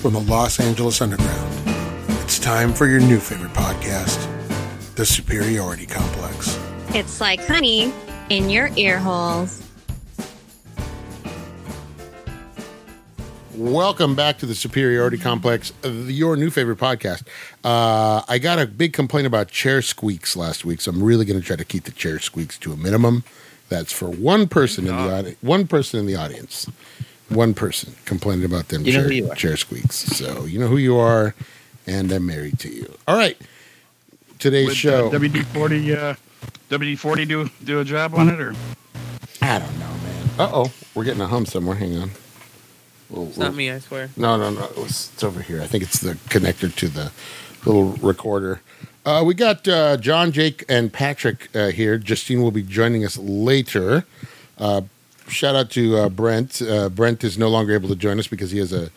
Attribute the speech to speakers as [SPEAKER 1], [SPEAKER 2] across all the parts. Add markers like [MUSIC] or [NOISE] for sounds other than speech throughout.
[SPEAKER 1] from the Los Angeles Underground. It's time for your new favorite podcast, The Superiority Complex.
[SPEAKER 2] It's like honey in your ear holes.
[SPEAKER 1] Welcome back to The Superiority Complex, your new favorite podcast. Uh, I got a big complaint about chair squeaks last week, so I'm really going to try to keep the chair squeaks to a minimum. That's for one person in the audience. One person in the audience. One person complained about them
[SPEAKER 3] You know
[SPEAKER 1] chair,
[SPEAKER 3] who you are.
[SPEAKER 1] chair squeaks. So you know who you are, and I'm married to you. All right. Today's
[SPEAKER 4] Would,
[SPEAKER 1] show.
[SPEAKER 4] uh, WD forty. Uh, WD forty do do a job on it or
[SPEAKER 1] I don't know, man. Uh oh, we're getting a hum somewhere. Hang on. We'll-
[SPEAKER 3] It's
[SPEAKER 1] we'll-
[SPEAKER 3] not me, I swear.
[SPEAKER 1] No, no, no. It was, it's over here. I think it's the connector to the little recorder. Uh, we got uh, John, Jake, and Patrick uh, here. Justine will be joining us later. Uh, shout out to uh, Brent. Uh, Brent is no longer able to join us because he has a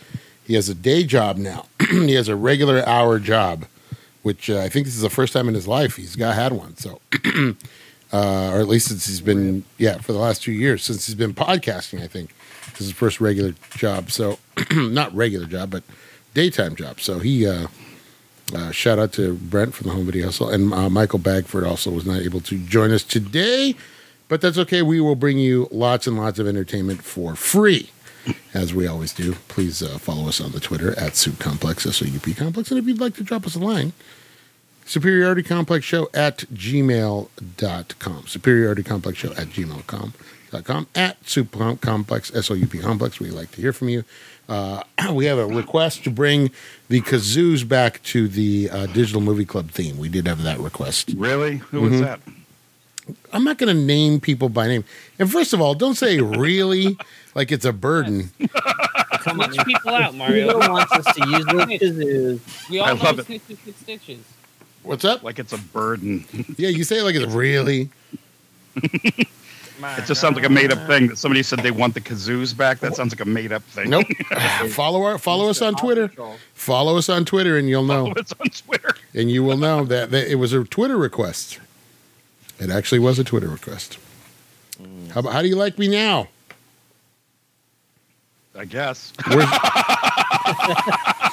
[SPEAKER 1] he has a day job now. [CLEARS THROAT] he has a regular hour job, which uh, I think this is the first time in his life he's got had one. So, uh, or at least since he's been yeah for the last two years since he's been podcasting. I think this is his first regular job. So [CLEARS THROAT] not regular job, but daytime job. So he uh, uh, shout out to Brent from the Home Video Hustle and uh, Michael Bagford also was not able to join us today, but that's okay. We will bring you lots and lots of entertainment for free. As we always do, please uh, follow us on the Twitter at Soup Complex, S O U P Complex. And if you'd like to drop us a line, Superiority Complex Show at gmail.com. Superiority Complex Show at gmail.com. Dot com at Soup Complex, S O U P Complex. We like to hear from you. Uh, [CLEARS THROAT] we have a request to bring the kazoos back to the uh, Digital Movie Club theme. We did have that request.
[SPEAKER 4] really? Who was that?
[SPEAKER 1] I'm not going to name people by name. And first of all, don't say really like it's a burden.
[SPEAKER 3] Come on,
[SPEAKER 5] Watch people out,
[SPEAKER 3] Mario
[SPEAKER 5] Mario.
[SPEAKER 3] wants us to use those kazoos.
[SPEAKER 5] We all
[SPEAKER 4] I
[SPEAKER 5] know
[SPEAKER 4] love it.
[SPEAKER 5] snitches get stitches.
[SPEAKER 1] What's up?
[SPEAKER 4] Like it's a burden.
[SPEAKER 1] Yeah, you say it like it's really.
[SPEAKER 4] It just sounds like a made up thing that somebody said they want the kazoos back. That sounds like a made up
[SPEAKER 1] [LAUGHS]
[SPEAKER 4] thing.
[SPEAKER 1] Nope. [SIGHS] follow our, follow us on Twitter. [LAUGHS] Follow us on Twitter, and you'll know.
[SPEAKER 4] [LAUGHS] it's on Twitter.
[SPEAKER 1] and you will know that, that it was a Twitter request. It actually was a Twitter request. How, about, how do you like me now?
[SPEAKER 4] I guess.
[SPEAKER 1] Where's,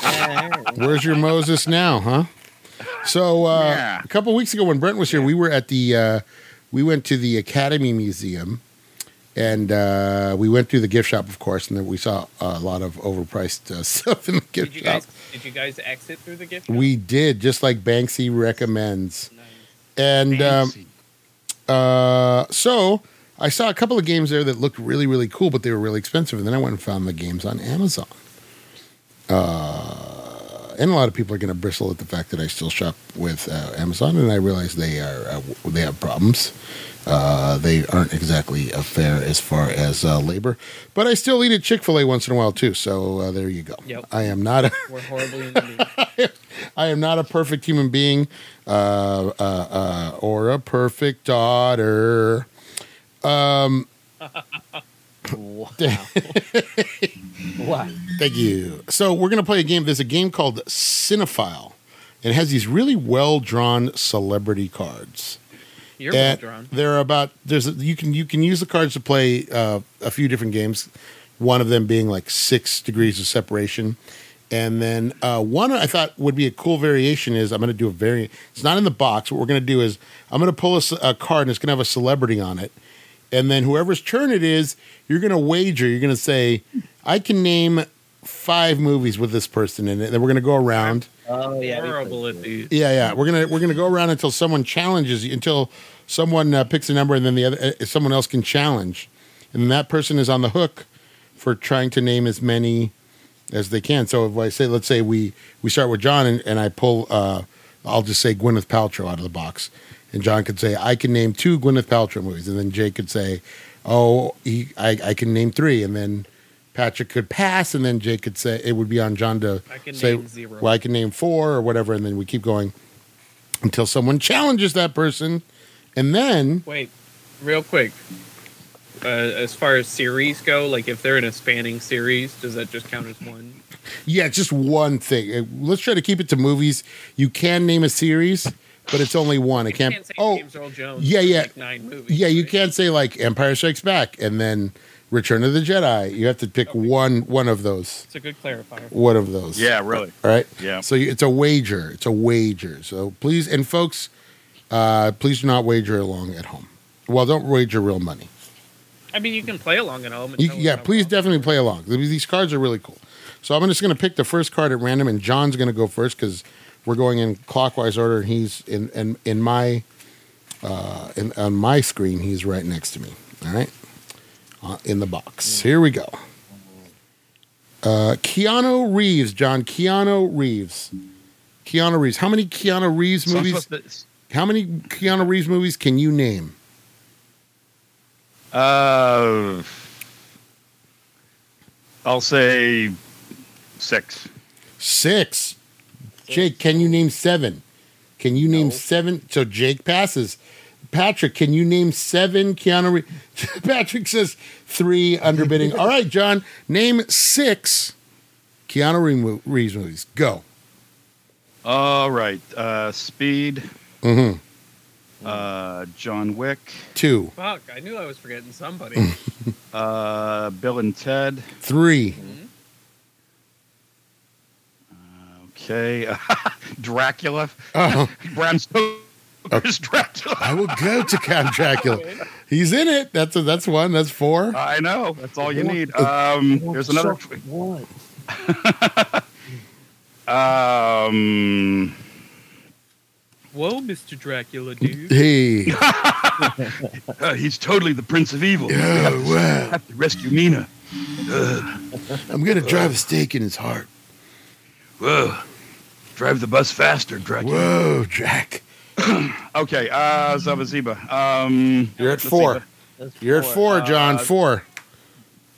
[SPEAKER 3] Yeah,
[SPEAKER 1] where's your Moses now, huh? So uh,
[SPEAKER 4] Yeah.
[SPEAKER 1] a couple weeks ago, when Brent was here, we were at the uh, we went to the Academy Museum, and uh, we went through the gift shop, of course, and then we saw a lot of overpriced uh, [LAUGHS] stuff in the gift
[SPEAKER 5] Did you
[SPEAKER 1] shop.
[SPEAKER 5] guys? Did you guys exit through the gift? shop?
[SPEAKER 1] We did just like Banksy recommends,
[SPEAKER 5] Nice.
[SPEAKER 1] and. Um,
[SPEAKER 4] Fancy.
[SPEAKER 1] Uh, so I saw a couple of games there that looked really, really cool, but they were really expensive. And then I went and found the games on Amazon. Uh, and a lot of people are going to bristle at the fact that I still shop with uh, Amazon, and I realize they are uh, w- they have problems. Uh, they aren't exactly uh, fair as far as uh, labor, but I still eat at Chick Fil A once in a while too. So uh, there you go.
[SPEAKER 5] Yep.
[SPEAKER 1] I am not. A-
[SPEAKER 5] We're horribly in the lead.
[SPEAKER 1] I am not a perfect human being uh, uh, uh, or a perfect daughter. Um, [LAUGHS]
[SPEAKER 3] What?
[SPEAKER 1] Thank you. So we're going to play a game. There's a game called Cinephile. It has these really well drawn celebrity cards.
[SPEAKER 5] You're well
[SPEAKER 1] And
[SPEAKER 5] drawn.
[SPEAKER 1] There are about there's a, you can you can use the cards to play uh, a few different games. One of them being like six degrees of separation, and then uh, one I thought would be a cool variation is I'm going to do a variant. It's not in the box. What we're going to do is I'm going to pull a, ce- a card and it's going to have a celebrity on it, and then whoever's turn it is, you're going to wager. You're going to say, I can name five movies with this person in it. Then we're going to go around.
[SPEAKER 3] Oh yeah. we
[SPEAKER 5] Horrible at these.
[SPEAKER 1] Yeah, yeah. We're gonna we're gonna go around until someone challenges you, until someone uh, picks a number, and then the other uh, someone else can challenge, and then that person is on the hook for trying to name as many as they can. So if I say, let's say we we start with John, and, and I pull, uh, I'll just say Gwyneth Paltrow out of the box, and John could say I can name two Gwyneth Paltrow movies, and then Jake could say, oh, he, I I can name three, and then. Patrick could pass, and then Jake could say it would be on John to
[SPEAKER 5] I can
[SPEAKER 1] say,
[SPEAKER 5] name zero.
[SPEAKER 1] well, I can name four or whatever, and then we keep going until someone challenges that person, and then
[SPEAKER 5] Wait, real quick. Uh, as far as series go, like if they're in a spanning series, does that just count as one?
[SPEAKER 1] yeah, it's just one thing. Uh, Let's try to keep it to movies. You can name a series, but it's only one. It
[SPEAKER 5] You
[SPEAKER 1] can't.
[SPEAKER 5] say
[SPEAKER 1] Oh,
[SPEAKER 5] James Earl Jones.
[SPEAKER 1] yeah,
[SPEAKER 5] for,
[SPEAKER 1] yeah.
[SPEAKER 5] like, nine movies.
[SPEAKER 1] yeah, you
[SPEAKER 5] right?
[SPEAKER 1] can't say like Empire Strikes Back and then Return of the Jedi. You have to pick one one of those.
[SPEAKER 5] It's a good clarifier.
[SPEAKER 1] One of those.
[SPEAKER 4] Yeah, really.
[SPEAKER 1] All right.
[SPEAKER 4] Yeah.
[SPEAKER 1] So you, it's a wager. It's a wager. So please, and folks, uh, please do not wager along at home. Well, don't wager real money.
[SPEAKER 5] I mean, you can play along at home. And
[SPEAKER 1] You-
[SPEAKER 5] tell us
[SPEAKER 1] yeah,
[SPEAKER 5] how
[SPEAKER 1] please
[SPEAKER 5] wrong.
[SPEAKER 1] definitely play along. Th- These cards are really cool. So I'm just going to pick the first card at random, and John's going to go first because we're going in clockwise order, and he's in in, in my uh, in, on my screen. He's right next to me. All right, uh, in the box. Here we go. Uh, Keanu Reeves, John. Keanu Reeves. Keanu Reeves. How many Keanu Reeves
[SPEAKER 4] So I'm
[SPEAKER 1] movies?
[SPEAKER 4] supposed
[SPEAKER 1] How many Keanu Reeves movies can you name?
[SPEAKER 4] to- uh, I'll say six.
[SPEAKER 1] Six. Jake, can you name seven? Can you name seven? So Jake passes. Patrick, can you name seven Keanu Reeves? [LAUGHS] Patrick says three [LAUGHS] underbidding. All right, John, name six Keanu Ree- Reeves movies. Go.
[SPEAKER 4] All right. Uh, Speed.
[SPEAKER 1] Mm-hmm.
[SPEAKER 4] Uh, John Wick.
[SPEAKER 1] Two,
[SPEAKER 5] Fuck! I knew I was forgetting somebody.
[SPEAKER 1] [LAUGHS]
[SPEAKER 4] Uh, Bill and Ted.
[SPEAKER 1] three,
[SPEAKER 4] Okay. [LAUGHS] Dracula.
[SPEAKER 1] Oh,
[SPEAKER 4] Bram Stoker's Dracula.
[SPEAKER 1] I will go to Count Dracula. He's in it. That's a, that's one. That's four.
[SPEAKER 4] I know. That's all you need. Um, there's another.
[SPEAKER 3] What?
[SPEAKER 4] [LAUGHS] Um,
[SPEAKER 5] Whoa, Mr. Dracula, dude.
[SPEAKER 1] Hey.
[SPEAKER 4] uh, he's totally the Prince of Evil.
[SPEAKER 1] Oh, wow.
[SPEAKER 4] have to rescue Nina.
[SPEAKER 1] I'm going to drive a stake in his [LAUGHS] heart.
[SPEAKER 4] Whoa. Drive the bus faster, Dracula.
[SPEAKER 1] Whoa, Jack.
[SPEAKER 4] Okay, uh, Zabaziba. Um,
[SPEAKER 1] You're at
[SPEAKER 4] let's see,
[SPEAKER 1] four. [LAUGHS]
[SPEAKER 3] That's
[SPEAKER 1] You're at four, John.
[SPEAKER 4] Uh,
[SPEAKER 1] Four.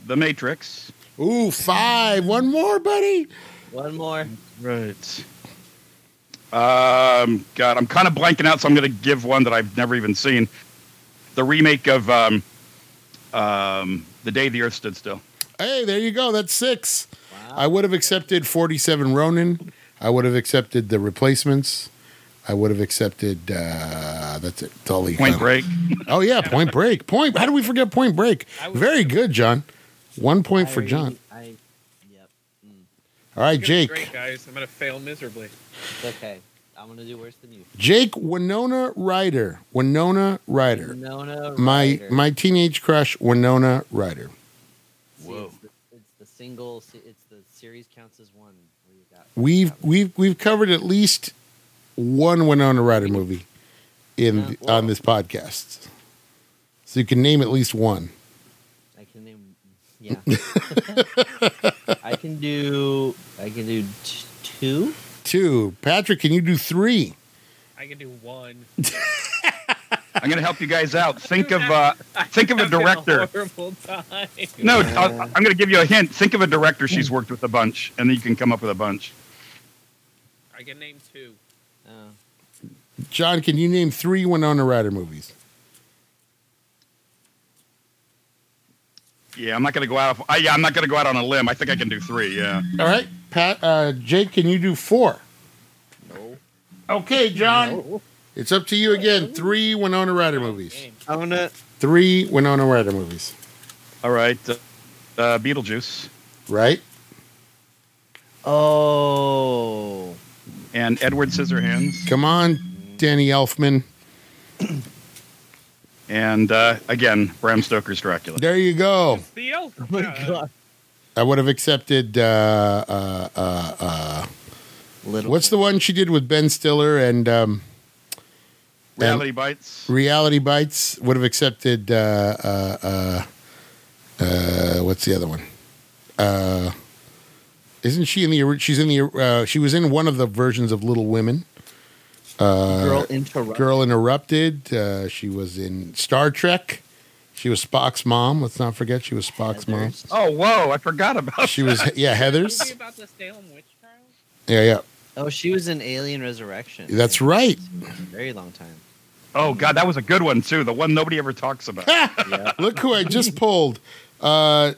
[SPEAKER 4] The, the Matrix.
[SPEAKER 1] Ooh, five. One more, buddy.
[SPEAKER 3] One more.
[SPEAKER 4] Right. Um, God, I'm kind of blanking out, so I'm going to give one that I've never even seen. The remake of um, um, The Day the Earth Stood Still.
[SPEAKER 1] Hey, there you go. That's six.
[SPEAKER 3] Wow.
[SPEAKER 1] I would have accepted 47 Ronin. I would have accepted the replacements. I would have accepted. Uh, that's it. That's all he
[SPEAKER 4] Point
[SPEAKER 1] found.
[SPEAKER 4] Break.
[SPEAKER 1] Oh, yeah. Point break. Point. How do we forget point break?
[SPEAKER 5] I was-
[SPEAKER 1] Very good, John. One point for
[SPEAKER 3] I-
[SPEAKER 1] John.
[SPEAKER 3] I, yep. Mm,
[SPEAKER 1] All right,
[SPEAKER 5] Give it a
[SPEAKER 1] Jake.
[SPEAKER 5] drink, guys. I'm gonna fail miserably.
[SPEAKER 3] it's okay. I'm gonna do worse than you.
[SPEAKER 1] Jake Winona Ryder. Winona Ryder.
[SPEAKER 3] Winona
[SPEAKER 1] My
[SPEAKER 3] Ryder.
[SPEAKER 1] my teenage crush, Winona Ryder.
[SPEAKER 3] See,
[SPEAKER 4] Whoa.
[SPEAKER 3] It's the, it's the single. se- It's the series counts as one. Where you got
[SPEAKER 1] We've we've we've covered at least one Winona Ryder movie in
[SPEAKER 3] Yeah.
[SPEAKER 1] on this podcast, so you can name at least one.
[SPEAKER 3] I can name. Yeah.
[SPEAKER 1] [LAUGHS]
[SPEAKER 3] I can do. I can do t- two.
[SPEAKER 1] Two, Patrick, can you do three?
[SPEAKER 5] I can do one.
[SPEAKER 4] I'm going to help you guys out. Think of uh, think
[SPEAKER 5] [LAUGHS]
[SPEAKER 4] of a
[SPEAKER 5] Having
[SPEAKER 4] director.
[SPEAKER 5] horrible time.
[SPEAKER 4] No, I, I'm going to give you a hint. Think of a director she's worked with a bunch, and then you can come up with a bunch.
[SPEAKER 5] I can name two.
[SPEAKER 3] Oh,
[SPEAKER 1] John, can you name three Winona Ryder movies?
[SPEAKER 4] Yeah, I'm not going to go out. I, yeah, I'm not going to go out on a limb. I think I can do three. Yeah.
[SPEAKER 1] All right, Pat, uh, Jake, can you do four? No. Okay, John, it's up to you again. Three Winona Ryder movies.
[SPEAKER 5] Game.
[SPEAKER 3] I'm gonna.
[SPEAKER 1] Three Winona Ryder movies.
[SPEAKER 4] All right. Uh, uh, Beetlejuice
[SPEAKER 1] Right?
[SPEAKER 3] Oh.
[SPEAKER 4] and Edward Scissorhands,
[SPEAKER 1] Come on, Danny Elfman.
[SPEAKER 4] and uh, again Bram Stoker's Dracula.
[SPEAKER 1] There you go.
[SPEAKER 5] The elf.
[SPEAKER 3] Oh my god.
[SPEAKER 1] I would have accepted. Uh, uh, uh, uh,
[SPEAKER 3] Little.
[SPEAKER 1] what's the one she did with Ben Stiller and um,
[SPEAKER 4] Reality Bites.
[SPEAKER 1] Reality Bites? Would have accepted. Uh, uh, uh, uh, what's the other one? Uh, isn't she in the? ori- She's in the. Uh, she was in one of the versions of Little Women. Uh,
[SPEAKER 3] girl interrupt?
[SPEAKER 1] Girl interrupted. Uh, she was in Star Trek. She was Spock's mom. Let's not forget she was Spock's mom.
[SPEAKER 3] Heathers.
[SPEAKER 4] Oh, whoa! I forgot about.
[SPEAKER 1] [LAUGHS] She was yeah
[SPEAKER 5] Movie [LAUGHS]
[SPEAKER 1] Heather's.
[SPEAKER 5] about the Salem witch trials.
[SPEAKER 1] Yeah, yeah.
[SPEAKER 3] Oh, she was in Alien Resurrection.
[SPEAKER 1] That's right.
[SPEAKER 3] Very long time.
[SPEAKER 4] Oh God, that was a good one too. The one nobody ever talks about.
[SPEAKER 3] Yeah.
[SPEAKER 1] Look who I just
[SPEAKER 3] [LAUGHS]
[SPEAKER 1] pulled. Uh,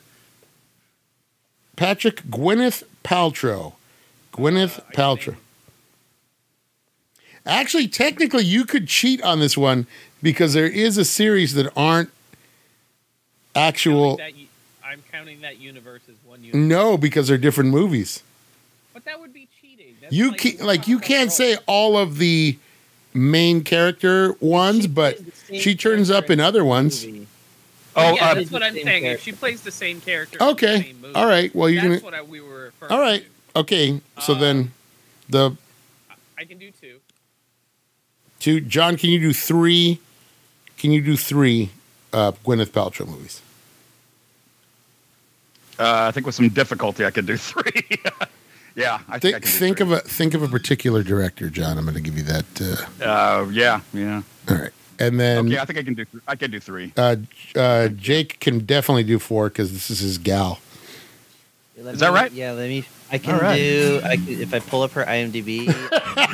[SPEAKER 1] Patrick Gwyneth Paltrow.
[SPEAKER 3] Uh,
[SPEAKER 1] Gwyneth Paltrow. Actually, technically, you could cheat on this one because there is a series that aren't
[SPEAKER 5] Yeah,
[SPEAKER 1] actual.
[SPEAKER 5] like that, I'm counting that universe as
[SPEAKER 1] Mm.
[SPEAKER 5] one universe.
[SPEAKER 1] No, because they're different movies.
[SPEAKER 5] But that would be cheating. That's
[SPEAKER 1] You
[SPEAKER 5] like,
[SPEAKER 1] can't like you
[SPEAKER 5] rock
[SPEAKER 1] can't
[SPEAKER 5] and
[SPEAKER 1] say
[SPEAKER 5] roll.
[SPEAKER 1] all of the main character ones,
[SPEAKER 3] She
[SPEAKER 1] but
[SPEAKER 3] plays the same
[SPEAKER 1] she turns up
[SPEAKER 3] character
[SPEAKER 1] in other
[SPEAKER 3] the
[SPEAKER 1] ones.
[SPEAKER 3] movie.
[SPEAKER 4] Oh,
[SPEAKER 5] yeah,
[SPEAKER 4] uh,
[SPEAKER 5] that's what I'm
[SPEAKER 3] Same
[SPEAKER 5] saying. If
[SPEAKER 3] character.
[SPEAKER 5] she plays the same character, in the
[SPEAKER 1] Okay,
[SPEAKER 5] same movie,
[SPEAKER 1] all right. Well, you're
[SPEAKER 5] that's
[SPEAKER 1] gonna
[SPEAKER 5] what I, we were referring.
[SPEAKER 1] all right.
[SPEAKER 5] to.
[SPEAKER 1] Okay, so
[SPEAKER 5] Uh,
[SPEAKER 3] Um,
[SPEAKER 1] then the
[SPEAKER 5] I can do two.
[SPEAKER 1] two John, can you do three? Can you do three uh, Gwyneth Paltrow movies?
[SPEAKER 4] uh, I think with some difficulty I could do [LAUGHS] three. yeah, I think I
[SPEAKER 1] Think,
[SPEAKER 4] could do
[SPEAKER 1] think
[SPEAKER 4] three.
[SPEAKER 1] of a think of a particular director, John. I'm going to give you that. Uh,
[SPEAKER 4] Uh, yeah, yeah.
[SPEAKER 1] all right, and then
[SPEAKER 4] okay, I think I can do. Th- I can
[SPEAKER 1] [LAUGHS]
[SPEAKER 4] do three.
[SPEAKER 1] uh, J- uh, Jake can definitely do four because this is his gal.
[SPEAKER 3] Let
[SPEAKER 4] Is that
[SPEAKER 3] me-
[SPEAKER 4] right?
[SPEAKER 3] Yeah, let me. I can
[SPEAKER 4] All right.
[SPEAKER 3] do. I can, if I pull up her
[SPEAKER 1] [LAUGHS]
[SPEAKER 3] IMDb.
[SPEAKER 5] Uh,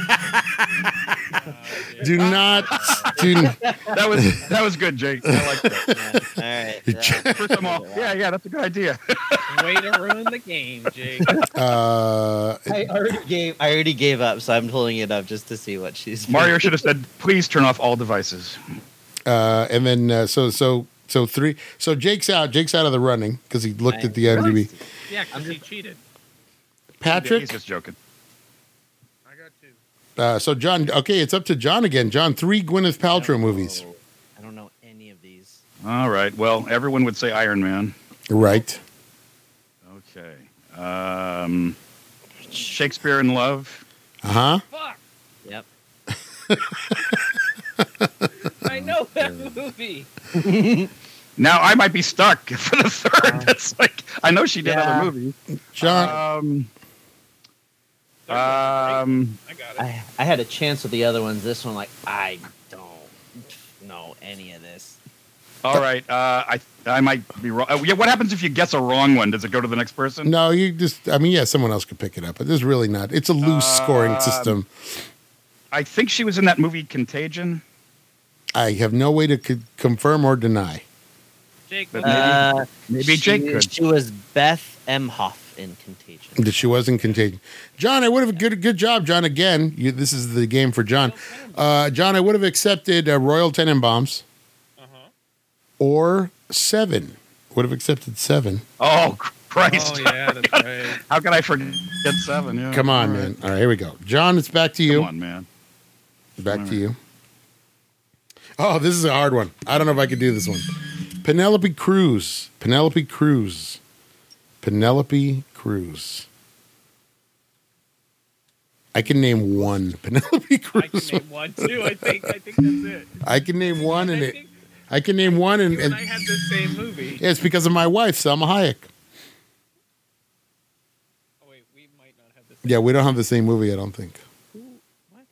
[SPEAKER 5] yeah.
[SPEAKER 1] Do not [LAUGHS] do.
[SPEAKER 4] That was that was good, Jake. I like that.
[SPEAKER 3] yeah, all right. yeah.
[SPEAKER 4] First of all, yeah, yeah, that's a good idea. [LAUGHS]
[SPEAKER 5] Way to ruin the game, Jake.
[SPEAKER 1] Uh,
[SPEAKER 3] I already gave. I already gave up, so I'm pulling it up just to see what she's.
[SPEAKER 4] Mario should have said, "Please turn off all devices."
[SPEAKER 1] uh, and then uh, so so so three. So Jake's out. Jake's out of the running because he looked at the IMDb.
[SPEAKER 5] Yeah, because he cheated.
[SPEAKER 1] Patrick.
[SPEAKER 4] he's just joking.
[SPEAKER 5] I got two.
[SPEAKER 1] Uh, so John. Okay, it's up to John again. John, three Gwyneth
[SPEAKER 3] I don't
[SPEAKER 1] Paltrow
[SPEAKER 3] know-
[SPEAKER 1] movies.
[SPEAKER 3] I don't know any of these.
[SPEAKER 4] All right. Well, everyone would say Iron Man.
[SPEAKER 1] Right.
[SPEAKER 4] Okay. Um, Shakespeare in Love.
[SPEAKER 1] Uh huh.
[SPEAKER 5] Fuck!
[SPEAKER 3] Yep.
[SPEAKER 5] I
[SPEAKER 4] Mm,
[SPEAKER 5] know that movie.
[SPEAKER 4] Now I might be stuck [LAUGHS] for the third. That's like I know she did
[SPEAKER 3] Yeah.
[SPEAKER 4] other movies.
[SPEAKER 1] John.
[SPEAKER 4] Um,
[SPEAKER 5] Third one, right?
[SPEAKER 4] um,
[SPEAKER 5] I got it.
[SPEAKER 3] I I had a chance with the other ones. This one, like, I don't know any of this.
[SPEAKER 4] all right. Uh, I I might be wrong. Oh, yeah. What happens if you guess a wrong one? Does it go to the next
[SPEAKER 1] [LAUGHS]
[SPEAKER 4] person?
[SPEAKER 1] no, you just. I mean, yeah, someone else could pick it up, but there's really not. It's a loose scoring
[SPEAKER 4] Um,
[SPEAKER 1] system.
[SPEAKER 4] I think she was in that movie Contagion.
[SPEAKER 1] I have no way to c- confirm or deny.
[SPEAKER 5] Jake,
[SPEAKER 4] But
[SPEAKER 5] what
[SPEAKER 4] maybe-
[SPEAKER 5] movie?
[SPEAKER 3] uh,
[SPEAKER 4] maybe
[SPEAKER 3] she,
[SPEAKER 4] Jake could.
[SPEAKER 3] She was Beth Emhoff in Contagion.
[SPEAKER 1] that she wasn't contagion. John, I would have good good job, John. Again, you, this is the game for John. Uh, John, I would have accepted uh, Royal Tenenbaums
[SPEAKER 5] Uh-huh.
[SPEAKER 1] or Seven. Would have accepted Seven.
[SPEAKER 4] Oh [LAUGHS] Christ!
[SPEAKER 5] Oh,
[SPEAKER 4] [LAUGHS]
[SPEAKER 5] yeah, that's right.
[SPEAKER 4] How could I forget seven? Yeah.
[SPEAKER 1] Come on,
[SPEAKER 4] All right.
[SPEAKER 1] man. All right, here we go. John, it's back to you.
[SPEAKER 4] Come on, man.
[SPEAKER 1] Back
[SPEAKER 4] All
[SPEAKER 1] to you. Oh, this is a hard one. I don't know if I could do this one. Penelope Cruz. Penelope Cruz. Penelope Cruz. I can name one [LAUGHS] Penelope
[SPEAKER 5] I can
[SPEAKER 1] Cruz.
[SPEAKER 5] name one, too. I think, I think that's it.
[SPEAKER 1] I can name one, and
[SPEAKER 5] I
[SPEAKER 1] it,
[SPEAKER 5] think
[SPEAKER 1] I can name one, and,
[SPEAKER 5] you and
[SPEAKER 1] and
[SPEAKER 5] I had the same movie.
[SPEAKER 1] it's because of my wife, Selma Hayek.
[SPEAKER 5] Oh, wait, we might not have the same
[SPEAKER 1] Yeah, we don't have the same movie, I don't think.
[SPEAKER 5] Who? What?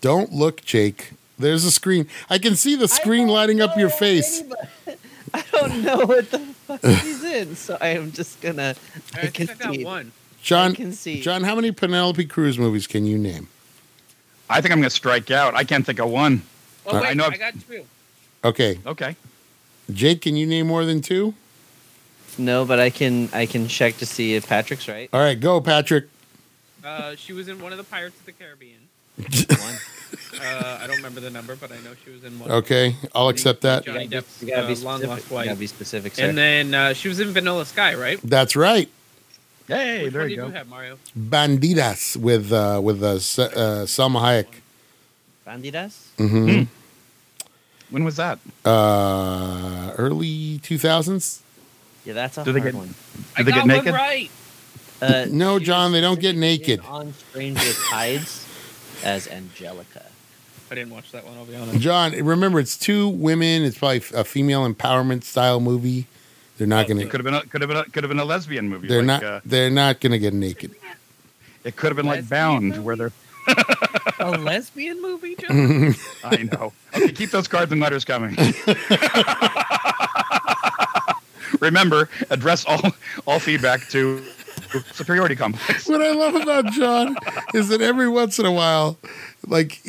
[SPEAKER 1] Don't look, Jake. There's a screen. I can see the screen lighting up your face.
[SPEAKER 3] [LAUGHS] I don't know what
[SPEAKER 1] [LAUGHS]
[SPEAKER 3] the fuck she's in, so I am just gonna.
[SPEAKER 5] I,
[SPEAKER 3] I
[SPEAKER 5] think I got
[SPEAKER 3] concede.
[SPEAKER 5] one.
[SPEAKER 3] I
[SPEAKER 1] John,
[SPEAKER 3] concede.
[SPEAKER 1] John, how many Penelope Cruz movies can you name?
[SPEAKER 4] I think I'm going to strike out. I can't think of one.
[SPEAKER 5] Oh,
[SPEAKER 1] Uh,
[SPEAKER 5] wait,
[SPEAKER 4] I
[SPEAKER 5] I,
[SPEAKER 4] know-
[SPEAKER 5] got two.
[SPEAKER 1] Okay,
[SPEAKER 4] Okay.
[SPEAKER 1] Jake, can you name more than two?
[SPEAKER 3] No, but I can. I can check to see if Patrick's
[SPEAKER 1] [LAUGHS]
[SPEAKER 3] right.
[SPEAKER 5] [LAUGHS]
[SPEAKER 1] All right, go, Patrick.
[SPEAKER 5] Uh, she was in one of the Pirates of the Caribbean.
[SPEAKER 3] One.
[SPEAKER 5] Uh, I don't remember the number, but I know she was in one.
[SPEAKER 1] Okay, I'll accept that.
[SPEAKER 5] Johnny
[SPEAKER 3] You
[SPEAKER 5] Depp's
[SPEAKER 3] gotta be
[SPEAKER 5] uh, long
[SPEAKER 3] specific.
[SPEAKER 5] lost
[SPEAKER 3] You gotta
[SPEAKER 5] wife.
[SPEAKER 3] be specific, sir.
[SPEAKER 5] And then uh, she was in Vanilla Sky, right?
[SPEAKER 1] That's right.
[SPEAKER 4] Hey,
[SPEAKER 5] Which
[SPEAKER 4] there
[SPEAKER 5] one
[SPEAKER 4] you
[SPEAKER 5] did
[SPEAKER 4] go.
[SPEAKER 5] have, Mario?
[SPEAKER 1] Bandidas with uh, with uh, S- uh, Salma Hayek.
[SPEAKER 3] Bandidas.
[SPEAKER 1] hmm
[SPEAKER 4] when was that?
[SPEAKER 1] Uh, early two thousands.
[SPEAKER 3] Yeah, that's a
[SPEAKER 4] Do they
[SPEAKER 3] hard
[SPEAKER 1] [LAUGHS]
[SPEAKER 4] get-
[SPEAKER 3] one.
[SPEAKER 5] I
[SPEAKER 4] they
[SPEAKER 5] got
[SPEAKER 4] get naked?
[SPEAKER 5] one right.
[SPEAKER 3] Uh,
[SPEAKER 1] No,
[SPEAKER 3] she
[SPEAKER 1] John,
[SPEAKER 3] was
[SPEAKER 1] they don't get
[SPEAKER 3] in
[SPEAKER 1] naked.
[SPEAKER 3] On Stranger Tides as Angelica.
[SPEAKER 5] I didn't watch that one. I'll be honest.
[SPEAKER 1] John, remember it's two women. It's probably a female empowerment style movie. They're not
[SPEAKER 5] Oh,
[SPEAKER 1] gonna.
[SPEAKER 5] so
[SPEAKER 4] Could have been a could have been a, could have been a lesbian movie.
[SPEAKER 1] They're not.
[SPEAKER 4] like, Uh,
[SPEAKER 1] they're not gonna get naked.
[SPEAKER 4] it could have been like
[SPEAKER 5] Lesbian
[SPEAKER 4] Bound,
[SPEAKER 5] movie?
[SPEAKER 4] where they're.
[SPEAKER 5] a lesbian movie, John?
[SPEAKER 1] All
[SPEAKER 4] I know. Okay, keep those cards and letters coming. [LAUGHS] Remember, address all all feedback to superiority complex. [LAUGHS]
[SPEAKER 1] what I love about John is that every once in a while, like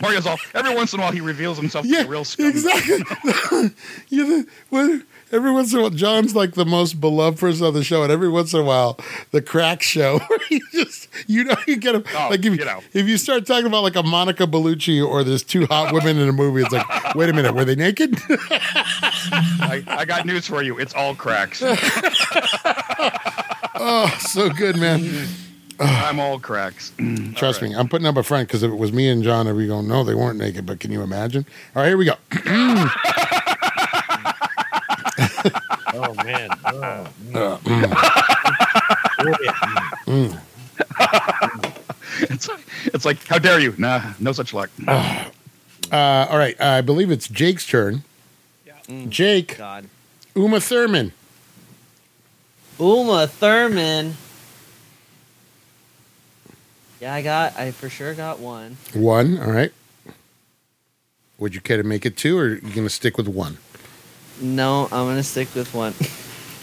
[SPEAKER 4] Mario's all. Every once in a while, he reveals himself to
[SPEAKER 1] yeah, [LAUGHS]
[SPEAKER 4] be a real scum.
[SPEAKER 1] exactly. You're the, what, every once in a while, John's like the most beloved person on the show, and every once in a while, the crack show [LAUGHS] where you just you know you get him
[SPEAKER 4] Oh,
[SPEAKER 1] like if
[SPEAKER 4] you know.
[SPEAKER 1] if you start talking about like a Monica Bellucci or there's two hot women in a movie, it's like wait a minute, were they naked? [LAUGHS]
[SPEAKER 4] I, I got news for you. It's all cracks.
[SPEAKER 1] oh, so good, man.
[SPEAKER 4] Mm-hmm. I'm all cracks. [LAUGHS]
[SPEAKER 1] Trust me, I'm putting up a front because if it was me and John, I'd be going, no, they weren't naked. But can you imagine? All right, here we go. [CLEARS THROAT]
[SPEAKER 6] Oh man. Oh,
[SPEAKER 1] Uh, mm,
[SPEAKER 6] yeah.
[SPEAKER 1] mm.
[SPEAKER 4] It's, it's like, how dare you? Nah, no such luck.
[SPEAKER 1] Uh, all right, I believe it's Jake's turn.
[SPEAKER 3] Mm,
[SPEAKER 1] Jake,
[SPEAKER 3] God.
[SPEAKER 1] Uma Thurman.
[SPEAKER 3] Uma Thurman. Yeah, I got. I for sure got one.
[SPEAKER 1] One. All right. Would you care to make it two, or are you going to stick with one?
[SPEAKER 3] No, I'm gonna stick with one.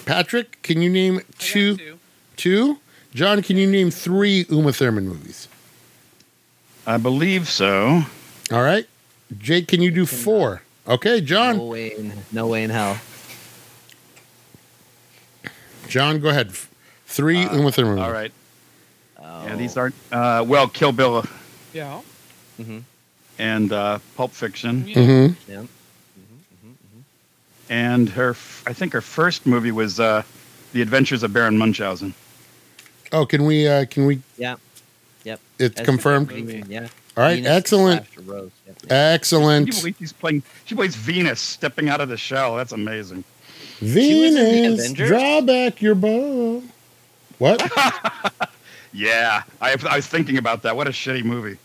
[SPEAKER 1] Patrick, can you name two? Two. John, can you name three Uma Thurman movies?
[SPEAKER 4] I believe so.
[SPEAKER 1] All right. Jake, can you do
[SPEAKER 3] cannot.
[SPEAKER 1] four? Okay,
[SPEAKER 3] No
[SPEAKER 1] John.
[SPEAKER 3] way. In, no way in hell.
[SPEAKER 1] John, go ahead. F- Three
[SPEAKER 3] Uh,
[SPEAKER 1] Uma Thurman.
[SPEAKER 4] All
[SPEAKER 1] movies.
[SPEAKER 4] right.
[SPEAKER 3] Oh.
[SPEAKER 4] Yeah, these aren't. Uh, well, Kill Bill
[SPEAKER 5] Yeah.
[SPEAKER 3] Mhm,
[SPEAKER 4] and uh, Pulp Fiction.
[SPEAKER 1] Mhm.
[SPEAKER 3] yeah. Mhm, mhm,
[SPEAKER 4] And her, f- I think her first movie was uh, The Adventures of Baron Munchausen.
[SPEAKER 1] Oh, can we? Uh, can we?
[SPEAKER 3] Yeah. Yep.
[SPEAKER 1] It's
[SPEAKER 3] That's
[SPEAKER 1] confirmed.
[SPEAKER 3] mhm. Yeah.
[SPEAKER 1] All right.
[SPEAKER 3] Venus
[SPEAKER 1] excellent.
[SPEAKER 3] slash Rose, yep.
[SPEAKER 4] Can you
[SPEAKER 1] Excellent.
[SPEAKER 4] believe she's playing? She plays Venus stepping out of the shell. That's amazing.
[SPEAKER 3] was in the
[SPEAKER 1] Venus,
[SPEAKER 3] Avengers?
[SPEAKER 1] draw back your bow. What?
[SPEAKER 4] Yeah, I, I was thinking about that. What a shitty movie.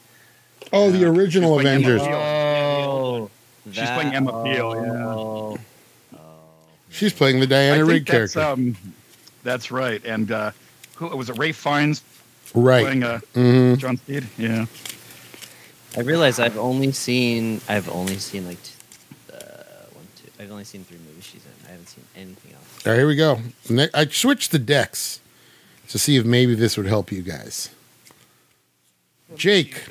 [SPEAKER 1] Oh, the original
[SPEAKER 4] She's like Emma
[SPEAKER 1] Avengers.
[SPEAKER 4] Peel.
[SPEAKER 3] Oh,
[SPEAKER 4] She's playing Emma Peel, yeah.
[SPEAKER 3] Oh, oh.
[SPEAKER 1] She's playing the Diana
[SPEAKER 4] I
[SPEAKER 1] Rigg
[SPEAKER 4] think that's,
[SPEAKER 1] character.
[SPEAKER 4] um, that's right. And uh, who was it? Ray Fiennes
[SPEAKER 1] Right.
[SPEAKER 4] playing uh,
[SPEAKER 1] hmm
[SPEAKER 4] John Steed. Yeah.
[SPEAKER 3] I realize I've only seen I've only seen like t- uh, one two I've only seen three movies she's in. I haven't seen anything else.
[SPEAKER 1] All right, here we go. Ne- I switched the decks to see if maybe this would help you guys. Jake.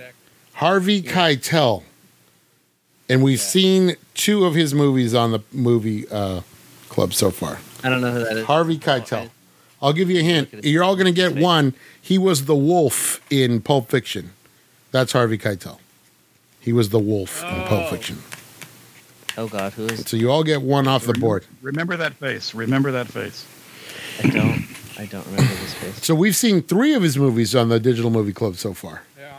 [SPEAKER 1] Harvey Keitel, and we've seen two of his movies on the movie uh, club so far.
[SPEAKER 3] I don't know who that is.
[SPEAKER 1] Harvey
[SPEAKER 3] Oh,
[SPEAKER 1] Keitel.
[SPEAKER 3] I-
[SPEAKER 1] I'll give you a hint.
[SPEAKER 3] Look at his-
[SPEAKER 1] You're all going to get
[SPEAKER 3] his face.
[SPEAKER 1] one. He was the wolf in Pulp Fiction. That's Harvey Keitel. He was the wolf in Pulp
[SPEAKER 5] Oh.
[SPEAKER 1] Fiction.
[SPEAKER 3] oh God, who is?
[SPEAKER 1] So you all get one off the
[SPEAKER 4] Remem-
[SPEAKER 1] board.
[SPEAKER 4] Remember that face. Remember that face.
[SPEAKER 3] I don't I don't remember this face.
[SPEAKER 1] So we've seen three of his movies on the Digital Movie Club so far.
[SPEAKER 5] Yeah.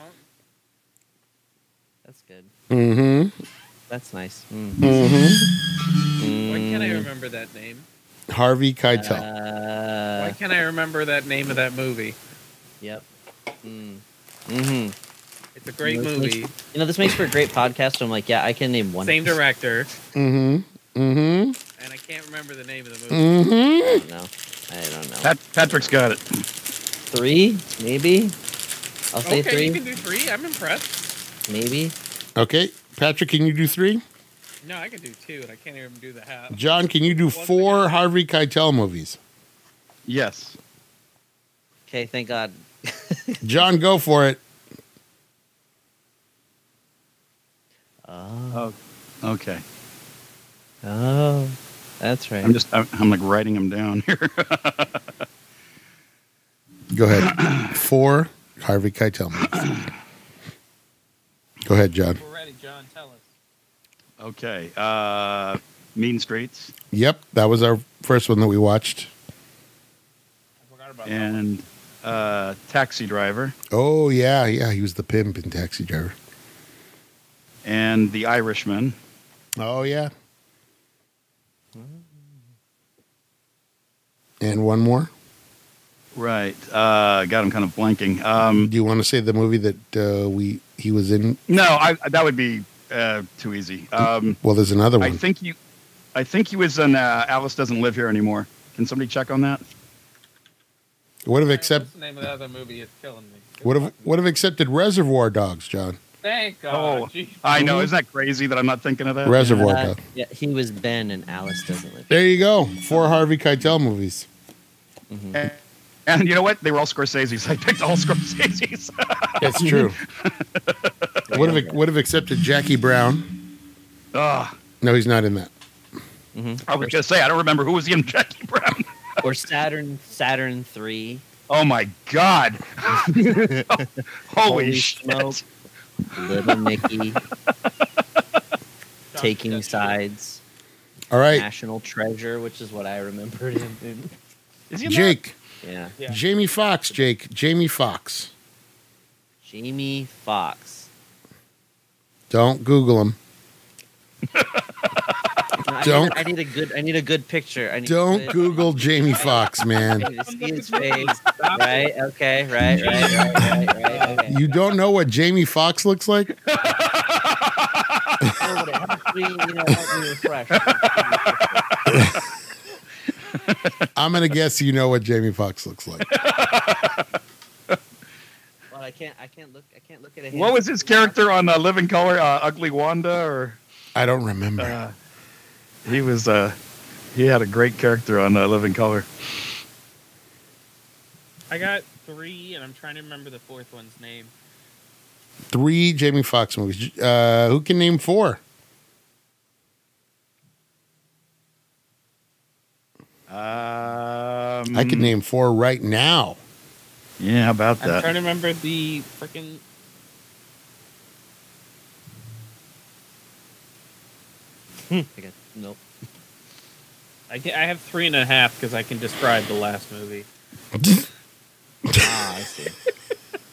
[SPEAKER 3] That's good.
[SPEAKER 1] Mm-hmm.
[SPEAKER 3] That's nice. Mm.
[SPEAKER 1] Mm-hmm.
[SPEAKER 5] Why can't I
[SPEAKER 3] Mm.
[SPEAKER 5] remember that name?
[SPEAKER 1] Harvey Keitel.
[SPEAKER 5] Why
[SPEAKER 3] Uh,
[SPEAKER 5] can't I remember that name of that movie?
[SPEAKER 3] yep. Mm. hmm
[SPEAKER 5] It's a great
[SPEAKER 3] Let's
[SPEAKER 5] movie.
[SPEAKER 3] You know, this makes for a great podcast. so I'm like, yeah, I can name one.
[SPEAKER 5] Same director,
[SPEAKER 1] Mm-hmm. Mm-hmm.
[SPEAKER 5] and I can't remember the name of the movie.
[SPEAKER 1] Mm-hmm.
[SPEAKER 3] I don't know. I don't know.
[SPEAKER 4] Pat, Patrick's got it.
[SPEAKER 3] three, maybe. I'll
[SPEAKER 5] Okay,
[SPEAKER 3] say
[SPEAKER 5] you
[SPEAKER 3] three,
[SPEAKER 5] can do three. I'm impressed.
[SPEAKER 3] maybe.
[SPEAKER 1] Okay. Patrick, can you do three?
[SPEAKER 5] No, I can do two, and I can't even do the half.
[SPEAKER 1] John, can you do four Harvey Keitel movies?
[SPEAKER 4] Yes.
[SPEAKER 3] Okay, thank God.
[SPEAKER 1] John, go for it.
[SPEAKER 3] Oh,
[SPEAKER 4] Oh. Okay.
[SPEAKER 3] oh that's right.
[SPEAKER 4] I'm just. I'm, I'm like writing them down [LAUGHS] here.
[SPEAKER 1] Go ahead. [CLEARS THROAT] Four Harvey Keitel movies. Go ahead, John.
[SPEAKER 5] We're ready, John. Tell us.
[SPEAKER 4] okay. Uh, mean Streets
[SPEAKER 1] Yep, that was our first one that we watched.
[SPEAKER 5] I forgot about that. one.
[SPEAKER 4] and uh, Taxi Driver
[SPEAKER 1] Oh yeah, yeah, he was the pimp in Taxi Driver.
[SPEAKER 4] and The Irishman.
[SPEAKER 1] Oh yeah. And one more.
[SPEAKER 4] Right. Uh, God, I'm kind of blanking.
[SPEAKER 1] Do
[SPEAKER 4] Um,
[SPEAKER 1] you want to say the movie that uh, we he was in?
[SPEAKER 4] no, I, that would be uh, too easy. Um,
[SPEAKER 1] Well, there's another
[SPEAKER 4] I
[SPEAKER 1] one.
[SPEAKER 4] think he, I think he was in uh, Alice Doesn't Live Here Anymore. Can somebody check on that?
[SPEAKER 1] would have
[SPEAKER 5] Alright,
[SPEAKER 1] accept
[SPEAKER 5] what's the name of the other movie? It's killing me.
[SPEAKER 1] would have would have accepted Reservoir Dogs, John.
[SPEAKER 5] Thank
[SPEAKER 4] Oh,
[SPEAKER 5] God. Gee.
[SPEAKER 4] I know. Isn't that crazy that I'm not thinking of that?
[SPEAKER 1] Mm-hmm. Reservoir
[SPEAKER 3] Uh,
[SPEAKER 1] Dogs.
[SPEAKER 3] yeah, he was Ben, and Alice doesn't live.
[SPEAKER 1] There you go. Four Harvey Keitel movies.
[SPEAKER 3] Mhm.
[SPEAKER 4] And, and you know what? They were all Scorsese's. [LAUGHS] I picked all
[SPEAKER 1] [LAUGHS]
[SPEAKER 4] Scorsese's.
[SPEAKER 1] That's [LAUGHS] true. would have would have accepted Jackie Brown.
[SPEAKER 4] Ah,
[SPEAKER 1] No, he's not in that.
[SPEAKER 3] Mm. Mhm.
[SPEAKER 4] I was gonna say I don't remember who was in [LAUGHS] Jackie Brown.
[SPEAKER 3] or Saturn Saturn Three.
[SPEAKER 4] Oh my
[SPEAKER 1] [LAUGHS]
[SPEAKER 4] god! [LAUGHS] Holy, shit!
[SPEAKER 5] [LAUGHS]
[SPEAKER 3] Little Nicky, [LAUGHS] Taking Sides,
[SPEAKER 1] All right,
[SPEAKER 3] National Treasure, which is what I remembered him in.
[SPEAKER 4] Is he in that?
[SPEAKER 1] Jake,
[SPEAKER 3] Yeah,
[SPEAKER 5] Yeah.
[SPEAKER 1] Jamie Fox, Jake, Jamie Fox.
[SPEAKER 3] Jamie Fox.
[SPEAKER 1] Don't Google him.
[SPEAKER 3] I
[SPEAKER 1] Don't-
[SPEAKER 3] Need, I need a good. I need a good picture. I need
[SPEAKER 1] Don't
[SPEAKER 3] good-
[SPEAKER 1] Google Jamie Fox,
[SPEAKER 3] I
[SPEAKER 1] man.
[SPEAKER 3] need to see
[SPEAKER 5] [LAUGHS]
[SPEAKER 3] his face. Right. Okay. Right. Right. Right. Right. right
[SPEAKER 5] [LAUGHS]
[SPEAKER 3] okay.
[SPEAKER 1] You don't know what Jamie Fox looks like?
[SPEAKER 3] Oh, but it helps me, you know, help me
[SPEAKER 5] [LAUGHS]
[SPEAKER 3] refresh.
[SPEAKER 1] I'm gonna guess you know what Jamie Fox looks like.
[SPEAKER 3] Well, I can't. I can't look. I can't look at it.
[SPEAKER 4] What was his character on uh, Living Color? Uh, Ugly Wanda, or
[SPEAKER 1] I don't remember.
[SPEAKER 4] uh, he was uh, he had a great character on uh, Living Color.
[SPEAKER 5] I got three, and I'm trying to remember the fourth one's name.
[SPEAKER 1] Three Jamie Fox movies. Uh, who can name four?
[SPEAKER 4] Um,
[SPEAKER 1] I can name four right now.
[SPEAKER 4] Yeah, how about
[SPEAKER 5] I'm
[SPEAKER 4] that.
[SPEAKER 5] trying to remember the freaking.
[SPEAKER 3] I got, nope.
[SPEAKER 5] I, can, I have three and a half because I can describe the last movie.
[SPEAKER 3] Ah, I see.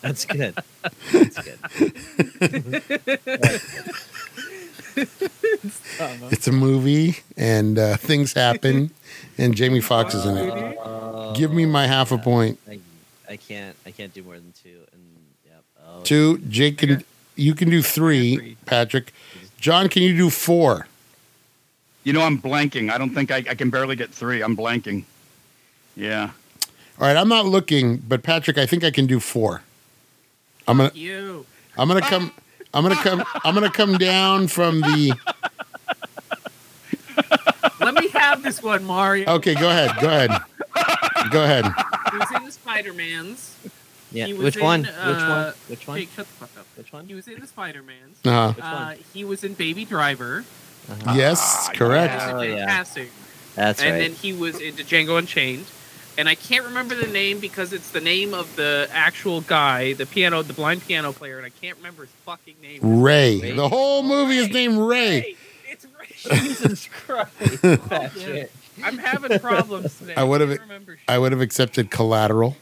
[SPEAKER 3] That's good. That's good.
[SPEAKER 5] Oh,
[SPEAKER 1] [LAUGHS] It's a movie, and uh, things happen, and Jamie Fox is in it.
[SPEAKER 3] Oh,
[SPEAKER 1] Give me my half a point.
[SPEAKER 3] I, I can't. I can't do more than two. And yep. Oh,
[SPEAKER 1] Two. Jake can. You can do three. Patrick. John, can you do four?
[SPEAKER 4] You know, I'm blanking. I don't think I, I can barely get three. I'm blanking. Yeah.
[SPEAKER 1] All right, I'm not looking, but Patrick, I think I can do four. I'm gonna.
[SPEAKER 5] You.
[SPEAKER 1] I'm gonna come. I'm gonna come. I'm gonna come down from the.
[SPEAKER 5] Let me have this
[SPEAKER 1] [LAUGHS]
[SPEAKER 5] one, Mario.
[SPEAKER 1] Okay, go ahead. Go ahead. Go ahead.
[SPEAKER 5] He was in the Spider Man's.
[SPEAKER 3] Yeah.
[SPEAKER 5] he was
[SPEAKER 3] Which one?
[SPEAKER 5] in, uh,
[SPEAKER 3] Which one?
[SPEAKER 5] Jake, shut
[SPEAKER 3] Which one?
[SPEAKER 5] the fuck up.
[SPEAKER 3] Which one?
[SPEAKER 5] He was in the Spider Man's.
[SPEAKER 1] Uh,
[SPEAKER 3] Which
[SPEAKER 5] Uh,
[SPEAKER 3] one?
[SPEAKER 5] he was in Baby Driver.
[SPEAKER 3] Uh-huh.
[SPEAKER 1] yes, correct.
[SPEAKER 5] He
[SPEAKER 3] Oh,
[SPEAKER 5] was
[SPEAKER 3] yeah.
[SPEAKER 5] fantastic.
[SPEAKER 3] That's
[SPEAKER 5] and
[SPEAKER 3] right.
[SPEAKER 5] then he was into Django Unchained. And I can't remember the name because it's the name of the actual guy, the piano, the blind piano player, and I can't remember his fucking name.
[SPEAKER 1] Ray.
[SPEAKER 3] Ray.
[SPEAKER 1] The whole movie is named Ray.
[SPEAKER 5] Ray. It's Ray.
[SPEAKER 3] Jesus Christ. That's
[SPEAKER 5] yeah.
[SPEAKER 3] it.
[SPEAKER 5] I'm having
[SPEAKER 1] [LAUGHS]
[SPEAKER 5] problems today.
[SPEAKER 1] I would've-
[SPEAKER 5] can't remember shit.
[SPEAKER 1] I would have accepted Collateral.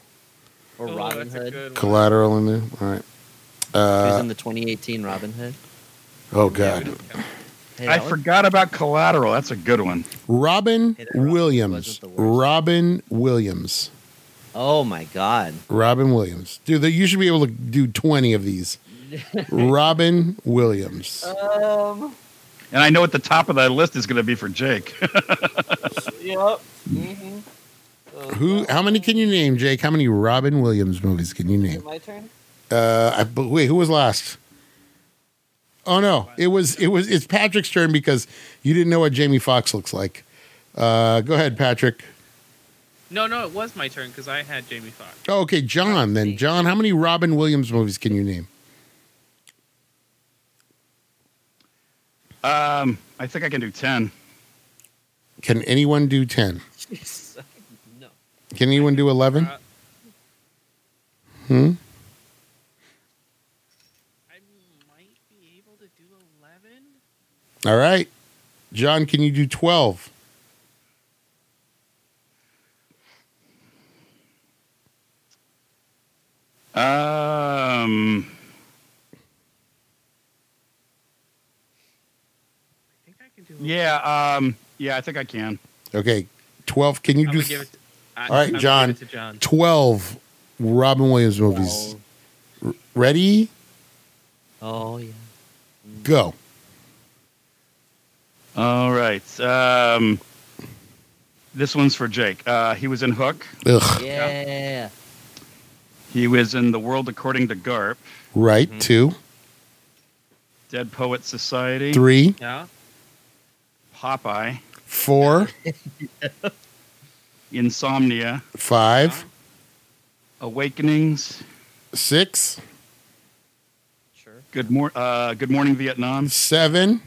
[SPEAKER 3] Or
[SPEAKER 5] Oh,
[SPEAKER 3] Robin
[SPEAKER 5] that's a
[SPEAKER 3] Hood. He
[SPEAKER 5] good one.
[SPEAKER 1] Collateral in there. All right.
[SPEAKER 3] was
[SPEAKER 1] Uh,
[SPEAKER 3] in the 2018 Robin Hood.
[SPEAKER 1] oh God,
[SPEAKER 3] Hey,
[SPEAKER 4] I
[SPEAKER 3] that was-
[SPEAKER 4] forgot about Collateral. That's a good one.
[SPEAKER 1] Robin
[SPEAKER 3] Hey, that Robin
[SPEAKER 1] Williams.
[SPEAKER 3] wasn't the worst.
[SPEAKER 1] Robin Williams.
[SPEAKER 3] Oh my God.
[SPEAKER 1] Robin Williams. Dude, that- you should be able to do twenty of
[SPEAKER 3] [LAUGHS]
[SPEAKER 1] these. Robin Williams.
[SPEAKER 3] Um.
[SPEAKER 4] And I know at the top of that list is going to be for
[SPEAKER 1] [LAUGHS]
[SPEAKER 4] Jake.
[SPEAKER 3] Yep. hmm
[SPEAKER 1] Who? How many can you name, Jake? How many Robin Williams movies can you name?
[SPEAKER 3] My turn. [LAUGHS]
[SPEAKER 1] Uh, I, but wait, who was last? Oh no, it was it was it's Patrick's turn because you didn't know what Jamie Foxx looks like. Uh, go ahead, Patrick.
[SPEAKER 5] No, no, it was my turn because I had Jamie Foxx.
[SPEAKER 1] Oh, okay, John. Then John, how many Robin Williams movies can you name?
[SPEAKER 4] um, I think I can do 10.
[SPEAKER 1] Can anyone do ten?
[SPEAKER 3] Jesus. No.
[SPEAKER 1] Can anyone do eleven?
[SPEAKER 5] Uh,
[SPEAKER 1] Hmm.
[SPEAKER 5] I might be able to do 11.
[SPEAKER 1] All right, John, can you do twelve?
[SPEAKER 4] Um,
[SPEAKER 5] I think I can do 11.
[SPEAKER 4] yeah, um, yeah, I think I can.
[SPEAKER 1] Okay, twelve. Can you
[SPEAKER 5] I'm
[SPEAKER 1] do
[SPEAKER 5] gonna give it to, I,
[SPEAKER 1] All right,
[SPEAKER 5] I'm gonna
[SPEAKER 1] John.
[SPEAKER 5] give it to John.
[SPEAKER 1] twelve Robin Williams movies?
[SPEAKER 3] Oh.
[SPEAKER 1] Ready?
[SPEAKER 3] Oh yeah.
[SPEAKER 1] Go.
[SPEAKER 4] All right. Um, this one's for Jake. Uh, he was in Hook.
[SPEAKER 1] Ugh.
[SPEAKER 3] Yeah.
[SPEAKER 4] He was in The World According to Garp,
[SPEAKER 1] Right.
[SPEAKER 5] Mm-hmm.
[SPEAKER 3] Mhm.
[SPEAKER 1] Two,
[SPEAKER 4] Dead Poets Society,
[SPEAKER 1] three,
[SPEAKER 5] Yeah?
[SPEAKER 4] Popeye,
[SPEAKER 1] four,
[SPEAKER 4] Insomnia,
[SPEAKER 1] five,
[SPEAKER 4] Awakenings,
[SPEAKER 1] six,
[SPEAKER 3] Sure.
[SPEAKER 4] Good, mor- uh, Good Morning Vietnam,
[SPEAKER 1] seven,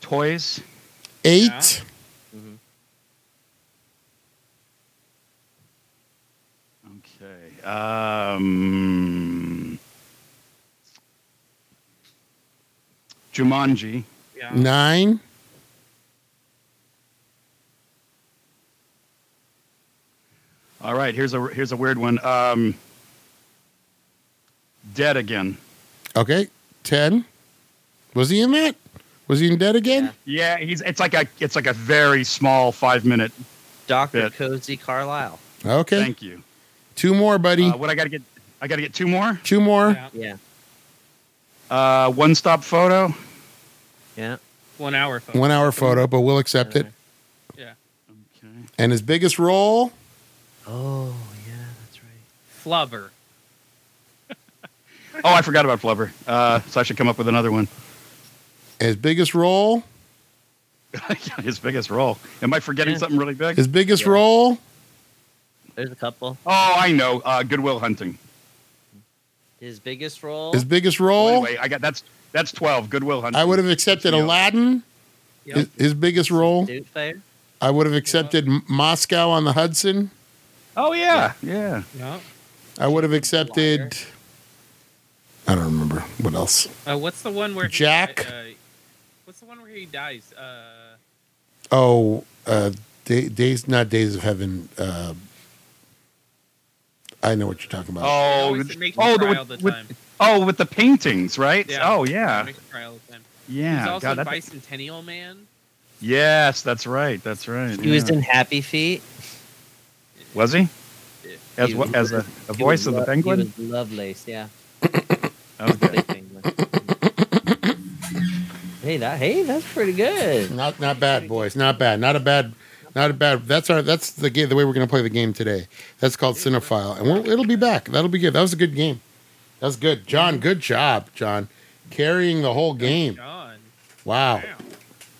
[SPEAKER 4] toys.
[SPEAKER 1] Eight.
[SPEAKER 3] Mhm.
[SPEAKER 4] Okay. Um, Jumanji.
[SPEAKER 5] Yeah.
[SPEAKER 1] Nine.
[SPEAKER 4] All right. Here's a here's a weird one. Um, dead again.
[SPEAKER 1] Okay. Ten. Was he in that? Was he in Dead again?
[SPEAKER 4] Yeah, he's it's like a it's like a very small five minute.
[SPEAKER 3] Doctor
[SPEAKER 4] Bit.
[SPEAKER 3] Cozy Carlisle.
[SPEAKER 1] Okay.
[SPEAKER 4] Thank you.
[SPEAKER 1] Two more, buddy.
[SPEAKER 4] Uh, what I got to get? I got to get two more.
[SPEAKER 1] Two more.
[SPEAKER 5] yeah.
[SPEAKER 3] Yeah,
[SPEAKER 4] Uh, one stop photo.
[SPEAKER 3] yeah.
[SPEAKER 5] One hour. Folks.
[SPEAKER 1] One hour photo, but we'll accept it.
[SPEAKER 5] Yeah.
[SPEAKER 4] Okay.
[SPEAKER 1] And his biggest role?
[SPEAKER 3] Oh yeah, that's right.
[SPEAKER 5] Flubber.
[SPEAKER 4] Oh, I forgot about Flubber. Uh, so I should come up with another one. [LAUGHS]
[SPEAKER 1] His biggest role?
[SPEAKER 4] His biggest role. Am I forgetting
[SPEAKER 3] Yeah.
[SPEAKER 4] something really big?
[SPEAKER 1] His biggest
[SPEAKER 3] Yeah.
[SPEAKER 1] role?
[SPEAKER 3] There's a couple.
[SPEAKER 4] oh, I know. Uh, Goodwill Hunting.
[SPEAKER 3] His biggest role.
[SPEAKER 1] His biggest role?
[SPEAKER 4] Anyway, I got that's that's twelve. Goodwill Hunting.
[SPEAKER 1] I would have accepted
[SPEAKER 4] Yeah.
[SPEAKER 1] Aladdin.
[SPEAKER 5] Yep.
[SPEAKER 1] His, his biggest role.
[SPEAKER 3] Dude Fire.
[SPEAKER 1] I would have accepted M- Moscow on the Hudson.
[SPEAKER 4] Oh yeah, yeah.
[SPEAKER 5] No.
[SPEAKER 1] I would have accepted. I don't remember what else.
[SPEAKER 5] Uh, what's the one where he-
[SPEAKER 1] Jack?
[SPEAKER 5] uh, what's the one where he dies? Uh,
[SPEAKER 1] Oh, uh, day, days not days of heaven. Uh, I know what you're talking about.
[SPEAKER 5] it
[SPEAKER 4] Oh,
[SPEAKER 5] always makes me
[SPEAKER 4] oh,
[SPEAKER 5] cry
[SPEAKER 4] the,
[SPEAKER 5] all the
[SPEAKER 4] with,
[SPEAKER 5] time.
[SPEAKER 4] with- oh, with the paintings, right?
[SPEAKER 5] Yeah.
[SPEAKER 4] Oh yeah,
[SPEAKER 5] Makes me cry all the time.
[SPEAKER 4] yeah.
[SPEAKER 5] He's also
[SPEAKER 4] God, that's-
[SPEAKER 5] Bicentennial Man.
[SPEAKER 4] yes, that's right. That's right.
[SPEAKER 3] He was
[SPEAKER 4] yeah.
[SPEAKER 3] in Happy Feet.
[SPEAKER 4] Was he? As
[SPEAKER 3] He
[SPEAKER 4] wha-
[SPEAKER 3] was-
[SPEAKER 4] as a, a
[SPEAKER 3] He
[SPEAKER 4] voice
[SPEAKER 3] was
[SPEAKER 4] of the
[SPEAKER 3] lo- He
[SPEAKER 4] penguin. Oh.
[SPEAKER 3] was Lovelace. Yeah.
[SPEAKER 4] Okay.
[SPEAKER 3] Big penguin. [LAUGHS] hey, that. Hey, that's pretty good.
[SPEAKER 1] Not not bad, boys. Not bad. Not a bad. Not a bad. That's our. That's the game. The way we're going to play the game today. That's called Cinephile, and we'll, it'll be back. That'll be good. That was a good game. That was good, John. Good job, John, carrying the whole game.
[SPEAKER 5] John.
[SPEAKER 1] Wow.
[SPEAKER 5] Wow.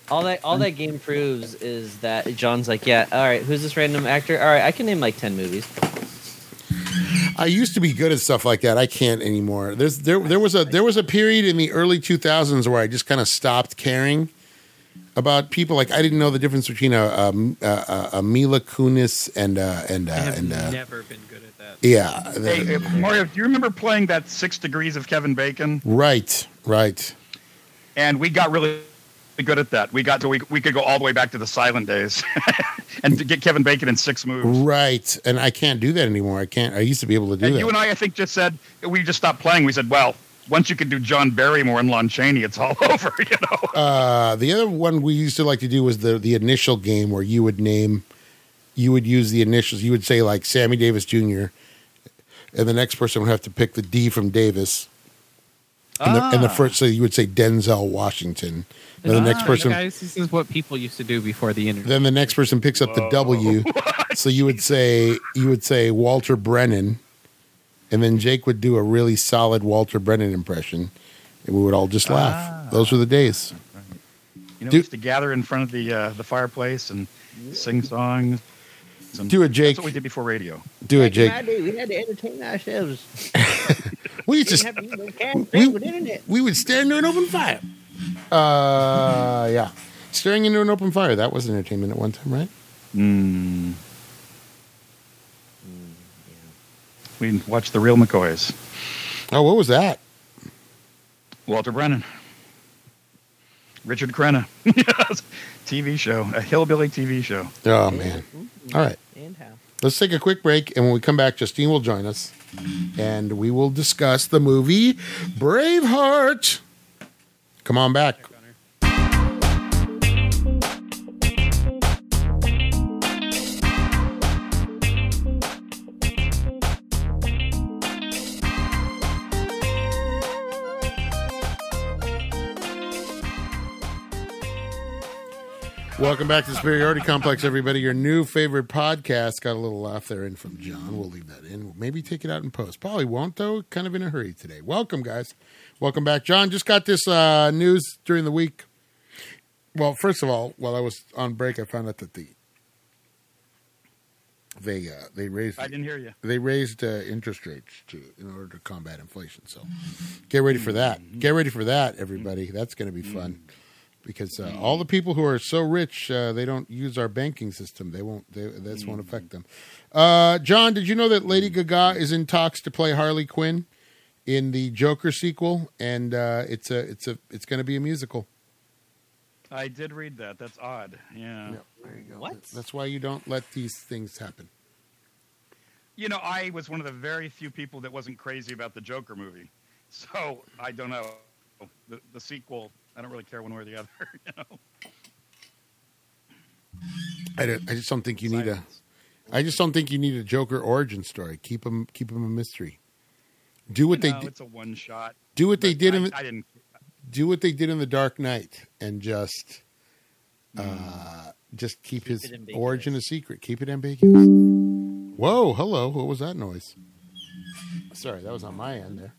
[SPEAKER 3] All that all that game proves is that John's like, yeah, all right, who's this random actor? All right, I can name like ten movies.
[SPEAKER 1] I used to be good at stuff like that. I can't anymore. There's there there was a there was a period in the early 2000s where I just kind of stopped caring about people. Like I didn't know the difference between a a, a, a Mila Kunis and uh, and uh,
[SPEAKER 5] I have
[SPEAKER 1] and uh,
[SPEAKER 5] never been good at that.
[SPEAKER 1] yeah.
[SPEAKER 4] Hey,
[SPEAKER 3] [LAUGHS]
[SPEAKER 4] uh, Mario, do you remember playing that Six Degrees of Kevin Bacon?
[SPEAKER 1] Right, right.
[SPEAKER 4] And we got really good at that. We got to we, we could go all the way back to the silent days, [LAUGHS] and to get Kevin Bacon in six moves.
[SPEAKER 1] Right. And I can't do that anymore. I can't I used to be able to do
[SPEAKER 4] And
[SPEAKER 1] that.
[SPEAKER 4] you and I, I think, just said we just stopped playing. We said, well, once you can do John Barrymore and Lon Chaney, it's all [LAUGHS] over, you know.
[SPEAKER 1] Uh, the other one we used to like to do was the the initial game where you would name, you would use the initials. You would say like Sammy Davis Jr. And the next person would have to pick the D from Davis. And, the, and the
[SPEAKER 4] Ah.
[SPEAKER 1] first, so you would say Denzel Washington. Then the next person,
[SPEAKER 5] Ah, guys, this is what people used to do before the internet.
[SPEAKER 1] then the next person picks up the
[SPEAKER 4] Whoa. [LAUGHS]
[SPEAKER 1] W. So you would say you would say Walter Brennan, and then Jake would do a really solid Walter Brennan impression, and we would all just laugh.
[SPEAKER 4] Ah.
[SPEAKER 1] Those were the days.
[SPEAKER 4] You know,
[SPEAKER 1] Do-
[SPEAKER 4] we used to gather in front of the uh, the fireplace and sing songs. And
[SPEAKER 1] Do it, Jake.
[SPEAKER 4] That's what we did before radio.
[SPEAKER 1] Do it,
[SPEAKER 3] Back in
[SPEAKER 1] Jake.
[SPEAKER 3] my day, We had to entertain ourselves.
[SPEAKER 1] We
[SPEAKER 3] We
[SPEAKER 1] just
[SPEAKER 3] didn't have to use no
[SPEAKER 1] we-
[SPEAKER 3] cash with internet.
[SPEAKER 1] we would stare into an open fire. Uh, yeah, staring into an open fire. That was entertainment at one time, right?
[SPEAKER 4] Mm. We watched the real McCoys.
[SPEAKER 1] Oh, what was that?
[SPEAKER 4] Walter Brennan, Richard Crenna, [LAUGHS] Yes. TV show, a hillbilly TV show.
[SPEAKER 1] Oh man! All right,
[SPEAKER 3] And how?
[SPEAKER 1] let's take a quick break, and when we come back, Justine will join us, and we will discuss the movie Braveheart. Come on back. Welcome back to Superiority Complex, everybody. Your new favorite podcast. Got a little laugh there in from John. We'll leave that in. Maybe take it out in post. Probably won't, though. Kind of in a hurry today. Welcome, guys. Welcome back. John, just got this uh, news during the week. Well, first of all, while I was on break, I found out that the they uh, they raised
[SPEAKER 4] I didn't hear you.
[SPEAKER 1] they raised uh, interest rates to in order to combat inflation. So get ready for that. Get ready for that, everybody. That's going to be fun. because uh, all the people who are so rich uh, they don't use our banking system. They won't. They, this won't affect them. Uh, John, did you know that Lady Gaga is in talks to play Harley Quinn in the Joker sequel, and uh, it's a it's a it's going to be a musical.
[SPEAKER 4] I did read that. That's odd. Yeah.
[SPEAKER 1] there you go.
[SPEAKER 3] What?
[SPEAKER 1] That's why you don't let these things happen.
[SPEAKER 4] You know, I was one of the very few people that wasn't crazy about the Joker movie. So I don't know. The, the sequel, I don't really care one way or the other. [LAUGHS] You know?
[SPEAKER 1] I, don't, I just don't think you need a.
[SPEAKER 4] Silence.
[SPEAKER 1] I just don't think you need a Joker origin story. Keep them keep them a mystery. Do what
[SPEAKER 4] You
[SPEAKER 1] they
[SPEAKER 4] know,
[SPEAKER 1] did.
[SPEAKER 4] it's a one shot.
[SPEAKER 1] do what they did
[SPEAKER 4] I,
[SPEAKER 1] in
[SPEAKER 4] I didn't.
[SPEAKER 1] do what they did in the Dark Knight and just uh, just keep,
[SPEAKER 3] Keep
[SPEAKER 1] his
[SPEAKER 3] it ambiguous.
[SPEAKER 1] origin a secret. Keep it ambiguous. Whoa, hello. What was that noise? Sorry, that was on my end there.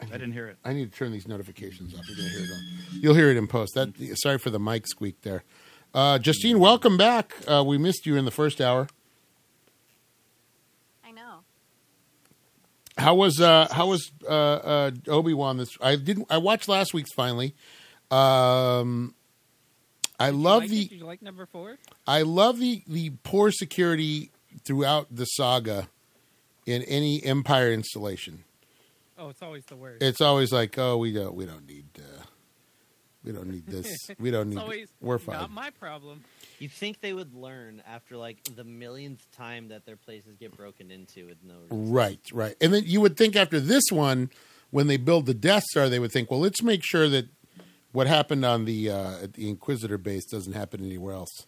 [SPEAKER 4] I didn't hear it.
[SPEAKER 1] I need to turn these notifications off. You're gonna hear it on. You'll hear it in post. That sorry for the mic squeak there. Uh, Justine, welcome back. Uh, we missed you in the first hour.
[SPEAKER 2] I know.
[SPEAKER 1] How was uh, how was uh, uh, Obi Wan? This I didn't. I watched last week's finally. Um, I love
[SPEAKER 5] like
[SPEAKER 1] the.
[SPEAKER 5] It? Did you like number four?
[SPEAKER 1] I love the the poor security throughout the saga in any Empire installation.
[SPEAKER 5] Oh, it's always the worst.
[SPEAKER 1] It's always like, oh, we don't we don't need uh, we don't need
[SPEAKER 5] [LAUGHS]
[SPEAKER 1] this. We don't
[SPEAKER 5] It's
[SPEAKER 1] need.
[SPEAKER 5] always
[SPEAKER 1] we're
[SPEAKER 5] not
[SPEAKER 1] fine.
[SPEAKER 5] my problem.
[SPEAKER 3] You think they would learn after like the millionth time that their places get broken into with no reason.
[SPEAKER 1] Right, right. And then you would think after this one, when they build the Death Star, they would think, well, let's make sure that what happened on the uh, at the Inquisitor base doesn't happen anywhere else.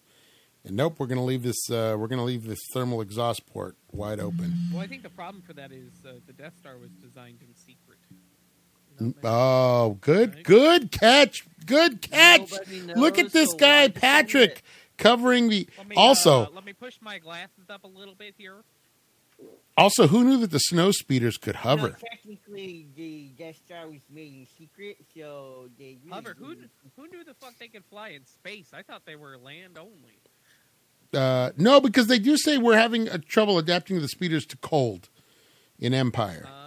[SPEAKER 1] And nope, we're going to leave this. Uh, we're going to leave this thermal exhaust port wide open.
[SPEAKER 5] Well, I think the problem for that is uh, the Death Star was designed in secret.
[SPEAKER 1] Mm, Oh, good, good catch, good catch.
[SPEAKER 3] Nobody knows,
[SPEAKER 1] Look at this
[SPEAKER 3] so why
[SPEAKER 1] guy,
[SPEAKER 3] defend
[SPEAKER 1] Patrick,
[SPEAKER 3] it?
[SPEAKER 1] covering the.
[SPEAKER 5] Let me,
[SPEAKER 1] also,
[SPEAKER 5] uh, let me push my glasses up a little bit here.
[SPEAKER 1] also, who knew that the snow speeders could hover?
[SPEAKER 7] No, technically, the Death Star was made in secret, so they. Really
[SPEAKER 5] Hover, who
[SPEAKER 7] didn't-
[SPEAKER 5] who knew the fuck they could fly in space? I thought they were land only.
[SPEAKER 1] Uh, no, because they do say we're having uh trouble adapting the speeders to cold in Empire. Oh,
[SPEAKER 5] Uh,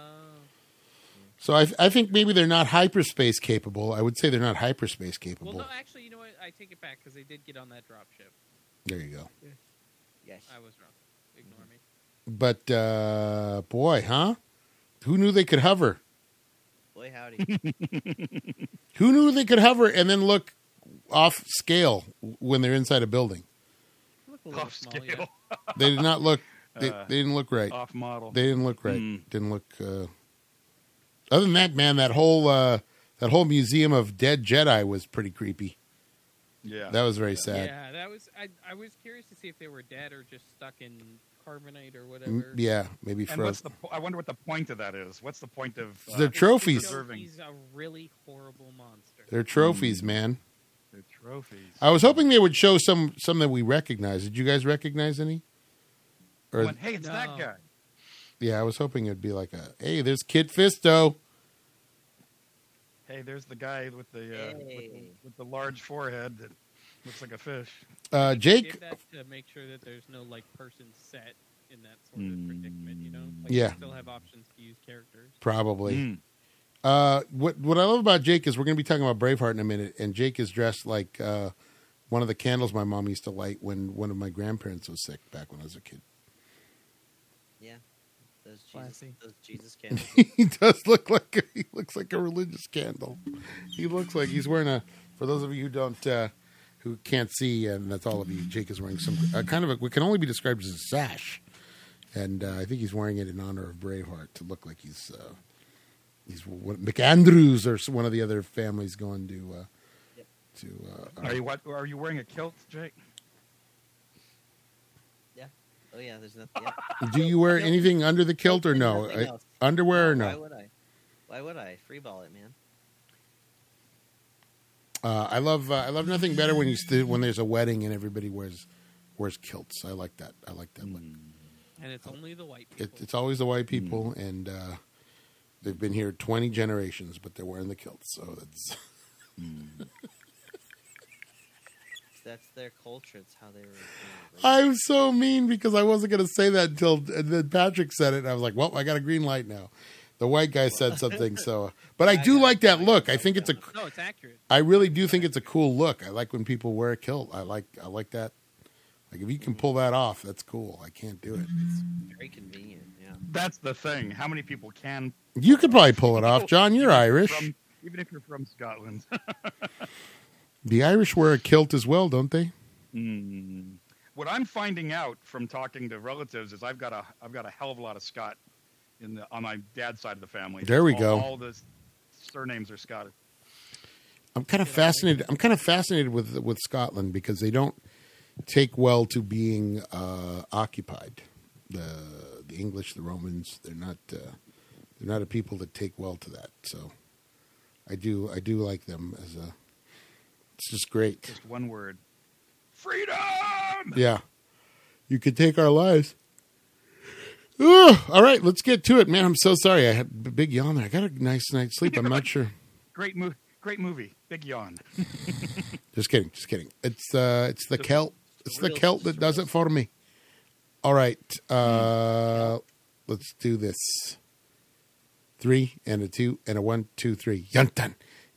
[SPEAKER 1] So I, I think maybe they're not hyperspace capable. I would say they're not hyperspace capable.
[SPEAKER 5] well, no, actually, you know what? I take it back because they did get on that drop ship.
[SPEAKER 1] there you go.
[SPEAKER 7] Yes.
[SPEAKER 3] Oh,
[SPEAKER 5] I was wrong.
[SPEAKER 1] Mm-hmm.
[SPEAKER 5] Ignore me.
[SPEAKER 1] But uh, boy, huh? Who knew they could hover?
[SPEAKER 3] Boy
[SPEAKER 1] [LAUGHS]
[SPEAKER 3] howdy.
[SPEAKER 1] Who knew they could hover and then look off scale when they're inside a building?
[SPEAKER 5] Look a little
[SPEAKER 4] Off
[SPEAKER 5] small,
[SPEAKER 4] scale.
[SPEAKER 5] yeah.
[SPEAKER 1] They did not
[SPEAKER 5] [LAUGHS]
[SPEAKER 1] look. They,
[SPEAKER 4] Uh,
[SPEAKER 1] they didn't look right.
[SPEAKER 4] Off model.
[SPEAKER 1] They didn't look right.
[SPEAKER 5] hmm.
[SPEAKER 4] Mm.
[SPEAKER 1] Didn't look. Uh... Other than that, man, that whole uh, that whole museum of dead Jedi was pretty creepy.
[SPEAKER 4] yeah.
[SPEAKER 1] That was very sad.
[SPEAKER 5] Yeah, that was. I, I was curious to see if they were dead or just stuck in carbonate or
[SPEAKER 1] M-
[SPEAKER 5] whatever.
[SPEAKER 1] Mm, yeah, maybe
[SPEAKER 4] and
[SPEAKER 1] froze.
[SPEAKER 4] what's the? po- I wonder what the point of that is. What's the point of uh,
[SPEAKER 1] They're
[SPEAKER 5] It's to
[SPEAKER 1] trophies.
[SPEAKER 5] show
[SPEAKER 4] Preserving.
[SPEAKER 5] He's a really horrible monster.
[SPEAKER 1] They're trophies,
[SPEAKER 4] Mm.
[SPEAKER 1] man.
[SPEAKER 4] the trophies?
[SPEAKER 1] I was hoping they would show some some that we recognize. Did you guys recognize any? Or
[SPEAKER 4] Went, hey, it's that
[SPEAKER 5] No.
[SPEAKER 4] guy.
[SPEAKER 1] yeah, I was hoping it'd be like a hey, there's Kid Fisto.
[SPEAKER 4] Hey, there's the guy with the uh, with, the,
[SPEAKER 3] Hey.
[SPEAKER 4] with the large forehead that looks like a fish.
[SPEAKER 1] Uh, Jake,
[SPEAKER 5] Did that to make sure that there's no like person set in that sort of predicament. You know,
[SPEAKER 3] Mm,
[SPEAKER 5] like,
[SPEAKER 1] Yeah.
[SPEAKER 5] you still have options to use characters.
[SPEAKER 1] probably.
[SPEAKER 4] Mm.
[SPEAKER 1] Uh, what what I love about Jake is we're gonna be talking about Braveheart in a minute, and Jake is dressed like uh, one of the candles my mom used to light when one of my grandparents was sick back when I was a kid.
[SPEAKER 3] Yeah. Those Jesus,
[SPEAKER 5] Classy.
[SPEAKER 3] those
[SPEAKER 1] [LAUGHS]
[SPEAKER 3] Jesus candles.
[SPEAKER 1] he does look like a, he looks like a religious candle. He looks like he's wearing a. For those of you who don't uh, who can't see, and that's all of you, Jake is wearing some uh, kind of a, what can only be described as a sash, and uh, I think he's wearing it in honor of Braveheart to look like he's uh, he's what, McAndrews or s- one of the other families going to uh,
[SPEAKER 3] Yep.
[SPEAKER 1] to. Uh, uh,
[SPEAKER 4] Are you what? Are you wearing a kilt, Jake?
[SPEAKER 3] Oh yeah, there's nothing. Yeah.
[SPEAKER 1] do you wear anything under the kilt or no?
[SPEAKER 3] Nothing
[SPEAKER 1] I-
[SPEAKER 3] else. Oh,
[SPEAKER 1] underwear or
[SPEAKER 3] Why
[SPEAKER 1] no?
[SPEAKER 3] would I? Why would I? Free ball it, man.
[SPEAKER 1] Uh, I love uh, I love nothing better when you st- when there's a wedding and everybody wears wears kilts. I like that. I like that look.
[SPEAKER 5] And it's only the white people.
[SPEAKER 1] Oh, It, it's always the white people, and uh, they've been here twenty generations, but they're wearing the kilts. So that's [LAUGHS]
[SPEAKER 3] That's their culture. It's how they were. raised.
[SPEAKER 1] I'm so mean because I wasn't going to say that until and then Patrick said it, and I was like, "Well, I got a green light now." The white guy said something. [LAUGHS] So, but I do like that look. I think it's a.
[SPEAKER 5] No, it's accurate.
[SPEAKER 1] I really do think it's a cool look. I like when people wear a kilt. I like. I like that. Like if you can pull that off, that's cool. I can't do it.
[SPEAKER 3] Very convenient. Yeah.
[SPEAKER 4] That's the thing. How many people can
[SPEAKER 1] You could probably pull it off, John. You're Irish.
[SPEAKER 4] from even if you're from Scotland?
[SPEAKER 1] The Irish wear a kilt as well, don't they?
[SPEAKER 4] Hmm. What I'm finding out from talking to relatives is I've got a I've got a hell of a lot of Scot in the on my dad's side of the family.
[SPEAKER 1] There we
[SPEAKER 4] All-
[SPEAKER 1] go.
[SPEAKER 4] All the surnames are Scottish.
[SPEAKER 1] I'm kind of fascinated. I'm kind of fascinated with with Scotland because they don't take well to being uh, occupied. The the English, the Romans, they're not uh, they're not a people that take well to that. So I do I do like them as a. It's just great.
[SPEAKER 4] Just one word. Freedom.
[SPEAKER 1] Yeah, you could take our lives. Ugh, all right, let's get to it, man. I'm so sorry. I had a big yawn there. I got a nice night's sleep. I'm not [LAUGHS] sure.
[SPEAKER 4] Great movie. Great movie. Big yawn.
[SPEAKER 1] Just kidding, just kidding. It's uh it's the
[SPEAKER 5] The-
[SPEAKER 1] Celt it's the Celt that does it for me. All right. Uh let's do this. Three and a two and a one, two, three. Yuntan.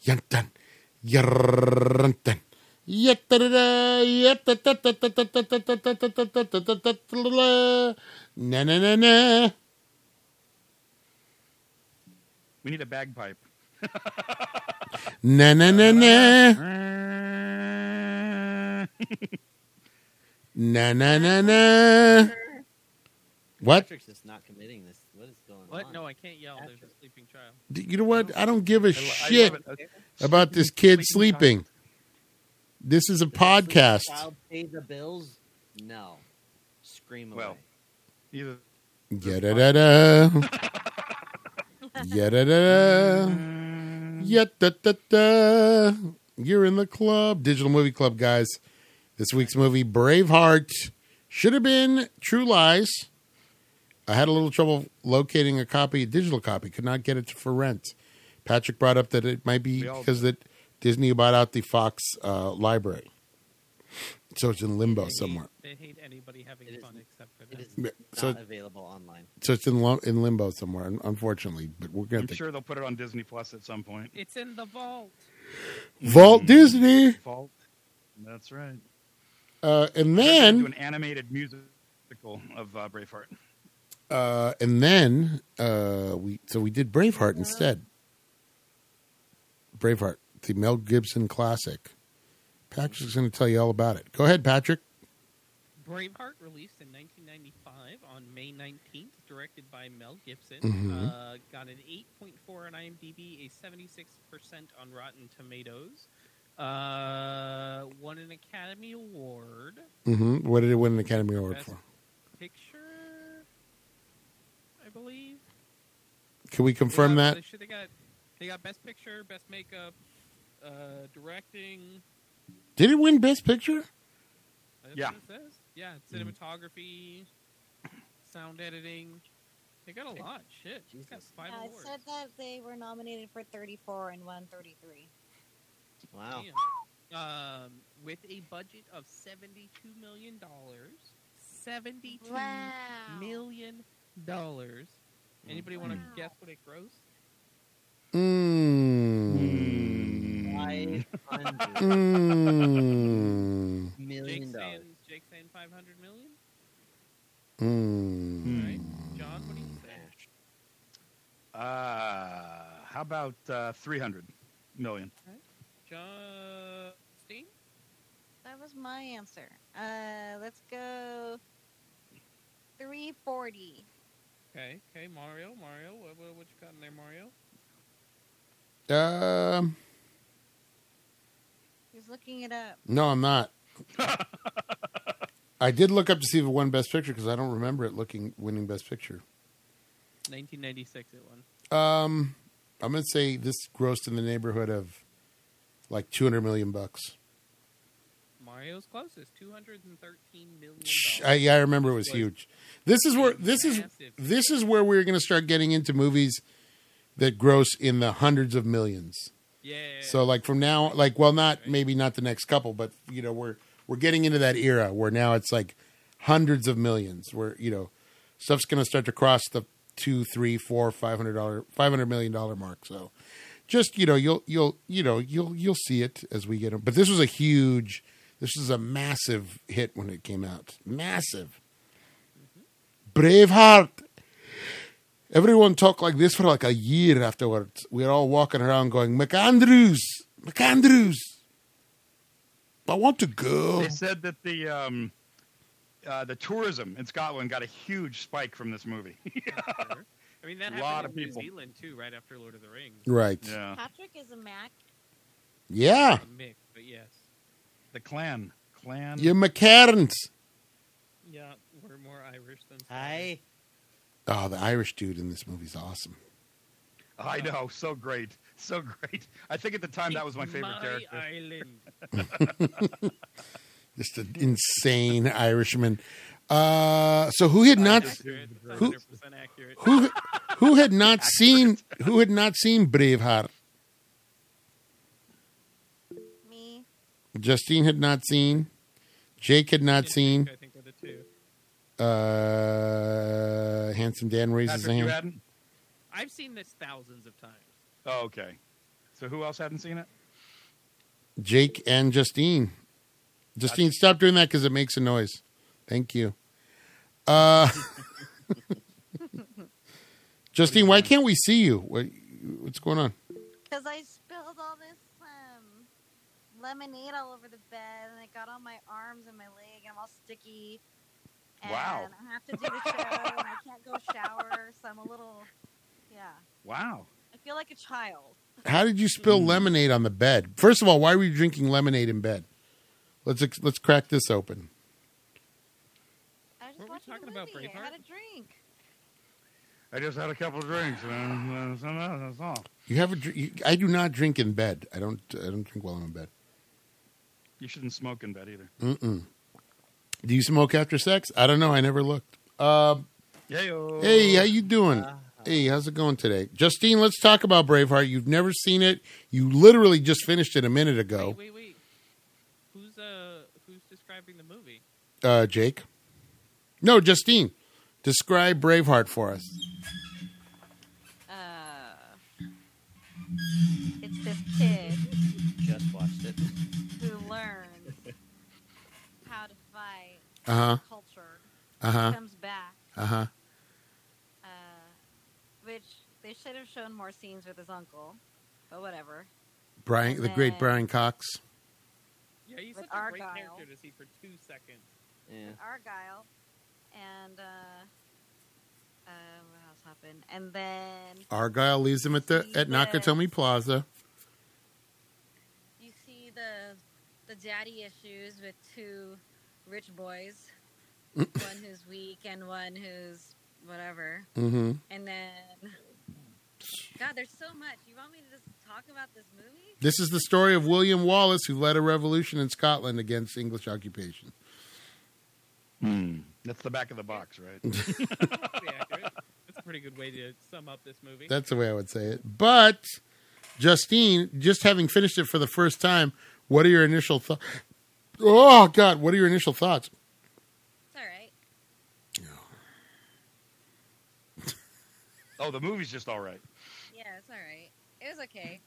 [SPEAKER 1] Yuntan. Yaruntan. Yatta-da-da, yatta-ta-ta-ta-ta-ta-ta-ta-ta-ta-ta-ta-ta-ta-ta-ta-ta. Na na na na.
[SPEAKER 4] We need a
[SPEAKER 1] [LAUGHS]
[SPEAKER 4] bagpipe.
[SPEAKER 1] Na na na na. Na na na na. What?
[SPEAKER 3] Patrick's just not committing this. What is going
[SPEAKER 5] What?
[SPEAKER 3] on?
[SPEAKER 5] No, I can't yell. There's a sleeping child.
[SPEAKER 1] You know what? I don't give a
[SPEAKER 4] I lo- I
[SPEAKER 1] shit.
[SPEAKER 4] love it. Uh, That's-
[SPEAKER 1] about this kid
[SPEAKER 4] Sleeping
[SPEAKER 1] sleeping. This is a
[SPEAKER 7] Does the
[SPEAKER 1] podcast.
[SPEAKER 7] Child pay the bills.
[SPEAKER 3] No. Scream away.
[SPEAKER 4] Well, Either.
[SPEAKER 1] Ya-da-da-da. Ya-da-da-da. Ya-da-da-da. You're in the club. Digital Movie Club, guys. This week's movie, Braveheart, should have been True Lies. I had a little trouble locating a copy, a digital copy. Could not get it for rent. Patrick brought up that it might be
[SPEAKER 4] We all
[SPEAKER 1] because that Disney bought out the Fox uh, library. So it's in limbo somewhere.
[SPEAKER 5] They hate anybody having
[SPEAKER 3] It is-
[SPEAKER 5] fun except for
[SPEAKER 3] it
[SPEAKER 5] them.
[SPEAKER 3] is
[SPEAKER 1] Yeah,
[SPEAKER 3] not
[SPEAKER 1] so-
[SPEAKER 3] available online.
[SPEAKER 1] So it's in lo- in limbo somewhere, un- unfortunately. But we're gonna
[SPEAKER 4] I'm
[SPEAKER 1] think-
[SPEAKER 4] sure they'll put it on Disney Plus at some
[SPEAKER 1] [LAUGHS]
[SPEAKER 4] point.
[SPEAKER 5] It's in the vault. Mm-hmm.
[SPEAKER 1] Vault Disney,
[SPEAKER 4] Vault. That's right.
[SPEAKER 1] uh, and
[SPEAKER 4] do an
[SPEAKER 1] then
[SPEAKER 4] animated musical of uh, Braveheart.
[SPEAKER 1] uh, and then uh, we so we did Braveheart instead. Braveheart, the Mel Gibson classic. Patrick's going to tell you all about it. Go ahead, Patrick.
[SPEAKER 5] Braveheart released in 1995 on May 19th, directed by Mel Gibson.
[SPEAKER 1] Mhm.
[SPEAKER 5] Uh, got an 8.4 on IMDb, a 76% on Rotten Tomatoes. Uh, won an Academy Award
[SPEAKER 1] hmm What did it win an Academy Award
[SPEAKER 5] Best-
[SPEAKER 1] for?
[SPEAKER 5] picture, I believe.
[SPEAKER 1] Can we confirm
[SPEAKER 5] They got-
[SPEAKER 1] that?
[SPEAKER 5] They, should- they got they got best picture, best makeup, uh, directing.
[SPEAKER 1] Did it win Best Picture?
[SPEAKER 5] That's
[SPEAKER 4] Yeah.
[SPEAKER 5] What it says. Yeah,
[SPEAKER 3] Mm-hmm.
[SPEAKER 5] cinematography, sound editing. They got a lot. Shit. It's got
[SPEAKER 3] Jesus.
[SPEAKER 5] five
[SPEAKER 8] Yeah, it
[SPEAKER 5] awards.
[SPEAKER 8] said that they were nominated for 34 and won 33.
[SPEAKER 3] Wow.
[SPEAKER 5] Damn. Um, with a budget of seventy-two million dollars. Seventy-two
[SPEAKER 8] Wow.
[SPEAKER 5] million dollars. Anybody want to
[SPEAKER 8] Wow.
[SPEAKER 5] guess what it grossed?
[SPEAKER 1] Mm.
[SPEAKER 3] Five
[SPEAKER 5] Hmm.
[SPEAKER 3] hundred
[SPEAKER 1] Mm.
[SPEAKER 5] Jake saying,
[SPEAKER 3] million dollars.
[SPEAKER 5] Jake saying five hundred million.
[SPEAKER 1] Mm.
[SPEAKER 3] Hmm.
[SPEAKER 5] Right. John, what do you
[SPEAKER 4] Uh,
[SPEAKER 5] say?
[SPEAKER 4] how about uh, 300 million?
[SPEAKER 5] John Steen?
[SPEAKER 8] That was my answer. Uh, let's go 340.
[SPEAKER 5] Okay, okay, Mario, Mario, what, what, what you got in there, Mario?
[SPEAKER 1] Um,
[SPEAKER 8] He's looking it up.
[SPEAKER 1] no, I'm not. I did look up to see if it won Best Picture because I don't remember it looking winning Best Picture.
[SPEAKER 5] 1996 it won.
[SPEAKER 1] Um, I'm gonna say this grossed in the neighborhood of like 200 million bucks.
[SPEAKER 5] Mario's closest, 213 million.
[SPEAKER 1] Shh, I, yeah, I remember it was huge. This is where this is this is where we're gonna start getting into movies that gross in the hundreds of millions.
[SPEAKER 5] Yeah.
[SPEAKER 1] So like from now, like well, not maybe not the next couple, but you know we're we're getting into that era where now it's like hundreds of millions. Where you know stuff's going to start to cross the two, three, four, five hundred dollar, five hundred million dollar mark. So, just you know, you'll you'll you know you'll you'll see it as we get them. But this was a huge, this was a massive hit when it came out. Massive. Braveheart. Everyone talked like this for like a year afterwards. We were all walking around going, McAndrews, McAndrews. I want to go.
[SPEAKER 4] They said that the um, uh, the tourism in Scotland got a huge spike from this movie. [LAUGHS]
[SPEAKER 5] I mean, that
[SPEAKER 4] A
[SPEAKER 5] happened
[SPEAKER 4] lot
[SPEAKER 5] in
[SPEAKER 4] of
[SPEAKER 5] New
[SPEAKER 4] people.
[SPEAKER 5] Zealand too, right after Lord of the Rings.
[SPEAKER 1] Right.
[SPEAKER 4] yeah,
[SPEAKER 8] Patrick is a Mac.
[SPEAKER 1] Yeah.
[SPEAKER 5] Mick, but yes.
[SPEAKER 4] the clan, clan.
[SPEAKER 1] You McCarrans.
[SPEAKER 5] Yeah, we're more Irish than.
[SPEAKER 7] Hi.
[SPEAKER 1] Oh, the Irish dude in this movie's awesome.
[SPEAKER 4] Oh, I know, so great, so great. I think at the time that was my favorite character. [LAUGHS]
[SPEAKER 5] Island.
[SPEAKER 1] Just an insane Irishman. Uh, so who had not
[SPEAKER 5] Accurate. That's
[SPEAKER 1] Who-
[SPEAKER 5] 100% accurate.
[SPEAKER 1] who who
[SPEAKER 4] [LAUGHS]
[SPEAKER 1] had not seen who had not seen Braveheart?
[SPEAKER 8] Me.
[SPEAKER 1] Justine had not seen. Jake had not
[SPEAKER 5] Yeah,
[SPEAKER 1] seen.
[SPEAKER 5] I think are the two.
[SPEAKER 1] Uh, handsome Dan raises his
[SPEAKER 4] Patrick, you
[SPEAKER 1] hand.
[SPEAKER 4] hadn't?
[SPEAKER 5] I've seen this thousands of times.
[SPEAKER 4] Oh, okay. So who else hadn't seen it?
[SPEAKER 1] Jake and Justine. Justine, stop doing that because it makes a noise. Thank you.
[SPEAKER 4] [LAUGHS]
[SPEAKER 1] Uh, Justine, why can't we see you? What, what's going on?
[SPEAKER 8] Because I spilled all this um, lemonade all over the bed, and it got on my arms and my leg, and I'm all sticky. And
[SPEAKER 4] Wow.
[SPEAKER 8] I have to do the show, and I can't go shower, so I'm a little, yeah.
[SPEAKER 4] Wow.
[SPEAKER 8] I feel like a child.
[SPEAKER 1] How did you spill lemonade on the bed? First of all, why were you drinking lemonade in bed? Let's ex- let's crack this open.
[SPEAKER 8] I was
[SPEAKER 5] Weren't
[SPEAKER 8] just
[SPEAKER 5] we
[SPEAKER 8] watching
[SPEAKER 5] talking
[SPEAKER 8] a
[SPEAKER 5] about
[SPEAKER 8] movie. I had
[SPEAKER 5] Braveheart?
[SPEAKER 8] a drink.
[SPEAKER 4] I just had a couple of drinks, and uh, that's all.
[SPEAKER 1] You have a dr- you, I do not drink in bed. I don't I don't drink while I'm in bed.
[SPEAKER 4] You shouldn't smoke in bed either.
[SPEAKER 1] Mm-mm. Do you smoke after sex? I don't know. I never looked. Um,
[SPEAKER 4] Yayo.
[SPEAKER 1] Hey, how you doing? Hey, how's it going today? Justine, let's talk about Braveheart. You've never seen it. You literally just finished it a minute ago.
[SPEAKER 5] Wait, wait, wait. Who's uh who's describing the movie?
[SPEAKER 1] Uh, Jake? No, Justine. Describe Braveheart for us.
[SPEAKER 8] Uh, it's this kid
[SPEAKER 3] Just watched it.
[SPEAKER 8] who learns how to fight
[SPEAKER 1] Uh-huh.
[SPEAKER 8] culture,
[SPEAKER 1] Uh-huh.
[SPEAKER 8] comes back,
[SPEAKER 1] Uh-huh.
[SPEAKER 8] uh, which they should have shown more scenes with his uncle, but whatever.
[SPEAKER 1] Brian the great Brian Cox.
[SPEAKER 5] Yeah, he's
[SPEAKER 8] With
[SPEAKER 5] such a great
[SPEAKER 8] Argyle.
[SPEAKER 5] character to see for two seconds.
[SPEAKER 3] Yeah.
[SPEAKER 8] Argyle, and uh, uh, what else happened? And then
[SPEAKER 1] Argyle leaves him at the at Nakatomi Plaza.
[SPEAKER 8] you see the the daddy issues with two rich boys, one who's weak and one who's whatever.
[SPEAKER 1] Mm-hmm.
[SPEAKER 8] And then, God, there's so much. You want me to just talk about this movie?
[SPEAKER 1] This is the story of William Wallace who led a revolution in Scotland against English occupation.
[SPEAKER 4] Hmm. That's the back of the box, right?
[SPEAKER 5] Pretty
[SPEAKER 4] [LAUGHS]
[SPEAKER 5] accurate. That's a pretty good way to sum up this movie.
[SPEAKER 1] That's the way I would say it. But Justine, just having finished it for the first time, what are your initial thoughts? Oh God, what are your initial thoughts?
[SPEAKER 8] It's all right.
[SPEAKER 4] oh, the movie's just all right.
[SPEAKER 8] Yeah, it's all right. It was okay.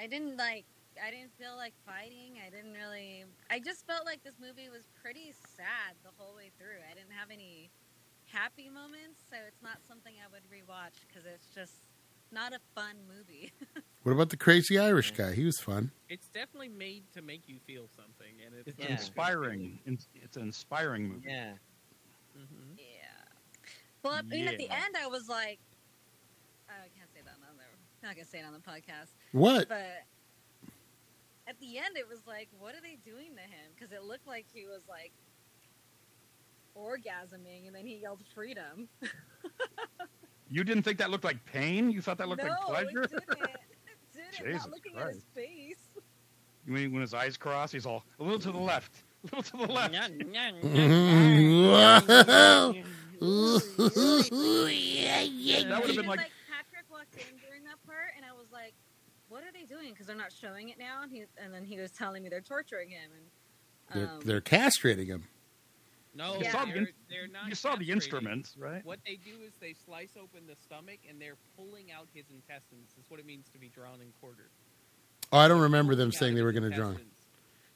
[SPEAKER 8] I didn't like. I didn't feel like fighting. I didn't really. I just felt like this movie was pretty sad the whole way through. I didn't have any happy moments, so it's not something I would rewatch because it's just not a fun movie. [LAUGHS]
[SPEAKER 1] What about the crazy Irish guy? He was fun.
[SPEAKER 5] It's definitely made to make you feel something, and it's
[SPEAKER 4] It's
[SPEAKER 3] Yeah.
[SPEAKER 4] inspiring. In- It's an inspiring movie.
[SPEAKER 3] Yeah.
[SPEAKER 5] hmm
[SPEAKER 8] yeah. Well, I mean, at the
[SPEAKER 4] Yeah.
[SPEAKER 8] end, I was like, oh, I can't say that on the. I'm not gonna say it on the podcast.
[SPEAKER 1] [LAUGHS] What?
[SPEAKER 8] but at the end it was like what are they doing to him because it looked like he was like orgasming and then he yelled freedom
[SPEAKER 4] You didn't think that looked like pain? You thought that looked
[SPEAKER 8] no,
[SPEAKER 4] like pleasure?
[SPEAKER 8] it didn't it
[SPEAKER 4] [LAUGHS]
[SPEAKER 8] didn't
[SPEAKER 4] Jesus
[SPEAKER 8] not looking at his
[SPEAKER 4] Christ.
[SPEAKER 8] face
[SPEAKER 4] When, when his eyes cross, he's all a little to the left, a little to the left. Mm-hmm. That would have
[SPEAKER 8] Because,
[SPEAKER 4] been like,
[SPEAKER 8] like patrick walked in during that part and i was like what are they doing because they're not showing it now and he and then he was telling me they're torturing him and
[SPEAKER 1] they're,
[SPEAKER 8] um,
[SPEAKER 1] they're castrating him.
[SPEAKER 5] No,
[SPEAKER 8] You saw
[SPEAKER 4] the
[SPEAKER 5] they're,
[SPEAKER 4] in-
[SPEAKER 5] they're not.
[SPEAKER 4] You saw the
[SPEAKER 5] castrating.
[SPEAKER 4] instruments, right?
[SPEAKER 5] What they do is they slice open the stomach and they're pulling out his intestines. That's what it means to be drawn and quartered.
[SPEAKER 1] Oh, I don't remember them
[SPEAKER 5] Yeah,
[SPEAKER 1] saying they were going to
[SPEAKER 5] intestines.
[SPEAKER 1] drown.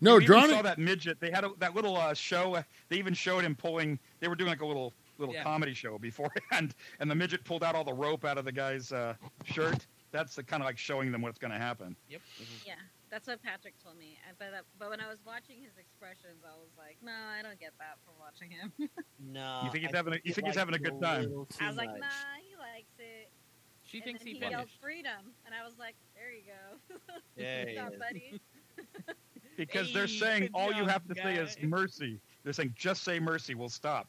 [SPEAKER 1] No,
[SPEAKER 4] you even
[SPEAKER 1] drawn.
[SPEAKER 4] saw that midget. They had a, that little uh, show. uh, They even showed him pulling. They were doing like a little little
[SPEAKER 5] Yeah.
[SPEAKER 4] comedy show beforehand, [LAUGHS] and the midget pulled out all the rope out of the guy's uh, shirt. That's the kind of like showing them what's going to happen.
[SPEAKER 5] Yep.
[SPEAKER 8] Yeah, that's what Patrick told me. I thought that, but when I was watching his expressions, I was like, no, I don't get that from watching him.
[SPEAKER 6] No.
[SPEAKER 3] Uh,
[SPEAKER 4] You think he's
[SPEAKER 6] I
[SPEAKER 4] having a- you think he's
[SPEAKER 6] I
[SPEAKER 4] having a
[SPEAKER 6] did
[SPEAKER 4] good time?
[SPEAKER 6] little too
[SPEAKER 8] I was like,
[SPEAKER 6] much.
[SPEAKER 8] nah, he likes it.
[SPEAKER 5] She
[SPEAKER 8] and
[SPEAKER 5] thinks
[SPEAKER 8] then
[SPEAKER 5] he,
[SPEAKER 8] he, yelled
[SPEAKER 5] finished.
[SPEAKER 8] freedom, and I was like, there you go, [LAUGHS]
[SPEAKER 6] Yeah,
[SPEAKER 8] Good
[SPEAKER 6] he
[SPEAKER 8] job,
[SPEAKER 6] is.
[SPEAKER 8] buddy.
[SPEAKER 4] Because they're
[SPEAKER 5] Hey,
[SPEAKER 4] saying
[SPEAKER 5] good
[SPEAKER 4] all you
[SPEAKER 5] job,
[SPEAKER 4] have to say is
[SPEAKER 5] guy.
[SPEAKER 4] mercy. They're saying just say mercy, we'll stop.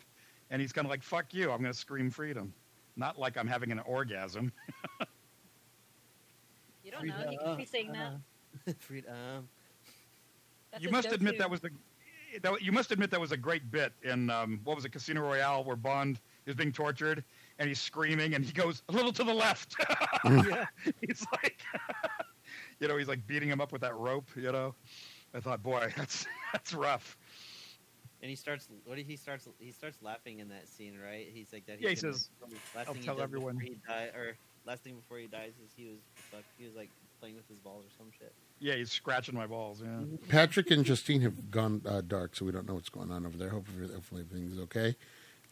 [SPEAKER 4] And he's kind of like fuck you. I'm going to scream freedom, not like I'm having an orgasm.
[SPEAKER 8] You don't know. He could be saying that.
[SPEAKER 5] Uh-huh.
[SPEAKER 3] Freedom.
[SPEAKER 8] That's
[SPEAKER 4] you
[SPEAKER 8] his
[SPEAKER 4] must admit
[SPEAKER 8] go-to.
[SPEAKER 4] that was the. That, you must admit that was a great bit in um, what was it, Casino Royale, where Bond is being tortured and he's screaming and he goes a little to the left. [LAUGHS]
[SPEAKER 6] yeah.
[SPEAKER 4] he's like, [LAUGHS] you know, he's like beating him up with that rope. You know, I thought, boy, [LAUGHS] that's that's rough.
[SPEAKER 3] And he starts. What did he starts? He starts laughing in that scene, right? He's like that.
[SPEAKER 4] Yeah, he
[SPEAKER 3] gonna-
[SPEAKER 4] says,
[SPEAKER 3] last
[SPEAKER 4] "I'll
[SPEAKER 3] thing he
[SPEAKER 4] tell
[SPEAKER 3] does
[SPEAKER 4] everyone."
[SPEAKER 3] before He die, or last thing before he dies is he was fuck, he was like playing with his balls or some shit.
[SPEAKER 4] Yeah, he's scratching my balls. Yeah.
[SPEAKER 1] Patrick and Justine have gone uh, dark, so we don't know what's going on over there. Hopefully, hopefully everything's okay.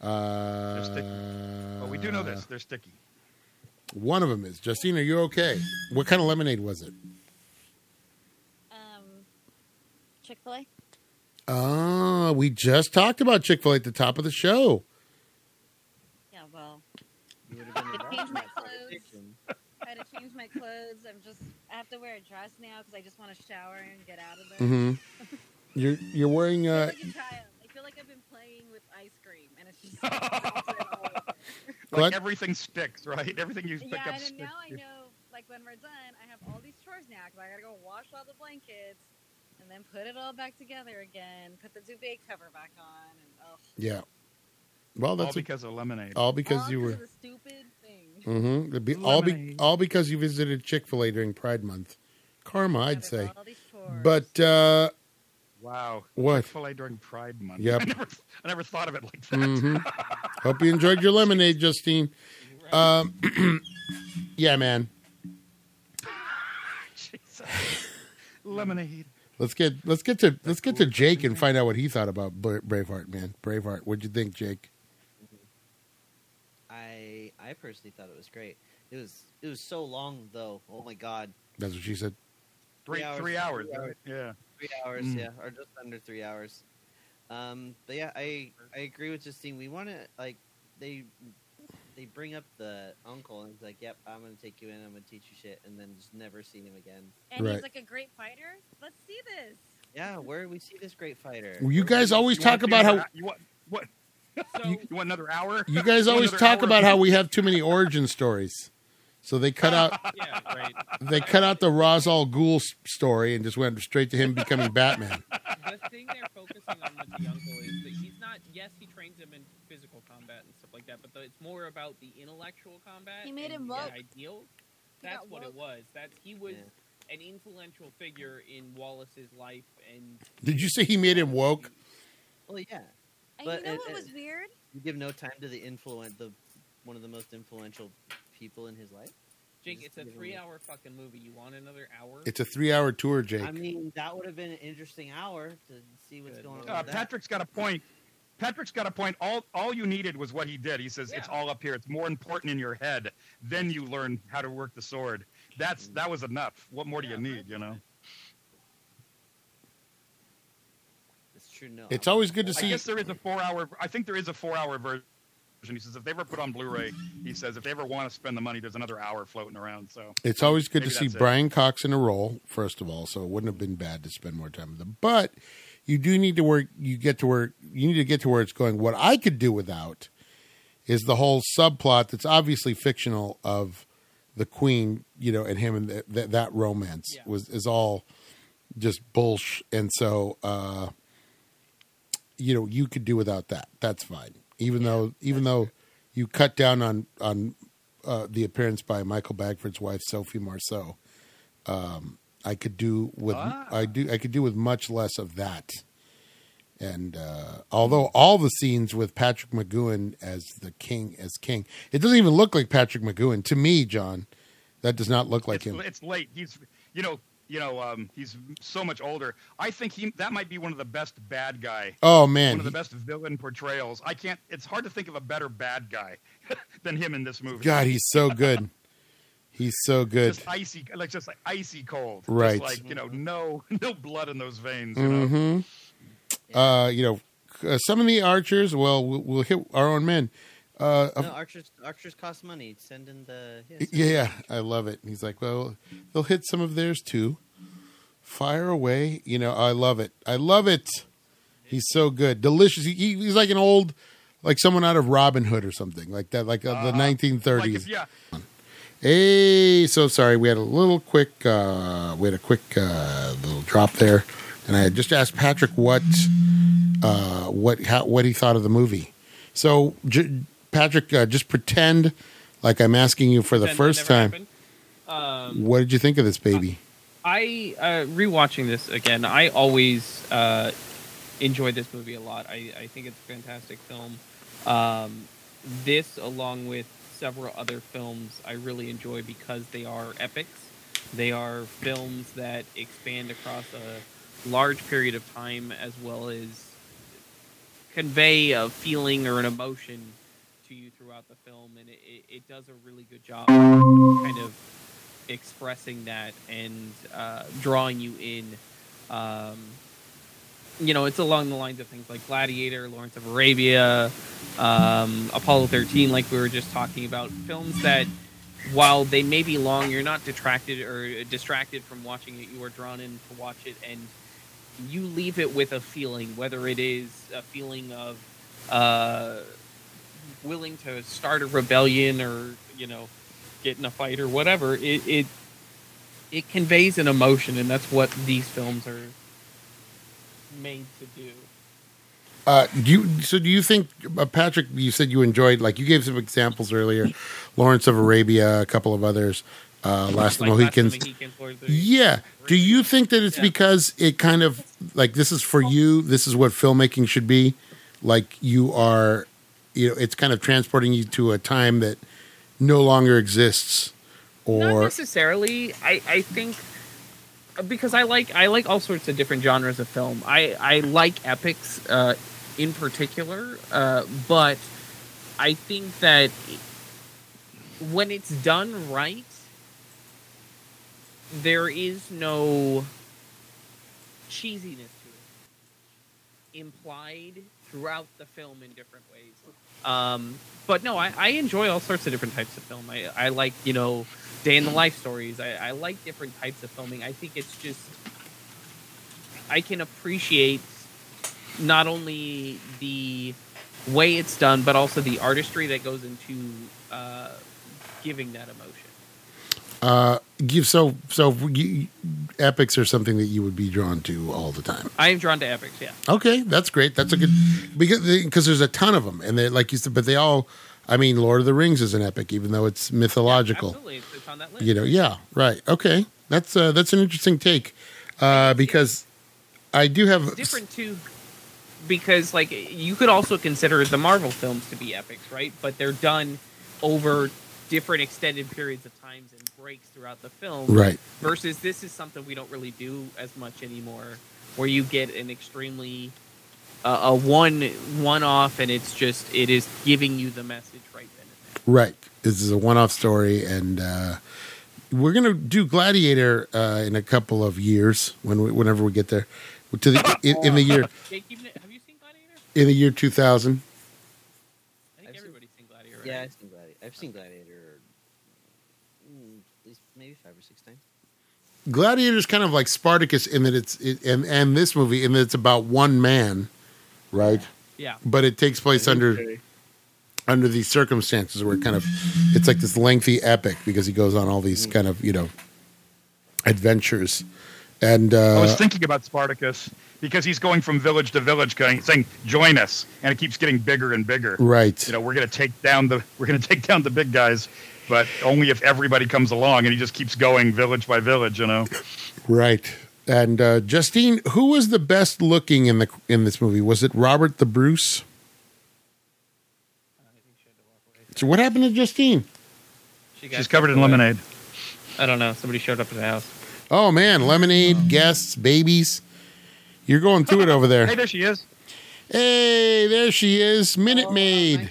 [SPEAKER 4] sticky.
[SPEAKER 1] Uh,
[SPEAKER 4] But we do know this. They're sticky.
[SPEAKER 1] One of them is Justine. Are you okay? What kind of lemonade was it?
[SPEAKER 8] Um, Chick Fil A.
[SPEAKER 1] Oh, we just talked about Chick Fil A at the top of the show.
[SPEAKER 8] Yeah, well,
[SPEAKER 3] He would have been
[SPEAKER 8] It [LAUGHS]
[SPEAKER 3] involved
[SPEAKER 8] changed
[SPEAKER 3] in
[SPEAKER 8] my
[SPEAKER 3] that
[SPEAKER 8] clothes.
[SPEAKER 3] conversation.
[SPEAKER 8] I had to change my clothes. I'm just. I have to wear a dress now because I just want to shower and get out of there.
[SPEAKER 1] Mm-hmm. You're you're wearing
[SPEAKER 8] I feel
[SPEAKER 1] uh,
[SPEAKER 8] like a child. I feel like I've been playing with ice cream, and it's
[SPEAKER 4] [LAUGHS]
[SPEAKER 8] just. yeah,
[SPEAKER 4] Like
[SPEAKER 1] What?
[SPEAKER 4] everything sticks, [LAUGHS] right? Everything
[SPEAKER 1] [LAUGHS]
[SPEAKER 4] you pick up
[SPEAKER 8] and
[SPEAKER 4] sticks.
[SPEAKER 8] then now I know, like when we're done, I have all these chores now because I gotta go wash all the blankets, and then put it all back together again, put the duvet cover back on, and oh,
[SPEAKER 1] yeah. Well,
[SPEAKER 4] all
[SPEAKER 1] that's a-
[SPEAKER 4] because of lemonade.
[SPEAKER 1] all because
[SPEAKER 8] all
[SPEAKER 1] you were
[SPEAKER 8] of the stupid thing.
[SPEAKER 1] Mm-hmm. Be, all, be,
[SPEAKER 4] Lemonade.
[SPEAKER 1] all because you visited Chick Fil A during Pride Month. Karma,
[SPEAKER 8] Gotta
[SPEAKER 1] I'd
[SPEAKER 8] do
[SPEAKER 1] say.
[SPEAKER 8] all these chores.
[SPEAKER 1] But uh,
[SPEAKER 4] Wow.
[SPEAKER 1] what?
[SPEAKER 4] Chick-fil-A during Pride Month.
[SPEAKER 1] Yep.
[SPEAKER 4] [LAUGHS] I never, I never thought of it like that.
[SPEAKER 1] hmm [LAUGHS] Hope you enjoyed your lemonade, Justine. Um, [CLEARS THROAT] yeah, man.
[SPEAKER 4] [LAUGHS] Jesus. Lemonade.
[SPEAKER 1] Let's get let's get to let's get to Jake and find out what he thought about Bra- Braveheart, man. Braveheart. What'd you think, Jake?
[SPEAKER 3] I I personally thought it was great. It was it was so long though. Oh my god,
[SPEAKER 1] That's what she said.
[SPEAKER 4] Three,
[SPEAKER 3] Three hours.
[SPEAKER 4] three hours.
[SPEAKER 3] Three hours.
[SPEAKER 4] Yeah.
[SPEAKER 3] three hours,
[SPEAKER 4] Mm.
[SPEAKER 3] yeah, or just under three hours. Um, but yeah, I I agree with Justine. We want to like they they bring up the uncle and it's like, yep, I'm gonna take you in, I'm gonna teach you shit, and then just never see him again.
[SPEAKER 8] and
[SPEAKER 1] Right.
[SPEAKER 8] he's like a great fighter. Let's see this.
[SPEAKER 3] Yeah, where do we see this great fighter?
[SPEAKER 1] Well, you guys always
[SPEAKER 4] You
[SPEAKER 1] talk
[SPEAKER 4] want
[SPEAKER 1] about
[SPEAKER 4] another-
[SPEAKER 1] how
[SPEAKER 4] you want what?
[SPEAKER 5] So
[SPEAKER 8] [LAUGHS]
[SPEAKER 4] You want another hour?
[SPEAKER 1] you
[SPEAKER 4] [LAUGHS]
[SPEAKER 1] guys always
[SPEAKER 4] another
[SPEAKER 1] talk
[SPEAKER 4] hour
[SPEAKER 1] about
[SPEAKER 4] of-
[SPEAKER 1] how we have too many origin stories. So they cut
[SPEAKER 4] [LAUGHS]
[SPEAKER 1] out
[SPEAKER 5] yeah, right.
[SPEAKER 1] they cut out the Ra's al Ghul s- story and just went straight to him becoming Batman.
[SPEAKER 5] the thing they're focusing on with the uncle is that he's not. Yes, he trains him in physical combat and stuff like that, but the, it's more about the intellectual combat.
[SPEAKER 8] He made
[SPEAKER 5] and
[SPEAKER 8] him
[SPEAKER 5] the
[SPEAKER 8] woke.
[SPEAKER 5] Ideal.
[SPEAKER 8] He
[SPEAKER 5] That's
[SPEAKER 8] got
[SPEAKER 5] what it
[SPEAKER 8] woke.
[SPEAKER 5] was. That's he was
[SPEAKER 3] Yeah.
[SPEAKER 5] an influential figure in Wallace's life, and
[SPEAKER 1] Did you say he made him woke?
[SPEAKER 3] Well, yeah,
[SPEAKER 8] And
[SPEAKER 3] But
[SPEAKER 8] you know
[SPEAKER 3] it-
[SPEAKER 8] what
[SPEAKER 3] it-
[SPEAKER 8] was weird?
[SPEAKER 3] you give no time to the influent the one of the most influential people in his life.
[SPEAKER 5] Jake,
[SPEAKER 3] Just
[SPEAKER 5] it's a
[SPEAKER 3] give him a-
[SPEAKER 5] three-hour fucking movie. You want another hour?
[SPEAKER 1] It's a three hour tour, Jake.
[SPEAKER 3] I mean, that would have been an interesting hour to see what's
[SPEAKER 5] Good
[SPEAKER 3] going on.
[SPEAKER 5] lord.
[SPEAKER 4] Uh,
[SPEAKER 3] with that.
[SPEAKER 4] Patrick's got a point. Patrick's got a point. All all you needed was what he did. He says it's
[SPEAKER 5] Yeah.
[SPEAKER 4] all up here. It's more important in your head. Then you learn how to work the sword. That's that was enough. What more
[SPEAKER 5] Yeah,
[SPEAKER 4] do you need? You know.
[SPEAKER 3] It's true. No,
[SPEAKER 1] It's
[SPEAKER 3] I'm-
[SPEAKER 1] always good to
[SPEAKER 4] I
[SPEAKER 1] See-
[SPEAKER 4] guess there is a four hour. I think there is a four hour version. He says if they ever put on Blu-ray, he says if they ever want to spend the money, there's another hour floating around. So
[SPEAKER 1] It's always good to
[SPEAKER 4] Maybe
[SPEAKER 1] see
[SPEAKER 4] that's it.
[SPEAKER 1] Brian Cox in a role, first of all, so it wouldn't have been bad to spend more time with him. But you do need to work you get to where you need to get to where it's going. What I could do without is the whole subplot that's obviously fictional of the queen, you know, and him and th- th- that romance
[SPEAKER 5] Yeah.
[SPEAKER 1] was is all just bullsh and so uh you know, you could do without that. That's fine. Even though even though you cut down on on uh, the appearance by Michael Bagford's wife Sophie Marceau. Um, I could do with
[SPEAKER 4] Ah.
[SPEAKER 1] I do I could do with much less of that, And uh, although all the scenes with Patrick McGowan as the king, as king, it doesn't even look like Patrick McGowan to me, John. That does not look like
[SPEAKER 4] it's,
[SPEAKER 1] him.
[SPEAKER 4] it's late. He's you know you know um, he's so much older. I think he that might be one of the best bad guy,
[SPEAKER 1] Oh man,
[SPEAKER 4] one of the
[SPEAKER 1] he-
[SPEAKER 4] best villain portrayals. I can't. It's hard to think of a better bad guy [LAUGHS] than him in this movie.
[SPEAKER 1] God, he's so good. He's so good.
[SPEAKER 4] Just icy, like just like icy cold.
[SPEAKER 1] Right.
[SPEAKER 4] Just like you know, no [LAUGHS] no blood in those veins. You know?
[SPEAKER 1] hmm Uh, you know, uh, some of the archers. Well, we'll, we'll hit our own men. Uh,
[SPEAKER 3] no, archers archers cost money. Send in the yeah, send
[SPEAKER 1] yeah, yeah, I love it. And he's like, well, they'll hit some of theirs too. Fire away. You know, I love it. I love it. He's so good, delicious. He, he- he's like an old, like someone out of Robin Hood or something like that, like
[SPEAKER 5] Uh-huh.
[SPEAKER 1] uh, the
[SPEAKER 4] Uh,
[SPEAKER 1] nineteen
[SPEAKER 4] Like
[SPEAKER 1] thirties.
[SPEAKER 4] if, yeah,
[SPEAKER 1] Hey, so sorry. We had a little quick, uh, we had a quick uh, little drop there, and I had just asked Patrick what, uh, what, how, what he thought of the movie. So, J- Patrick, uh, just pretend like I'm asking you for the
[SPEAKER 5] Pretend that
[SPEAKER 1] first
[SPEAKER 5] never
[SPEAKER 1] time.
[SPEAKER 5] happened. Um,
[SPEAKER 1] What did you think of this baby?
[SPEAKER 5] I uh, rewatching this again. I always uh, enjoy this movie a lot. I, I think it's a fantastic film. Um, this, along with several other films, I really enjoy because they are epics. They are films that expand across a large period of time, as well as convey a feeling or an emotion to you throughout the film, and it, it, it does a really good job, kind of expressing that and uh, drawing you in. Um, you know, it's along the lines of things like Gladiator, Lawrence of Arabia, um, Apollo 13, like we were just talking about. Films that, while they may be long, you're not detracted or uh, distracted from watching it. You are drawn in to watch it, and you leave it with a feeling, whether it is a feeling of uh, willing to start a rebellion or, you know, get in a fight or whatever. It it it conveys an emotion, and that's what these films are made to do.
[SPEAKER 1] Uh, do you, so do you think, uh, Patrick? You said you enjoyed, like you gave some examples earlier, Lawrence of Arabia, a couple of others, uh, Last of the
[SPEAKER 5] Like Last of the
[SPEAKER 1] Mohicans.
[SPEAKER 5] Mohicans, Lord of the-
[SPEAKER 1] Yeah. Do you think that it's
[SPEAKER 5] Yeah.
[SPEAKER 1] because it kind of like this is for you? This is what filmmaking should be. Like you are, you know, it's kind of transporting you to a time that no longer exists,
[SPEAKER 5] not
[SPEAKER 1] or
[SPEAKER 5] necessarily. I I think because I like I like all sorts of different genres of film. I I like epics uh, in particular, uh, but I think that when it's done right, there is no cheesiness to it implied throughout the film in different ways. Um, but no, I, I enjoy all sorts of different types of film. I, I like, you know, day in the life stories. I, I like different types of filming. I think it's just I can appreciate not only the way it's done, but also the artistry that goes into uh, giving that emotion.
[SPEAKER 1] uh, you so so you, epics are something that you would be drawn to all the time.
[SPEAKER 5] I am drawn to epics, yeah.
[SPEAKER 1] Okay, that's great. That's a good because because there's a ton of them, and they like you said, but they all. I mean, Lord of the Rings is an epic, even though it's mythological.
[SPEAKER 5] Absolutely, it's, it's on that list.
[SPEAKER 1] you know yeah right okay that's uh that's an interesting take uh because i do have
[SPEAKER 5] different too because like you could also consider the marvel films to be epics right but they're done over different extended periods of times and breaks throughout the film
[SPEAKER 1] right
[SPEAKER 5] versus this is something we don't really do as much anymore where you get an extremely uh, a one one off and it's just it is giving you the message right then and there
[SPEAKER 1] right this is a one-off story and uh we're gonna do gladiator uh in a couple of years when we, whenever we get there to the in, in the year
[SPEAKER 5] jake you've, ne- have you seen gladiator
[SPEAKER 1] in the year 2000
[SPEAKER 5] i think
[SPEAKER 3] I've seen-
[SPEAKER 5] everybody's seen gladiator
[SPEAKER 3] in-
[SPEAKER 5] right?
[SPEAKER 3] yeah, I've seen Gladiator. I've seen Gladiator. mm, At least maybe five or six times.
[SPEAKER 1] gladiator is kind of like spartacus in that it's it, and and this movie in that it's about one man right
[SPEAKER 5] yeah
[SPEAKER 1] but it takes place under under these circumstances where it kind of it's like this lengthy epic because he goes on all these
[SPEAKER 4] Mm.
[SPEAKER 1] kind of you know adventures and
[SPEAKER 4] I was
[SPEAKER 1] uh,
[SPEAKER 4] thinking about Spartacus because he's going from village to village, going saying, "Join us," and it keeps getting bigger and bigger.
[SPEAKER 1] right
[SPEAKER 4] You know, we're gonna take down the we're gonna [LAUGHS] take down the big guys, but only if everybody comes along. And he just keeps going village by village. You know,
[SPEAKER 1] right And uh, Justine, who was the best looking in the in this movie? Was it Robert the Bruce? So what happened to Justine?
[SPEAKER 5] She got
[SPEAKER 4] She's covered in
[SPEAKER 5] something.
[SPEAKER 4] lemonade.
[SPEAKER 5] I don't know. Somebody showed up at the house.
[SPEAKER 1] Oh man, lemonade,
[SPEAKER 4] Um,
[SPEAKER 1] guests, babies. You're going through it over
[SPEAKER 4] Hey, [LAUGHS]
[SPEAKER 1] there.
[SPEAKER 4] there she is.
[SPEAKER 1] Hey, there she is,
[SPEAKER 3] Oh,
[SPEAKER 1] Minute Maid.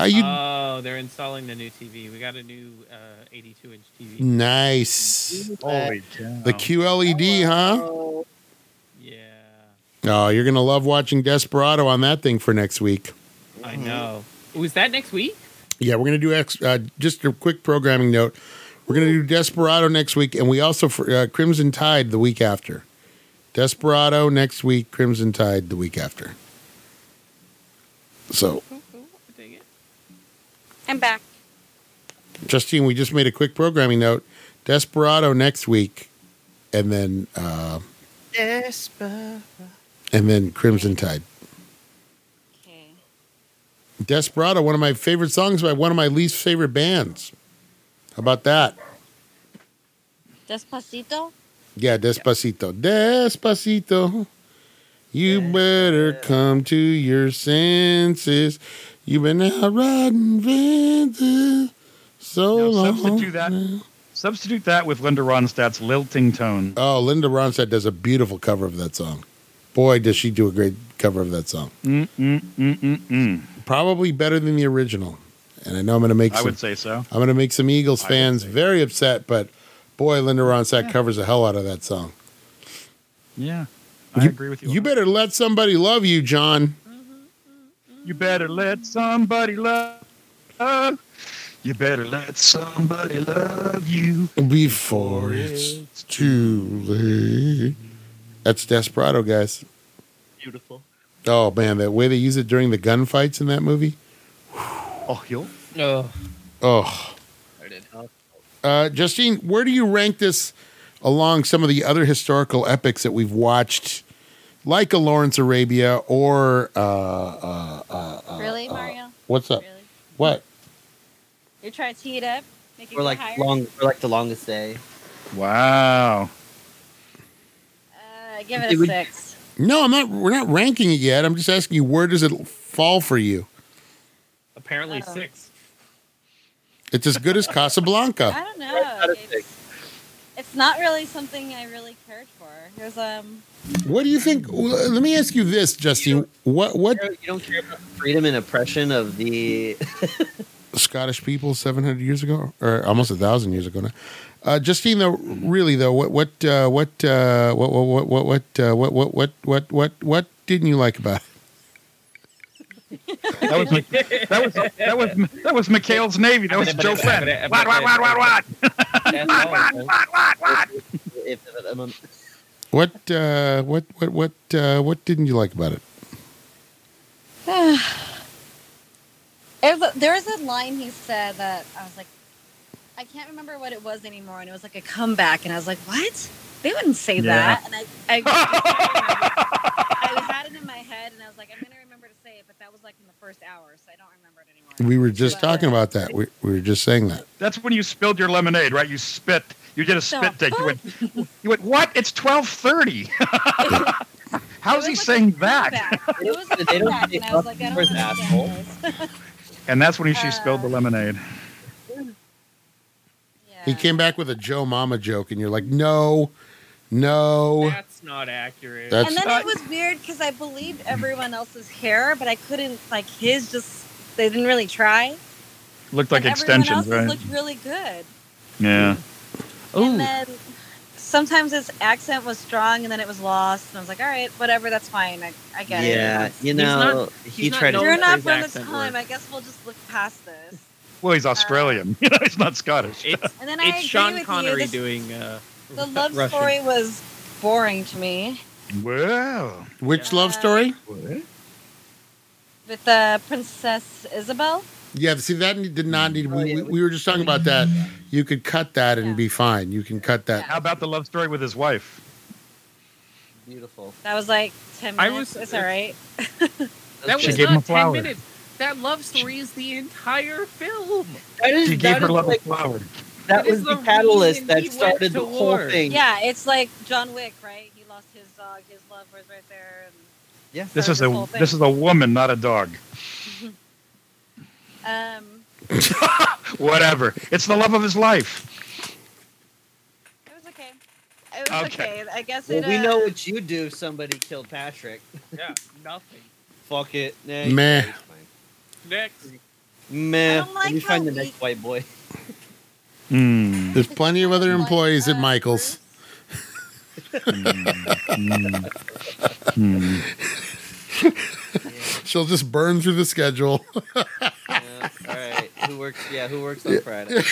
[SPEAKER 1] Are you
[SPEAKER 5] oh, they're installing the new TV. We got a new uh, 82 inch TV.
[SPEAKER 1] nice?
[SPEAKER 6] Holy cow.
[SPEAKER 1] The QLED, huh?
[SPEAKER 5] Yeah,
[SPEAKER 1] Oh, you're gonna love watching Desperado on that thing for next week.
[SPEAKER 5] I know. Was that next week?
[SPEAKER 1] Yeah, we're gonna do ex- uh, just a quick programming note. We're gonna do Desperado next week, and we also for, uh, Crimson Tide the week after. Desperado next week, Crimson Tide the week after. So,
[SPEAKER 5] Cool, cool. Dang it.
[SPEAKER 8] I'm back.
[SPEAKER 1] Justine, we just made a quick programming note. Desperado next week, and then uh,
[SPEAKER 3] Desperado.
[SPEAKER 1] and then Crimson Tide.
[SPEAKER 8] Okay.
[SPEAKER 1] Desperado, one of my favorite songs by one of my least favorite bands. How about that?
[SPEAKER 8] Despacito?
[SPEAKER 1] Yeah, Despacito. Despacito. You better come to your senses. You've been out riding fences so
[SPEAKER 4] Now,
[SPEAKER 1] long.
[SPEAKER 4] substitute that. Substitute that with Linda Ronstadt's lilting tone.
[SPEAKER 1] Oh, Linda Ronstadt does a beautiful cover of that song. Boy, does she do a great cover of that song.
[SPEAKER 4] Mm, mm, mm, mm, mm.
[SPEAKER 1] Probably better than the original. And I know I'm going to make
[SPEAKER 4] I
[SPEAKER 1] some,
[SPEAKER 4] would say so.
[SPEAKER 1] I'm going to make some Eagles
[SPEAKER 4] I would
[SPEAKER 1] fans
[SPEAKER 4] say-
[SPEAKER 1] very upset, but boy, Linda Ronstadt covers the hell out of that song.
[SPEAKER 4] Yeah, I agree with you.
[SPEAKER 1] You
[SPEAKER 4] on
[SPEAKER 1] better let somebody love you, John.
[SPEAKER 4] that. You better let somebody love. love. You better let somebody love you.
[SPEAKER 1] Before it's too late. That's Desperado, guys.
[SPEAKER 3] Beautiful.
[SPEAKER 1] Oh man, the way they use it during the gunfights in that movie.
[SPEAKER 4] Oh, you
[SPEAKER 5] Oh,
[SPEAKER 1] Oh,
[SPEAKER 5] I did.
[SPEAKER 1] uh, Justine, where do you rank this along some of the other historical epics that we've watched, like a Lawrence Arabia or uh, uh, uh, uh,
[SPEAKER 8] really,
[SPEAKER 1] uh,
[SPEAKER 8] Mario?
[SPEAKER 1] what's up?
[SPEAKER 8] Really?
[SPEAKER 1] What?
[SPEAKER 8] You're trying to tee it up? Make it
[SPEAKER 3] We're
[SPEAKER 8] go
[SPEAKER 3] like
[SPEAKER 8] higher?
[SPEAKER 3] long. We're like the longest day.
[SPEAKER 4] Wow.
[SPEAKER 8] Uh, give it a six.
[SPEAKER 1] No, I'm not. We're not ranking it yet. I'm just asking you, where does it fall for you?
[SPEAKER 5] Apparently
[SPEAKER 8] Oh.
[SPEAKER 5] six.
[SPEAKER 1] It's as good as
[SPEAKER 4] Oh.
[SPEAKER 1] Casablanca.
[SPEAKER 8] I don't know. It's, it's not really something I really cared for. It was, um, [SIGHS]
[SPEAKER 1] What do you think? well, Let me ask you this, Justine. What what
[SPEAKER 3] You don't care about the freedom and oppression of
[SPEAKER 1] [LAUGHS]
[SPEAKER 3] the.
[SPEAKER 1] Scottish people 700 years ago, or almost a thousand years ago now. Uh, Justine, though, really though, what what uh, what, uh, what what what what what uh, what what what what what what didn't you like about it?
[SPEAKER 4] That was Mi- that was that was that was Mikhail's Navy. That was Joe Friend. What what what what what?
[SPEAKER 5] That's all.
[SPEAKER 4] What what what?
[SPEAKER 3] if, if, um,
[SPEAKER 1] What uh, what what what uh, what didn't you like about it?
[SPEAKER 8] it was a, there was a line he said that I was like, I can't remember what it was anymore, and it was like a comeback, and I was like, what? They wouldn't say
[SPEAKER 4] Yeah.
[SPEAKER 8] that. And I,
[SPEAKER 4] [LAUGHS]
[SPEAKER 8] I, I had it in my head, and I was like, I'm gonna remember to say it, but that was like in the first hour, so I don't remember it anymore.
[SPEAKER 1] We were just
[SPEAKER 8] But-
[SPEAKER 1] talking about that. We, we were just saying that.
[SPEAKER 4] That's when you spilled your lemonade, right? You spit. You did a spit take. You went. You went. What? It's
[SPEAKER 8] [LAUGHS]
[SPEAKER 4] twelve thirty.
[SPEAKER 8] It was
[SPEAKER 4] How's he
[SPEAKER 8] like a
[SPEAKER 4] saying that?
[SPEAKER 8] comeback. It was a
[SPEAKER 3] They don't
[SPEAKER 8] comeback,
[SPEAKER 3] say
[SPEAKER 8] and I was like, I
[SPEAKER 3] fucking
[SPEAKER 8] don't
[SPEAKER 3] worth asshole.
[SPEAKER 8] understand this.
[SPEAKER 4] And that's when he, she spilled the
[SPEAKER 8] Uh,
[SPEAKER 4] lemonade.
[SPEAKER 8] yeah.
[SPEAKER 1] He came back with a Joe Mama joke, and you're like, no, no.
[SPEAKER 5] That's not accurate.
[SPEAKER 1] That's-
[SPEAKER 8] and then
[SPEAKER 4] Uh,
[SPEAKER 8] it was weird because I believed everyone else's hair, but I couldn't like his. Just they didn't really try.
[SPEAKER 4] Looked like
[SPEAKER 8] And
[SPEAKER 4] extensions,
[SPEAKER 8] everyone
[SPEAKER 4] right?
[SPEAKER 8] else's looked really good. [LAUGHS]
[SPEAKER 4] yeah.
[SPEAKER 3] Oh,
[SPEAKER 8] And then sometimes his accent was strong, and then it was lost. And I was like, all right, whatever, that's fine. I, I get it.
[SPEAKER 3] yeah,
[SPEAKER 8] That's-
[SPEAKER 3] you
[SPEAKER 5] He's not-
[SPEAKER 3] know, he
[SPEAKER 5] he's not
[SPEAKER 3] tried
[SPEAKER 5] known
[SPEAKER 3] to.
[SPEAKER 8] You're not
[SPEAKER 5] his
[SPEAKER 8] from the
[SPEAKER 5] accent
[SPEAKER 8] time.
[SPEAKER 5] worked.
[SPEAKER 8] I guess we'll just look past this.
[SPEAKER 4] Well, he's
[SPEAKER 8] Uh,
[SPEAKER 4] Australian. [LAUGHS] You know, he's not
[SPEAKER 8] [LAUGHS]
[SPEAKER 4] Scottish.
[SPEAKER 5] it's
[SPEAKER 8] And then I
[SPEAKER 5] it's
[SPEAKER 8] agree
[SPEAKER 5] Sean
[SPEAKER 8] with
[SPEAKER 5] Connery
[SPEAKER 8] you. this-
[SPEAKER 5] doing uh, [LAUGHS]
[SPEAKER 8] the love
[SPEAKER 5] Russian.
[SPEAKER 8] story was boring to me
[SPEAKER 4] Wow.
[SPEAKER 1] Which
[SPEAKER 8] Yeah.
[SPEAKER 1] love story?
[SPEAKER 8] with uh, Princess Isabel.
[SPEAKER 1] Yeah, see that need- did not need.
[SPEAKER 3] Oh,
[SPEAKER 1] We,
[SPEAKER 3] yeah,
[SPEAKER 1] we,
[SPEAKER 3] we-
[SPEAKER 1] we were just talking about that. You could cut that and
[SPEAKER 8] Yeah.
[SPEAKER 1] be fine. You can cut that.
[SPEAKER 4] How about the love story with his wife?
[SPEAKER 3] Beautiful.
[SPEAKER 8] That was like ten
[SPEAKER 5] I
[SPEAKER 8] minutes.
[SPEAKER 5] was-
[SPEAKER 8] it's all right.
[SPEAKER 5] That
[SPEAKER 4] She
[SPEAKER 5] was
[SPEAKER 4] gave him a
[SPEAKER 5] not ten
[SPEAKER 4] flower.
[SPEAKER 5] minutes. That love story is the entire film.
[SPEAKER 4] She gave her love a flower.
[SPEAKER 3] That
[SPEAKER 5] It is
[SPEAKER 3] was the
[SPEAKER 5] the reason
[SPEAKER 3] catalyst that
[SPEAKER 5] he went
[SPEAKER 3] started
[SPEAKER 5] to
[SPEAKER 3] the whole
[SPEAKER 5] war.
[SPEAKER 3] thing.
[SPEAKER 8] Yeah, it's like John Wick, right? He lost his dog. His love was right there. And,
[SPEAKER 3] Yeah.
[SPEAKER 4] This
[SPEAKER 8] That's
[SPEAKER 4] is
[SPEAKER 8] the
[SPEAKER 4] a
[SPEAKER 8] whole thing.
[SPEAKER 4] this is a woman, not a dog.
[SPEAKER 8] um,
[SPEAKER 4] Whatever. It's the love of his life.
[SPEAKER 8] it was okay. It was
[SPEAKER 4] Okay.
[SPEAKER 8] okay. I guess
[SPEAKER 3] Well,
[SPEAKER 8] it.
[SPEAKER 3] we
[SPEAKER 8] uh,
[SPEAKER 3] know what you do. if Somebody killed Patrick.
[SPEAKER 5] Yeah, nothing.
[SPEAKER 3] Fuck it. Nah,
[SPEAKER 1] Meh.
[SPEAKER 3] it's fine.
[SPEAKER 5] Next.
[SPEAKER 3] Meh.
[SPEAKER 8] I don't like
[SPEAKER 3] Let me
[SPEAKER 8] how
[SPEAKER 3] find the
[SPEAKER 8] we-
[SPEAKER 3] next
[SPEAKER 8] [LAUGHS]
[SPEAKER 3] white boy.
[SPEAKER 4] Hmm.
[SPEAKER 1] There's plenty of other
[SPEAKER 8] like,
[SPEAKER 1] employees at
[SPEAKER 8] uh,
[SPEAKER 1] Michael's.
[SPEAKER 4] Mm. Mm.
[SPEAKER 1] She'll just burn through the schedule. [LAUGHS]
[SPEAKER 3] Yeah, all right. Who works? Yeah, who works on Friday?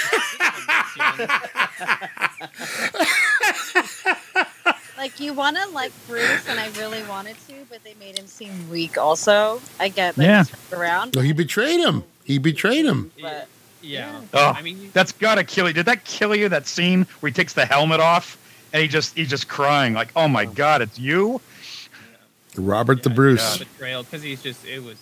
[SPEAKER 8] Like you want to like Bruce, and I really wanted to, but they made him seem weak. Also, I get that
[SPEAKER 4] Yeah.
[SPEAKER 8] he's turned around.
[SPEAKER 1] No, he betrayed him. He betrayed him.
[SPEAKER 8] But
[SPEAKER 5] [LAUGHS] Yeah.
[SPEAKER 4] Oh,
[SPEAKER 5] I mean, you-
[SPEAKER 4] That's gotta kill you. Did that kill you? That scene where he takes the helmet off and he just he's just crying like, "Oh my God, it's you."
[SPEAKER 1] Robert the
[SPEAKER 5] yeah,
[SPEAKER 1] Bruce.
[SPEAKER 5] yeah, betrayal because he's just it was.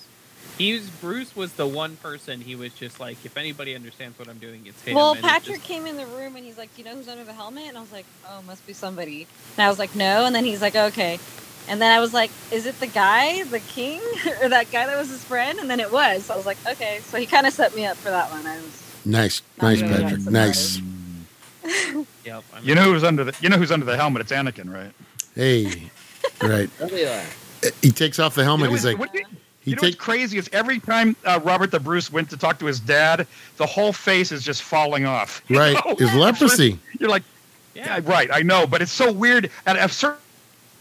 [SPEAKER 5] He was Bruce was the one person he was just like if anybody understands what I'm doing it's him.
[SPEAKER 8] well,
[SPEAKER 5] and it's
[SPEAKER 8] Patrick
[SPEAKER 5] just-
[SPEAKER 8] came in the room and he's like, "Do you know who's under the helmet?" And I was like, "Oh, must be somebody." And I was like, "No," and then he's like, "Okay." And then I was like, "Is it the guy, the king, [LAUGHS] or that guy that was his friend?" And then it was. I was like, "Okay." So he kind of set me up for that one. I was.
[SPEAKER 1] Nice,
[SPEAKER 8] Not
[SPEAKER 1] nice,
[SPEAKER 8] really,
[SPEAKER 1] Patrick.
[SPEAKER 8] that's
[SPEAKER 1] Nice.
[SPEAKER 5] yep, I'm-
[SPEAKER 4] You know who's under the you know who's under the helmet? It's Anakin, right?
[SPEAKER 1] Hey, right.
[SPEAKER 3] Don't be like,
[SPEAKER 1] He takes off the
[SPEAKER 4] You know
[SPEAKER 1] helmet. He's
[SPEAKER 4] what-
[SPEAKER 1] like,
[SPEAKER 4] what did-
[SPEAKER 1] he
[SPEAKER 4] you know what's
[SPEAKER 1] take.
[SPEAKER 4] crazy is every time uh, Robert the Bruce went to talk to his dad, the whole face is just falling off. You [LAUGHS]
[SPEAKER 1] Right,
[SPEAKER 4] know?
[SPEAKER 1] is leprosy.
[SPEAKER 4] You're like,
[SPEAKER 5] yeah,
[SPEAKER 4] yeah, Uh, right, I know, but it's so weird. At a cer-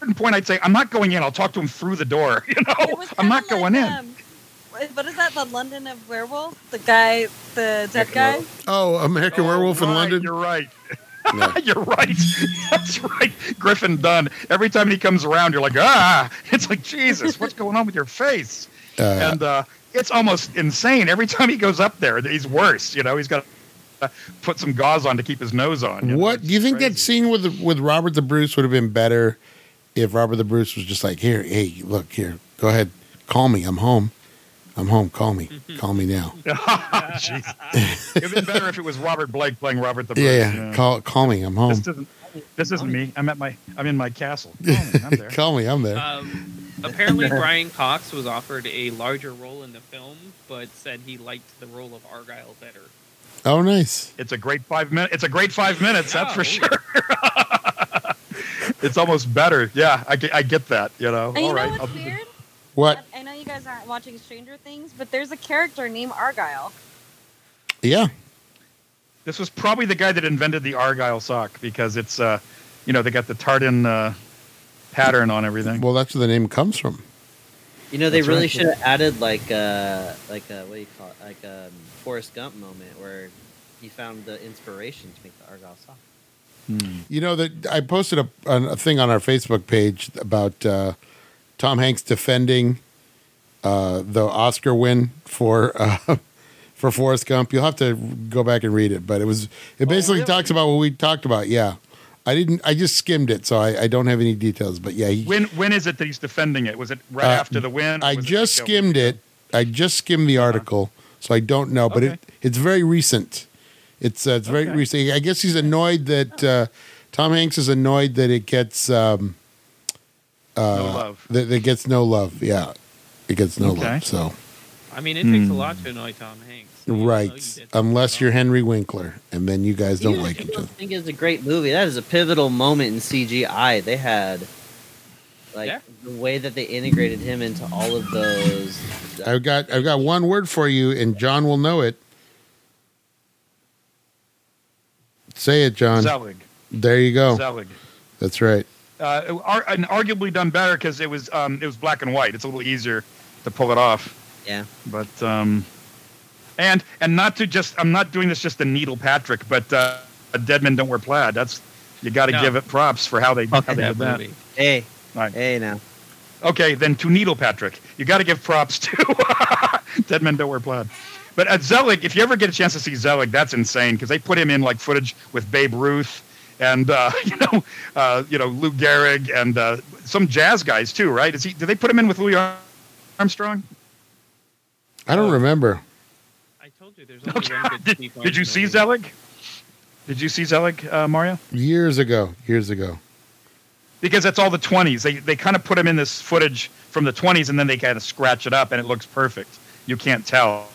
[SPEAKER 4] certain point, I'd say, I'm not going in. I'll talk to him through the door. [LAUGHS] You
[SPEAKER 8] It
[SPEAKER 4] know,
[SPEAKER 8] was
[SPEAKER 4] I'm not
[SPEAKER 8] kinda
[SPEAKER 4] going
[SPEAKER 8] like,
[SPEAKER 4] in.
[SPEAKER 8] um, what- what is that? The London of Werewolf? The guy, the dead guy?
[SPEAKER 1] Oh, American
[SPEAKER 4] Oh,
[SPEAKER 1] Werewolf in
[SPEAKER 4] right,
[SPEAKER 1] London.
[SPEAKER 4] You're right.
[SPEAKER 1] No.
[SPEAKER 4] [LAUGHS] You're right. That's right. Griffin Dunn. Every time he comes around, you're like, ah. [LAUGHS] It's like, Jesus, what's going on with your face?
[SPEAKER 1] Uh,
[SPEAKER 4] and uh, it's almost insane. Every time he goes up there, he's worse. You know, he's got to put some gauze on to keep his nose on. you know,
[SPEAKER 1] what
[SPEAKER 4] it's
[SPEAKER 1] do you think that
[SPEAKER 4] [LAUGHS] crazy.
[SPEAKER 1] scene with with Robert the Bruce would have been better if Robert the Bruce was just like, here, hey, look, here, go ahead, call me. I'm home. I'm home. Call me. call me now.
[SPEAKER 4] Oh,
[SPEAKER 1] [LAUGHS]
[SPEAKER 4] Jeez. It'd been better if it was Robert Blake playing Robert the Bruce.
[SPEAKER 1] Yeah, yeah.
[SPEAKER 4] you know.
[SPEAKER 1] Call, call me. I'm
[SPEAKER 4] This
[SPEAKER 1] home.
[SPEAKER 4] isn't. This isn't me. I'm at my. I'm in my [LAUGHS] castle. Call me, I'm there.
[SPEAKER 1] call me. I'm there.
[SPEAKER 5] Um, apparently, Brian Cox was offered a larger role in the film, but said he liked the role of Argyle better.
[SPEAKER 1] oh, nice.
[SPEAKER 4] It's a great five minute. It's a great five minutes. That's
[SPEAKER 5] Oh.
[SPEAKER 4] for sure. it's almost better. Yeah, I, get- I get that. You know.
[SPEAKER 8] And you
[SPEAKER 4] All right.
[SPEAKER 8] know what's
[SPEAKER 4] I'll-
[SPEAKER 8] weird?
[SPEAKER 1] What?
[SPEAKER 8] I I know you guys aren't watching Stranger Things, but there's a character named Argyle.
[SPEAKER 1] Yeah.
[SPEAKER 4] This was probably the guy that invented the Argyle sock because it's, uh, you know, they got the tartan uh, pattern on everything.
[SPEAKER 1] Well, that's where the name comes from.
[SPEAKER 3] you know, they
[SPEAKER 4] That's
[SPEAKER 3] really
[SPEAKER 4] right.
[SPEAKER 3] should have added like a like a what do you call it? Like a um, Forrest Gump moment where he found the inspiration to make the Argyle song.
[SPEAKER 4] Hmm.
[SPEAKER 1] You know that I posted a, a thing on our Facebook page about uh, Tom Hanks defending uh, the Oscar win for [LAUGHS] uh, for Forrest Gump. You'll have to go back and read it, but it was
[SPEAKER 4] Oh,
[SPEAKER 1] it basically
[SPEAKER 3] really?
[SPEAKER 1] talks about what we talked about. Yeah, I didn't. I just skimmed it, so I, I don't have any details. But yeah, he,
[SPEAKER 4] when when is it that he's defending it? Was it right
[SPEAKER 1] Uh,
[SPEAKER 4] after the win? or
[SPEAKER 1] I
[SPEAKER 4] was it
[SPEAKER 1] just
[SPEAKER 4] like, uh,
[SPEAKER 1] skimmed it. I just skimmed the article, so I don't know. But
[SPEAKER 4] Uh-huh. Okay.
[SPEAKER 1] it it's very recent. It's uh, it's very
[SPEAKER 4] Okay.
[SPEAKER 1] recent. I guess he's annoyed that uh, Tom Hanks is annoyed that it gets um, uh,
[SPEAKER 4] No love.
[SPEAKER 1] That, that gets no love. Yeah, it gets no
[SPEAKER 4] Okay.
[SPEAKER 1] love. So
[SPEAKER 5] I mean, it takes a
[SPEAKER 4] Hmm.
[SPEAKER 5] lot to annoy Tom Hanks. You know, you
[SPEAKER 1] right,
[SPEAKER 5] did
[SPEAKER 1] unless
[SPEAKER 5] something
[SPEAKER 1] you're Henry Winkler, and then you guys don't
[SPEAKER 3] Even
[SPEAKER 1] like
[SPEAKER 3] if
[SPEAKER 1] each
[SPEAKER 3] you don't
[SPEAKER 1] other.
[SPEAKER 3] think it's a great movie. That is a pivotal moment in CGI. They had like
[SPEAKER 5] Yeah.
[SPEAKER 3] the way that they integrated him into all of those.
[SPEAKER 1] I've got I've got one word for you, and John will know it. Say it, John.
[SPEAKER 4] Zelig.
[SPEAKER 1] There you go.
[SPEAKER 4] Zelig.
[SPEAKER 1] That's right.
[SPEAKER 4] Uh, ar- and arguably done better because it was um, it was black and white. It's a little easier to pull it off.
[SPEAKER 3] Yeah.
[SPEAKER 4] But um, and and not to just I'm not doing this just to needle Patrick, but uh, dead men don't wear plaid. That's you got to
[SPEAKER 5] No.
[SPEAKER 4] give it props for how they how
[SPEAKER 5] about
[SPEAKER 4] they did
[SPEAKER 5] that
[SPEAKER 4] that.
[SPEAKER 5] movie.
[SPEAKER 3] Hey,
[SPEAKER 4] Right.
[SPEAKER 3] hey, now
[SPEAKER 4] Okay, then to Needle Patrick. You got to give props to [LAUGHS] Dead Men Don't Wear Plaid. But at Zelig, if you ever get a chance to see Zelig, that's insane because they put him in like footage with Babe Ruth and uh, [LAUGHS] you know, uh, you know Lou Gehrig and uh, some jazz guys too, right? Is he? Did they put him in with Louis Ar- Armstrong?
[SPEAKER 1] I don't remember.
[SPEAKER 4] [LAUGHS]
[SPEAKER 5] I told you there's only one good Steve
[SPEAKER 4] Did you
[SPEAKER 5] Martin [LAUGHS]
[SPEAKER 4] see
[SPEAKER 5] movie.
[SPEAKER 4] Zelig? Did you see Zelig, uh, Mario?
[SPEAKER 1] Years ago, years ago.
[SPEAKER 4] Because that's all the 20s. They, they kind of put him in this footage from the 20s and then they kind of scratch it up and it looks perfect. You can't tell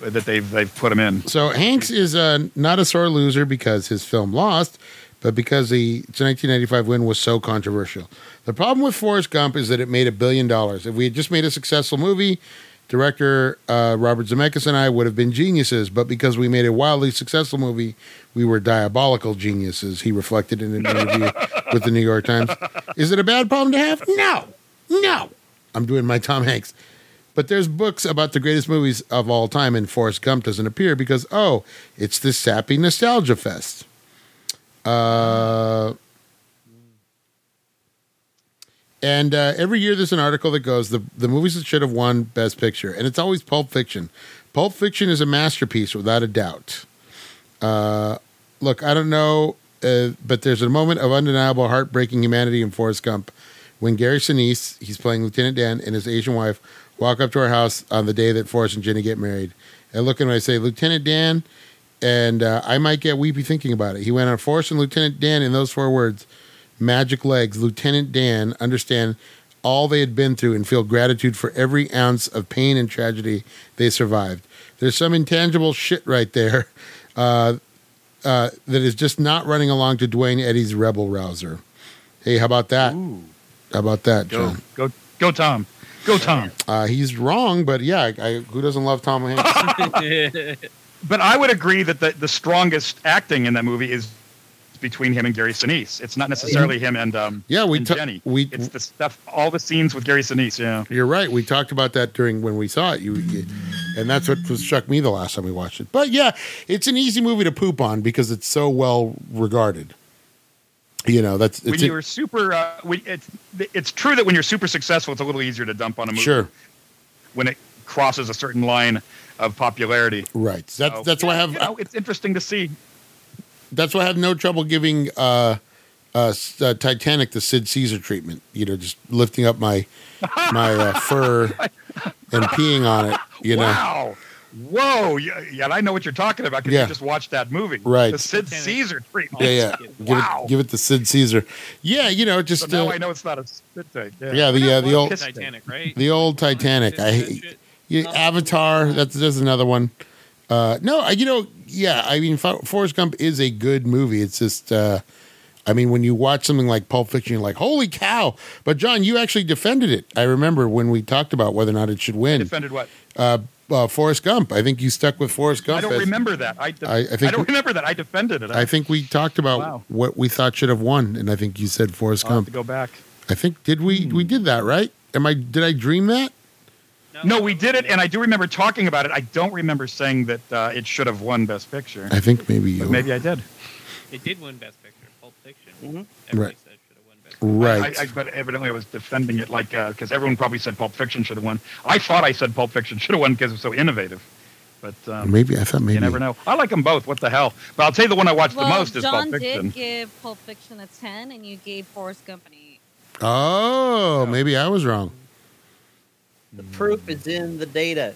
[SPEAKER 4] that they've, they've put him in.
[SPEAKER 1] So Hanks is uh, not a sore loser because his film lost, but because the 1995 win was so controversial. The problem with Forrest Gump is that it made a billion dollars. If we had just made a successful movie, director uh, Robert Zemeckis and I would have been geniuses, but because we made a wildly successful movie, we were diabolical geniuses. He reflected in an interview with the New York Times. Is it a bad problem to have? No, no. I'm doing my Tom Hanks. But there's books about the greatest movies of all time, and Forrest Gump doesn't appear because, oh, it's this sappy nostalgia fest. Uh, and uh, every year there's an article that goes the, the movies that should have won Best Picture, and it's always Pulp Fiction. Pulp Fiction is a masterpiece without a doubt. Uh, look, I don't know, uh, but there's a moment of undeniable heartbreaking humanity in Forrest Gump when Gary Sinise, he's playing Lieutenant Dan, and his Asian wife walk up to our house on the day that Forrest and Jenny get married. I look and I say, Lieutenant Dan, and uh, I might get weepy thinking about it. He went on Forrest and Lieutenant Dan in those four words magic legs, Lieutenant Dan, understand all they had been through and feel gratitude for every ounce of pain and tragedy they survived. There's some intangible shit right there [LAUGHS] uh, uh, that is just not running along to Dwayne Eddy's Rebel Rouser. Hey, how about that?
[SPEAKER 4] Ooh,
[SPEAKER 1] How about that,
[SPEAKER 4] go,
[SPEAKER 1] John?
[SPEAKER 4] go, go, Tom. Go, Tom.
[SPEAKER 1] Uh, he's wrong, but yeah, I, I, who doesn't love Tom Hanks?
[SPEAKER 4] But I would agree that the, the strongest acting in that movie is between him and Gary Sinise. It's not necessarily him and um
[SPEAKER 1] Yeah, we
[SPEAKER 4] and
[SPEAKER 1] ta-
[SPEAKER 4] Jenny.
[SPEAKER 1] we-
[SPEAKER 4] it's the stuff all the scenes with Gary Sinise, yeah.
[SPEAKER 1] You're right. We talked about that during when we saw it. You, you- and that's what struck me the last time we watched it. But yeah, it's an easy movie to poop on because it's so well regarded. You know, that's
[SPEAKER 4] When
[SPEAKER 1] it's
[SPEAKER 4] you're super uh, when it's it's true that when you're super successful it's a little easier to dump on a movie
[SPEAKER 1] sure
[SPEAKER 4] when it crosses a certain line of popularity.
[SPEAKER 1] right. That's
[SPEAKER 4] So,
[SPEAKER 1] that's why I have
[SPEAKER 4] you know, it's interesting to see.
[SPEAKER 1] that's why I have no trouble giving uh, uh, S- uh, Titanic the Sid Caesar treatment. You know, just lifting up my my uh,
[SPEAKER 4] [LAUGHS]
[SPEAKER 1] fur and peeing on it. You know,
[SPEAKER 4] wow. Whoa. Yeah, yeah, and I know what you're talking about because
[SPEAKER 1] Yeah.
[SPEAKER 4] you just watched that movie.
[SPEAKER 1] Right.
[SPEAKER 4] The Sid
[SPEAKER 5] Titanic.
[SPEAKER 4] Caesar treatment.
[SPEAKER 1] yeah, yeah. Give
[SPEAKER 4] Wow.
[SPEAKER 1] it give it the Sid Caesar. Yeah, you know,
[SPEAKER 4] So
[SPEAKER 1] just
[SPEAKER 4] now
[SPEAKER 1] uh,
[SPEAKER 4] I know it's not a spit take. Yeah.
[SPEAKER 1] yeah the uh, the old
[SPEAKER 5] Titanic, right?
[SPEAKER 1] the old Titanic. I
[SPEAKER 5] That
[SPEAKER 1] hate.
[SPEAKER 5] shit.
[SPEAKER 1] Yeah,
[SPEAKER 5] Oh.
[SPEAKER 1] Avatar. That's there's another one. Uh, no, I, you know, yeah. I mean, For- Forrest Gump is a good movie. It's just, uh, I mean, when you watch something like Pulp Fiction, you're like, holy cow! But John, you actually defended it. I remember when we talked about whether or not it should win.
[SPEAKER 4] Defended what?
[SPEAKER 1] Uh, uh, Forrest Gump. I think you stuck with Forrest Gump.
[SPEAKER 4] I don't
[SPEAKER 1] as-
[SPEAKER 4] remember that. I, de-
[SPEAKER 1] I-
[SPEAKER 4] I,
[SPEAKER 1] I think-
[SPEAKER 4] don't remember that. I defended it.
[SPEAKER 1] I think we talked about
[SPEAKER 4] Wow. Uh,
[SPEAKER 1] what we thought should have won, and I think you said Forrest
[SPEAKER 4] I'll have to
[SPEAKER 1] Gump.
[SPEAKER 4] go back.
[SPEAKER 1] I think did we we did that right? Am I did I dream that?
[SPEAKER 4] No, we did it, and I do remember talking about it. I don't remember saying that uh, it should have won Best Picture,
[SPEAKER 1] I think maybe you
[SPEAKER 4] but maybe I did.
[SPEAKER 5] It did win Best Picture. Pulp Fiction.
[SPEAKER 4] Mm-hmm.
[SPEAKER 3] Mhm.
[SPEAKER 5] Everybody
[SPEAKER 1] Right.
[SPEAKER 5] said should have won Best Picture.
[SPEAKER 1] right.
[SPEAKER 4] I, I, but evidently, I was defending it like because everyone probably said Pulp Fiction should have won. I thought I said Pulp Fiction should have won because it was so innovative. But um,
[SPEAKER 1] maybe I thought maybe
[SPEAKER 4] you never know. I like them both. What the hell? But I'll tell you the one I watched
[SPEAKER 8] well,
[SPEAKER 4] the most is
[SPEAKER 8] John
[SPEAKER 4] Pulp Fiction.
[SPEAKER 8] did give Pulp Fiction a 10, and you gave Forrest Gump an 8.
[SPEAKER 1] Oh, maybe I was wrong.
[SPEAKER 3] The proof is in the data.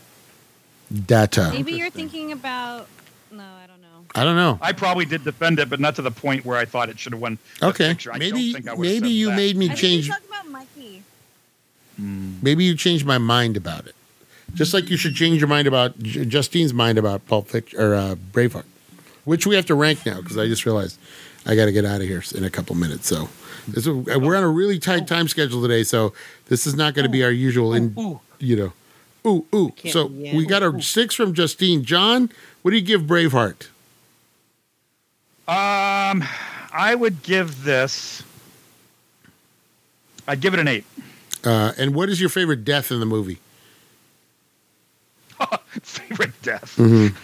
[SPEAKER 1] Data.
[SPEAKER 8] Maybe you're
[SPEAKER 3] Interesting.
[SPEAKER 8] thinking about. No, I don't know.
[SPEAKER 1] I don't know.
[SPEAKER 4] I probably did defend it, but not to the point where I thought it should have won. Best
[SPEAKER 1] Okay,
[SPEAKER 4] Picture. I
[SPEAKER 1] maybe
[SPEAKER 4] don't think I would've
[SPEAKER 1] maybe
[SPEAKER 4] said
[SPEAKER 1] you
[SPEAKER 4] that.
[SPEAKER 1] made me
[SPEAKER 8] I
[SPEAKER 1] change.
[SPEAKER 8] think you talked about Mikey.
[SPEAKER 1] Maybe you changed my mind about it. Just like you should change your mind about J- Justine's mind about Pulp Fiction or uh, Braveheart, which we have to rank now because I just realized I got to get out of here in a couple minutes. So this is, we're on a really
[SPEAKER 4] Oh.
[SPEAKER 1] tight time schedule today, so this is not going to be our usual. In you know, ooh ooh.
[SPEAKER 3] can't
[SPEAKER 1] So
[SPEAKER 3] be, yeah.
[SPEAKER 1] we got a six from Justine. John, what do you give Braveheart?
[SPEAKER 4] Um, I would give this. I'd give it an eight. [LAUGHS]
[SPEAKER 1] Uh, and what is your favorite death in the movie?
[SPEAKER 4] Favorite death.
[SPEAKER 1] Mm.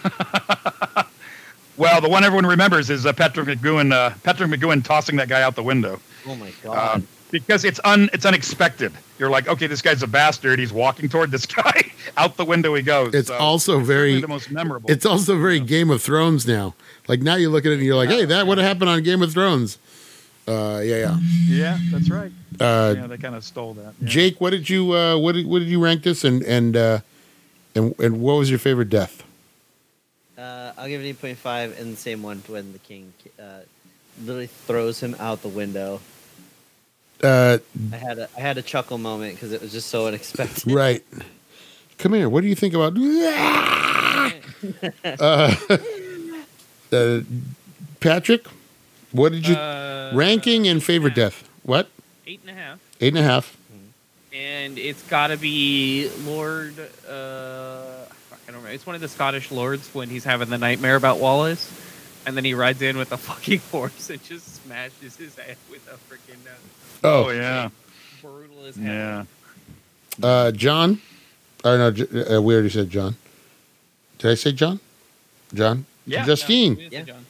[SPEAKER 4] Well, the one everyone remembers is uh, Patrick McGowan. Uh, Patrick McGowan tossing that guy out the window
[SPEAKER 3] Oh my god.
[SPEAKER 4] um, because it's un it's unexpected. You're like, okay, this guy's a bastard. He's walking toward this [LAUGHS] guy. out the window he goes.
[SPEAKER 1] It's
[SPEAKER 4] So,
[SPEAKER 1] also
[SPEAKER 4] probably
[SPEAKER 1] very
[SPEAKER 4] the most memorable.
[SPEAKER 1] It's also very Game of Thrones now. Like now you look at it and you're like, hey, that would have happened on Game of Thrones. Uh, yeah,
[SPEAKER 4] yeah, that's right.
[SPEAKER 1] yeah. Uh,
[SPEAKER 4] yeah, they kind of stole that. yeah.
[SPEAKER 1] Jake, what did you uh, what did what did you rank this and and uh, and and what was your favorite death?
[SPEAKER 3] Uh, Uh, I'll give it eight point five, and the same one when the king uh, literally throws him out the window.
[SPEAKER 1] Uh,
[SPEAKER 3] I had a I had a chuckle moment because it was just so [LAUGHS] unexpected.
[SPEAKER 1] right. Come here. What do you think about? [LAUGHS] uh, uh, Patrick, what did you
[SPEAKER 5] Uh,
[SPEAKER 1] ranking in favor
[SPEAKER 5] yeah.
[SPEAKER 1] death? What?
[SPEAKER 5] Eight and a half.
[SPEAKER 1] Eight and a half.
[SPEAKER 5] and it's got to be Lord. Uh, fuck, I don't remember. It's one of the Scottish lords when he's having the nightmare about Wallace, and then he rides in with a [LAUGHS] fucking horse and just smashes his head with a freaking uh,
[SPEAKER 1] Oh,
[SPEAKER 4] Oh yeah,
[SPEAKER 5] brutal as hell.
[SPEAKER 4] yeah.
[SPEAKER 1] uh, John. Or no, J- uh, we already said John. Did I say John? John.
[SPEAKER 4] Yeah,
[SPEAKER 1] Justine.
[SPEAKER 5] No,
[SPEAKER 3] Yeah.
[SPEAKER 5] John.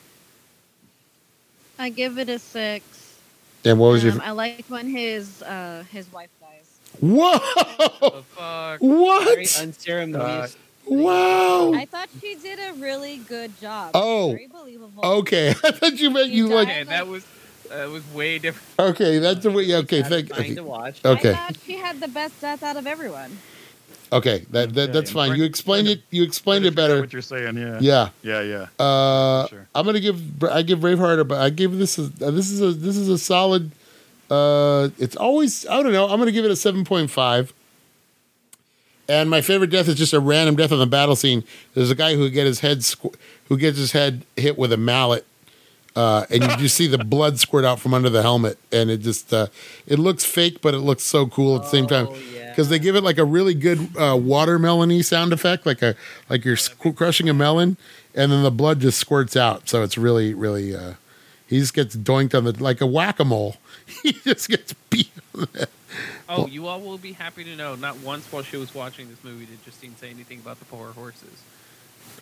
[SPEAKER 8] I give it a six.
[SPEAKER 1] And what was
[SPEAKER 8] um,
[SPEAKER 1] your?
[SPEAKER 8] I like when his uh, his wife dies.
[SPEAKER 1] Whoa! [LAUGHS]
[SPEAKER 5] The fuck.
[SPEAKER 3] Very
[SPEAKER 1] What? Uh,
[SPEAKER 3] unceremonious.
[SPEAKER 1] Wow!
[SPEAKER 8] I thought she did a really good job.
[SPEAKER 1] Oh.
[SPEAKER 8] very believable.
[SPEAKER 1] Okay, [LAUGHS] I thought you meant
[SPEAKER 8] She
[SPEAKER 1] you like.
[SPEAKER 8] died.
[SPEAKER 5] Okay, that was that was way different. [LAUGHS]
[SPEAKER 1] Okay, that's the way. Okay, thank. Okay,
[SPEAKER 3] Satisfying
[SPEAKER 1] uh,
[SPEAKER 3] to watch.
[SPEAKER 8] I
[SPEAKER 1] okay,
[SPEAKER 8] thought she had the best death out of everyone.
[SPEAKER 1] okay. That, that that's fine. You explained it. You explained it better.
[SPEAKER 4] What you're saying? Yeah,
[SPEAKER 1] Yeah.
[SPEAKER 4] yeah, yeah.
[SPEAKER 1] Uh,
[SPEAKER 4] Sure.
[SPEAKER 1] I'm gonna give. Bra- I give Braveheart. a- But I give this. A, uh, this is a. This is a solid. Uh, it's always. I don't know. I'm gonna give it a seven point five. And my favorite death is just a random death on the battle scene. There's a guy who get his head squ- who gets his head hit with a mallet, uh, and you just see the blood squirt out from under the helmet, and it just uh, it looks fake, but it looks so cool at the same time
[SPEAKER 3] Oh, yeah.
[SPEAKER 1] because they give it like a really good uh, watermelony sound effect, like a like you're squ- crushing a melon, and then the blood just squirts out. So it's really really uh, he just gets doinked on the like a whack a mole. [LAUGHS] he just gets beat.
[SPEAKER 5] Oh, you all will be happy to know. Not once while she was watching this movie did Justine say anything about the poor horses.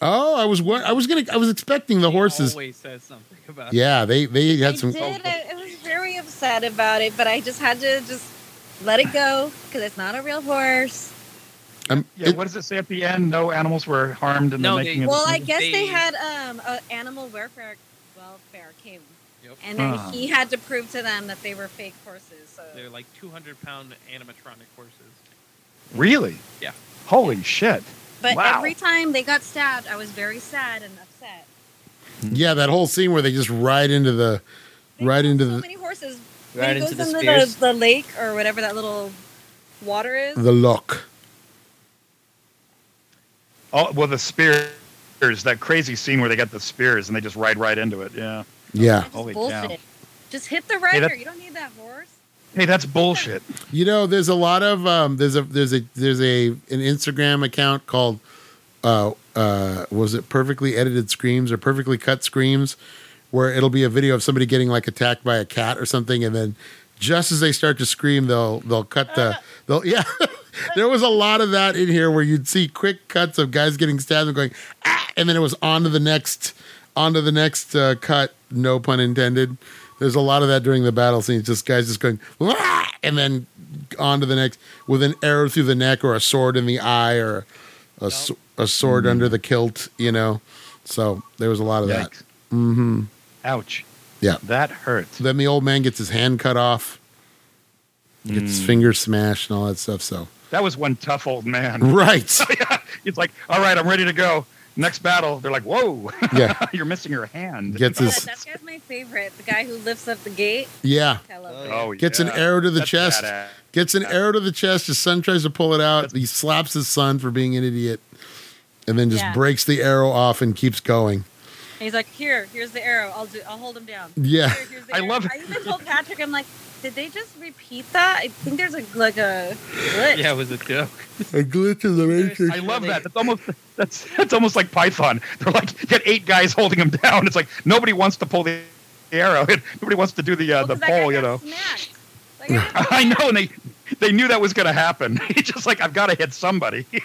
[SPEAKER 1] Oh, I was wor- I was gonna I was expecting the
[SPEAKER 5] She
[SPEAKER 1] horses.
[SPEAKER 4] Oh,
[SPEAKER 5] always says something about.
[SPEAKER 1] Yeah, they they had some. Oh,
[SPEAKER 8] I did. I, I was very upset about it, but I just had to just let it go because it's not a real horse.
[SPEAKER 1] um,
[SPEAKER 4] Yeah,
[SPEAKER 1] it-
[SPEAKER 4] what does it say at the end? No animals were harmed in
[SPEAKER 5] No,
[SPEAKER 4] the
[SPEAKER 5] they-
[SPEAKER 4] making of
[SPEAKER 8] Well,
[SPEAKER 4] this
[SPEAKER 8] I
[SPEAKER 4] movie?
[SPEAKER 8] guess
[SPEAKER 5] They-
[SPEAKER 8] they had um a animal welfare welfare came,
[SPEAKER 5] Yep.
[SPEAKER 8] and then
[SPEAKER 4] Ah.
[SPEAKER 8] he had to prove to them that they were fake horses. So
[SPEAKER 5] They're like 200 pound animatronic horses.
[SPEAKER 4] Really?
[SPEAKER 5] Yeah.
[SPEAKER 4] Holy shit!
[SPEAKER 8] But
[SPEAKER 4] Wow.
[SPEAKER 8] every time they got stabbed, I was very sad and upset.
[SPEAKER 1] yeah, that whole scene where they just ride into the
[SPEAKER 8] They
[SPEAKER 1] right
[SPEAKER 8] killed
[SPEAKER 1] into
[SPEAKER 8] so
[SPEAKER 1] the
[SPEAKER 8] many horses.
[SPEAKER 3] Right
[SPEAKER 8] when he
[SPEAKER 3] into the
[SPEAKER 8] goes
[SPEAKER 3] spears.
[SPEAKER 8] the, the
[SPEAKER 3] [LAUGHS]
[SPEAKER 8] lake or whatever that little water is.
[SPEAKER 1] the lock.
[SPEAKER 4] Oh, well, the spears. That crazy scene where they got the spears and they just ride right into it. Yeah.
[SPEAKER 1] Yeah,
[SPEAKER 8] That's
[SPEAKER 4] Holy
[SPEAKER 8] just bullshit.
[SPEAKER 4] cow.
[SPEAKER 8] Just hit the rider.
[SPEAKER 4] that's-
[SPEAKER 8] you don't need that horse.
[SPEAKER 4] Hey, that's bullshit.
[SPEAKER 1] you know, there's a lot of um, there's a there's a there's a an Instagram account called uh, uh, was it perfectly edited screams or perfectly cut screams, where it'll be a video of somebody getting like attacked by a cat or something, and then just as they start to scream, they'll they'll cut the they'll yeah. [LAUGHS] there was a lot of that in here where you'd see quick cuts of guys getting stabbed and going ah, and then it was on to the next on to the next uh, cut. No pun intended. There's a lot of that during the battle scenes. Just guys just going ah, and then on to the next with an arrow through the neck or a sword in the eye or a, s- a sword under the kilt, you know. So there was a lot of that.
[SPEAKER 4] Yikes.
[SPEAKER 1] hmm
[SPEAKER 4] Ouch.
[SPEAKER 1] Yeah.
[SPEAKER 4] That hurt.
[SPEAKER 1] Then the old man gets his hand cut off, gets his
[SPEAKER 4] Mm.
[SPEAKER 1] finger smashed, and all that stuff. So
[SPEAKER 4] That was one tough old man.
[SPEAKER 1] right,
[SPEAKER 4] [LAUGHS] He's like, all right, I'm ready to go. Next battle. They're like, whoa, [LAUGHS]
[SPEAKER 1] yeah,
[SPEAKER 4] you're missing your hand.
[SPEAKER 1] gets
[SPEAKER 8] Yeah,
[SPEAKER 1] his
[SPEAKER 8] that guy's my favorite. The guy who lifts up the gate.
[SPEAKER 1] yeah,
[SPEAKER 8] I love
[SPEAKER 3] Oh,
[SPEAKER 8] him.
[SPEAKER 4] [LAUGHS] oh,
[SPEAKER 1] gets an
[SPEAKER 4] yeah.
[SPEAKER 1] arrow to the
[SPEAKER 4] That's
[SPEAKER 1] chest,
[SPEAKER 4] badass.
[SPEAKER 1] gets an arrow to the chest. His son tries to pull it out. He slaps his son for being an idiot, and then just
[SPEAKER 8] Yeah.
[SPEAKER 1] breaks the arrow off and keeps going.
[SPEAKER 8] And he's like, here, here's the arrow. I'll do. I'll hold him down. [LAUGHS]
[SPEAKER 1] Yeah,
[SPEAKER 8] Here, here's the
[SPEAKER 4] I
[SPEAKER 8] arrow."
[SPEAKER 4] love-
[SPEAKER 8] I even told Patrick, I'm like, did they just repeat that? I think there's a like a [LAUGHS] glitch.
[SPEAKER 5] Yeah, it was a joke.
[SPEAKER 1] [LAUGHS] a glitch in the
[SPEAKER 4] [LAUGHS]
[SPEAKER 1] matrix.
[SPEAKER 4] I love that. That's almost that's that's almost like Python. [LAUGHS] They're like you got eight guys holding him down. It's like nobody wants to pull the arrow. [LAUGHS] Nobody wants to do the uh,
[SPEAKER 8] Well,
[SPEAKER 4] the
[SPEAKER 8] 'cause that guy
[SPEAKER 4] pole. You
[SPEAKER 8] got
[SPEAKER 4] know.
[SPEAKER 8] smacked. That
[SPEAKER 1] [LAUGHS]
[SPEAKER 8] guy
[SPEAKER 4] [LAUGHS]
[SPEAKER 8] got
[SPEAKER 4] I know, and they they knew that was going to happen. [LAUGHS] He's just like I've got to hit somebody. [LAUGHS]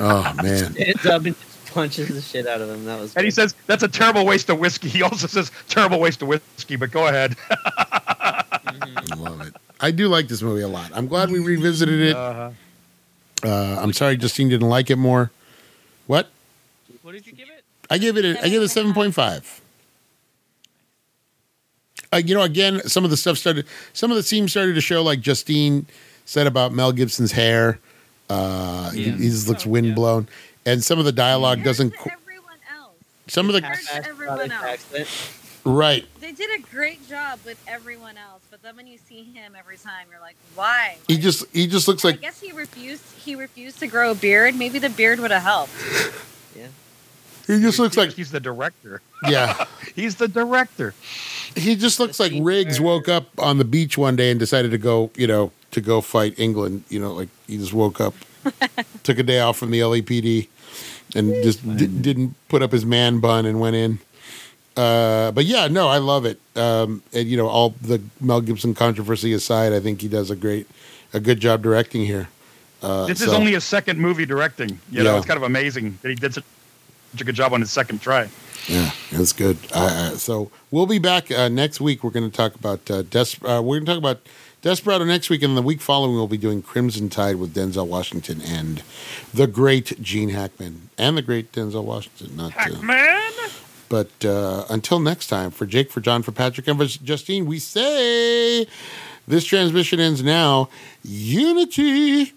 [SPEAKER 1] Oh man.
[SPEAKER 3] Stands up and just punches the shit out of him. That was.
[SPEAKER 4] And he
[SPEAKER 3] good.
[SPEAKER 4] says that's a terrible waste of whiskey. [LAUGHS] He also says terrible waste of whiskey. But go ahead. [LAUGHS]
[SPEAKER 5] Mhm.
[SPEAKER 1] Love it. I do like this movie a lot. I'm glad we revisited it.
[SPEAKER 4] Uh,
[SPEAKER 1] Uh, I'm sorry Justine didn't like it more. What?
[SPEAKER 5] What did you give it?
[SPEAKER 1] I give it. A, I give it seven point five. Uh, you know, again, some of the stuff started. Some of the scenes started to show, like Justine said about Mel Gibson's hair. Uh, he,
[SPEAKER 5] Yeah.
[SPEAKER 1] he just looks
[SPEAKER 5] Oh, yeah.
[SPEAKER 1] windblown, and some of the dialogue
[SPEAKER 8] smacked.
[SPEAKER 1] doesn't.
[SPEAKER 8] Where's
[SPEAKER 1] qu-
[SPEAKER 8] everyone else.
[SPEAKER 1] Some of the
[SPEAKER 8] Half-
[SPEAKER 3] Accent,
[SPEAKER 8] everyone
[SPEAKER 3] Scottish
[SPEAKER 8] else.
[SPEAKER 3] accent.
[SPEAKER 1] right.
[SPEAKER 8] They did a great job with everyone else, but then when you see him every time, you're like, why?
[SPEAKER 1] He just he just looks
[SPEAKER 8] I
[SPEAKER 1] like
[SPEAKER 8] guess he refused. He refused to grow a beard. Maybe the beard would have helped.
[SPEAKER 1] he just looks like
[SPEAKER 4] he's the director.
[SPEAKER 1] yeah.
[SPEAKER 4] He's the director.
[SPEAKER 1] He just looks like
[SPEAKER 3] Just
[SPEAKER 1] Riggs
[SPEAKER 3] where-
[SPEAKER 1] woke up on the beach one day and decided to go, you know, to go fight England. You know, like he just woke up, took a day off from the LAPD, and just d- didn't put up his man bun and went in. Uh, but yeah, no, I love it. Um, and you know, all the Mel Gibson controversy aside, I think he does a great, a good job directing here. Uh,
[SPEAKER 4] This is
[SPEAKER 1] so-
[SPEAKER 4] only his second movie directing. You know,
[SPEAKER 1] Yeah.
[SPEAKER 4] it's kind of amazing that he did such a good job on his second try.
[SPEAKER 1] Yeah, that's good. Uh, uh, so we'll be back uh, next week. We're going to talk about uh, Des- uh, we're going to talk about Desperado next week, and the week following we'll be doing Crimson Tide with Denzel Washington and the great Gene Hackman and the great Denzel Washington. Not uh,
[SPEAKER 4] Man,
[SPEAKER 1] but uh, until next time, for Jake, for John, for Patrick, and for Justine, we say this transmission ends now. Unity.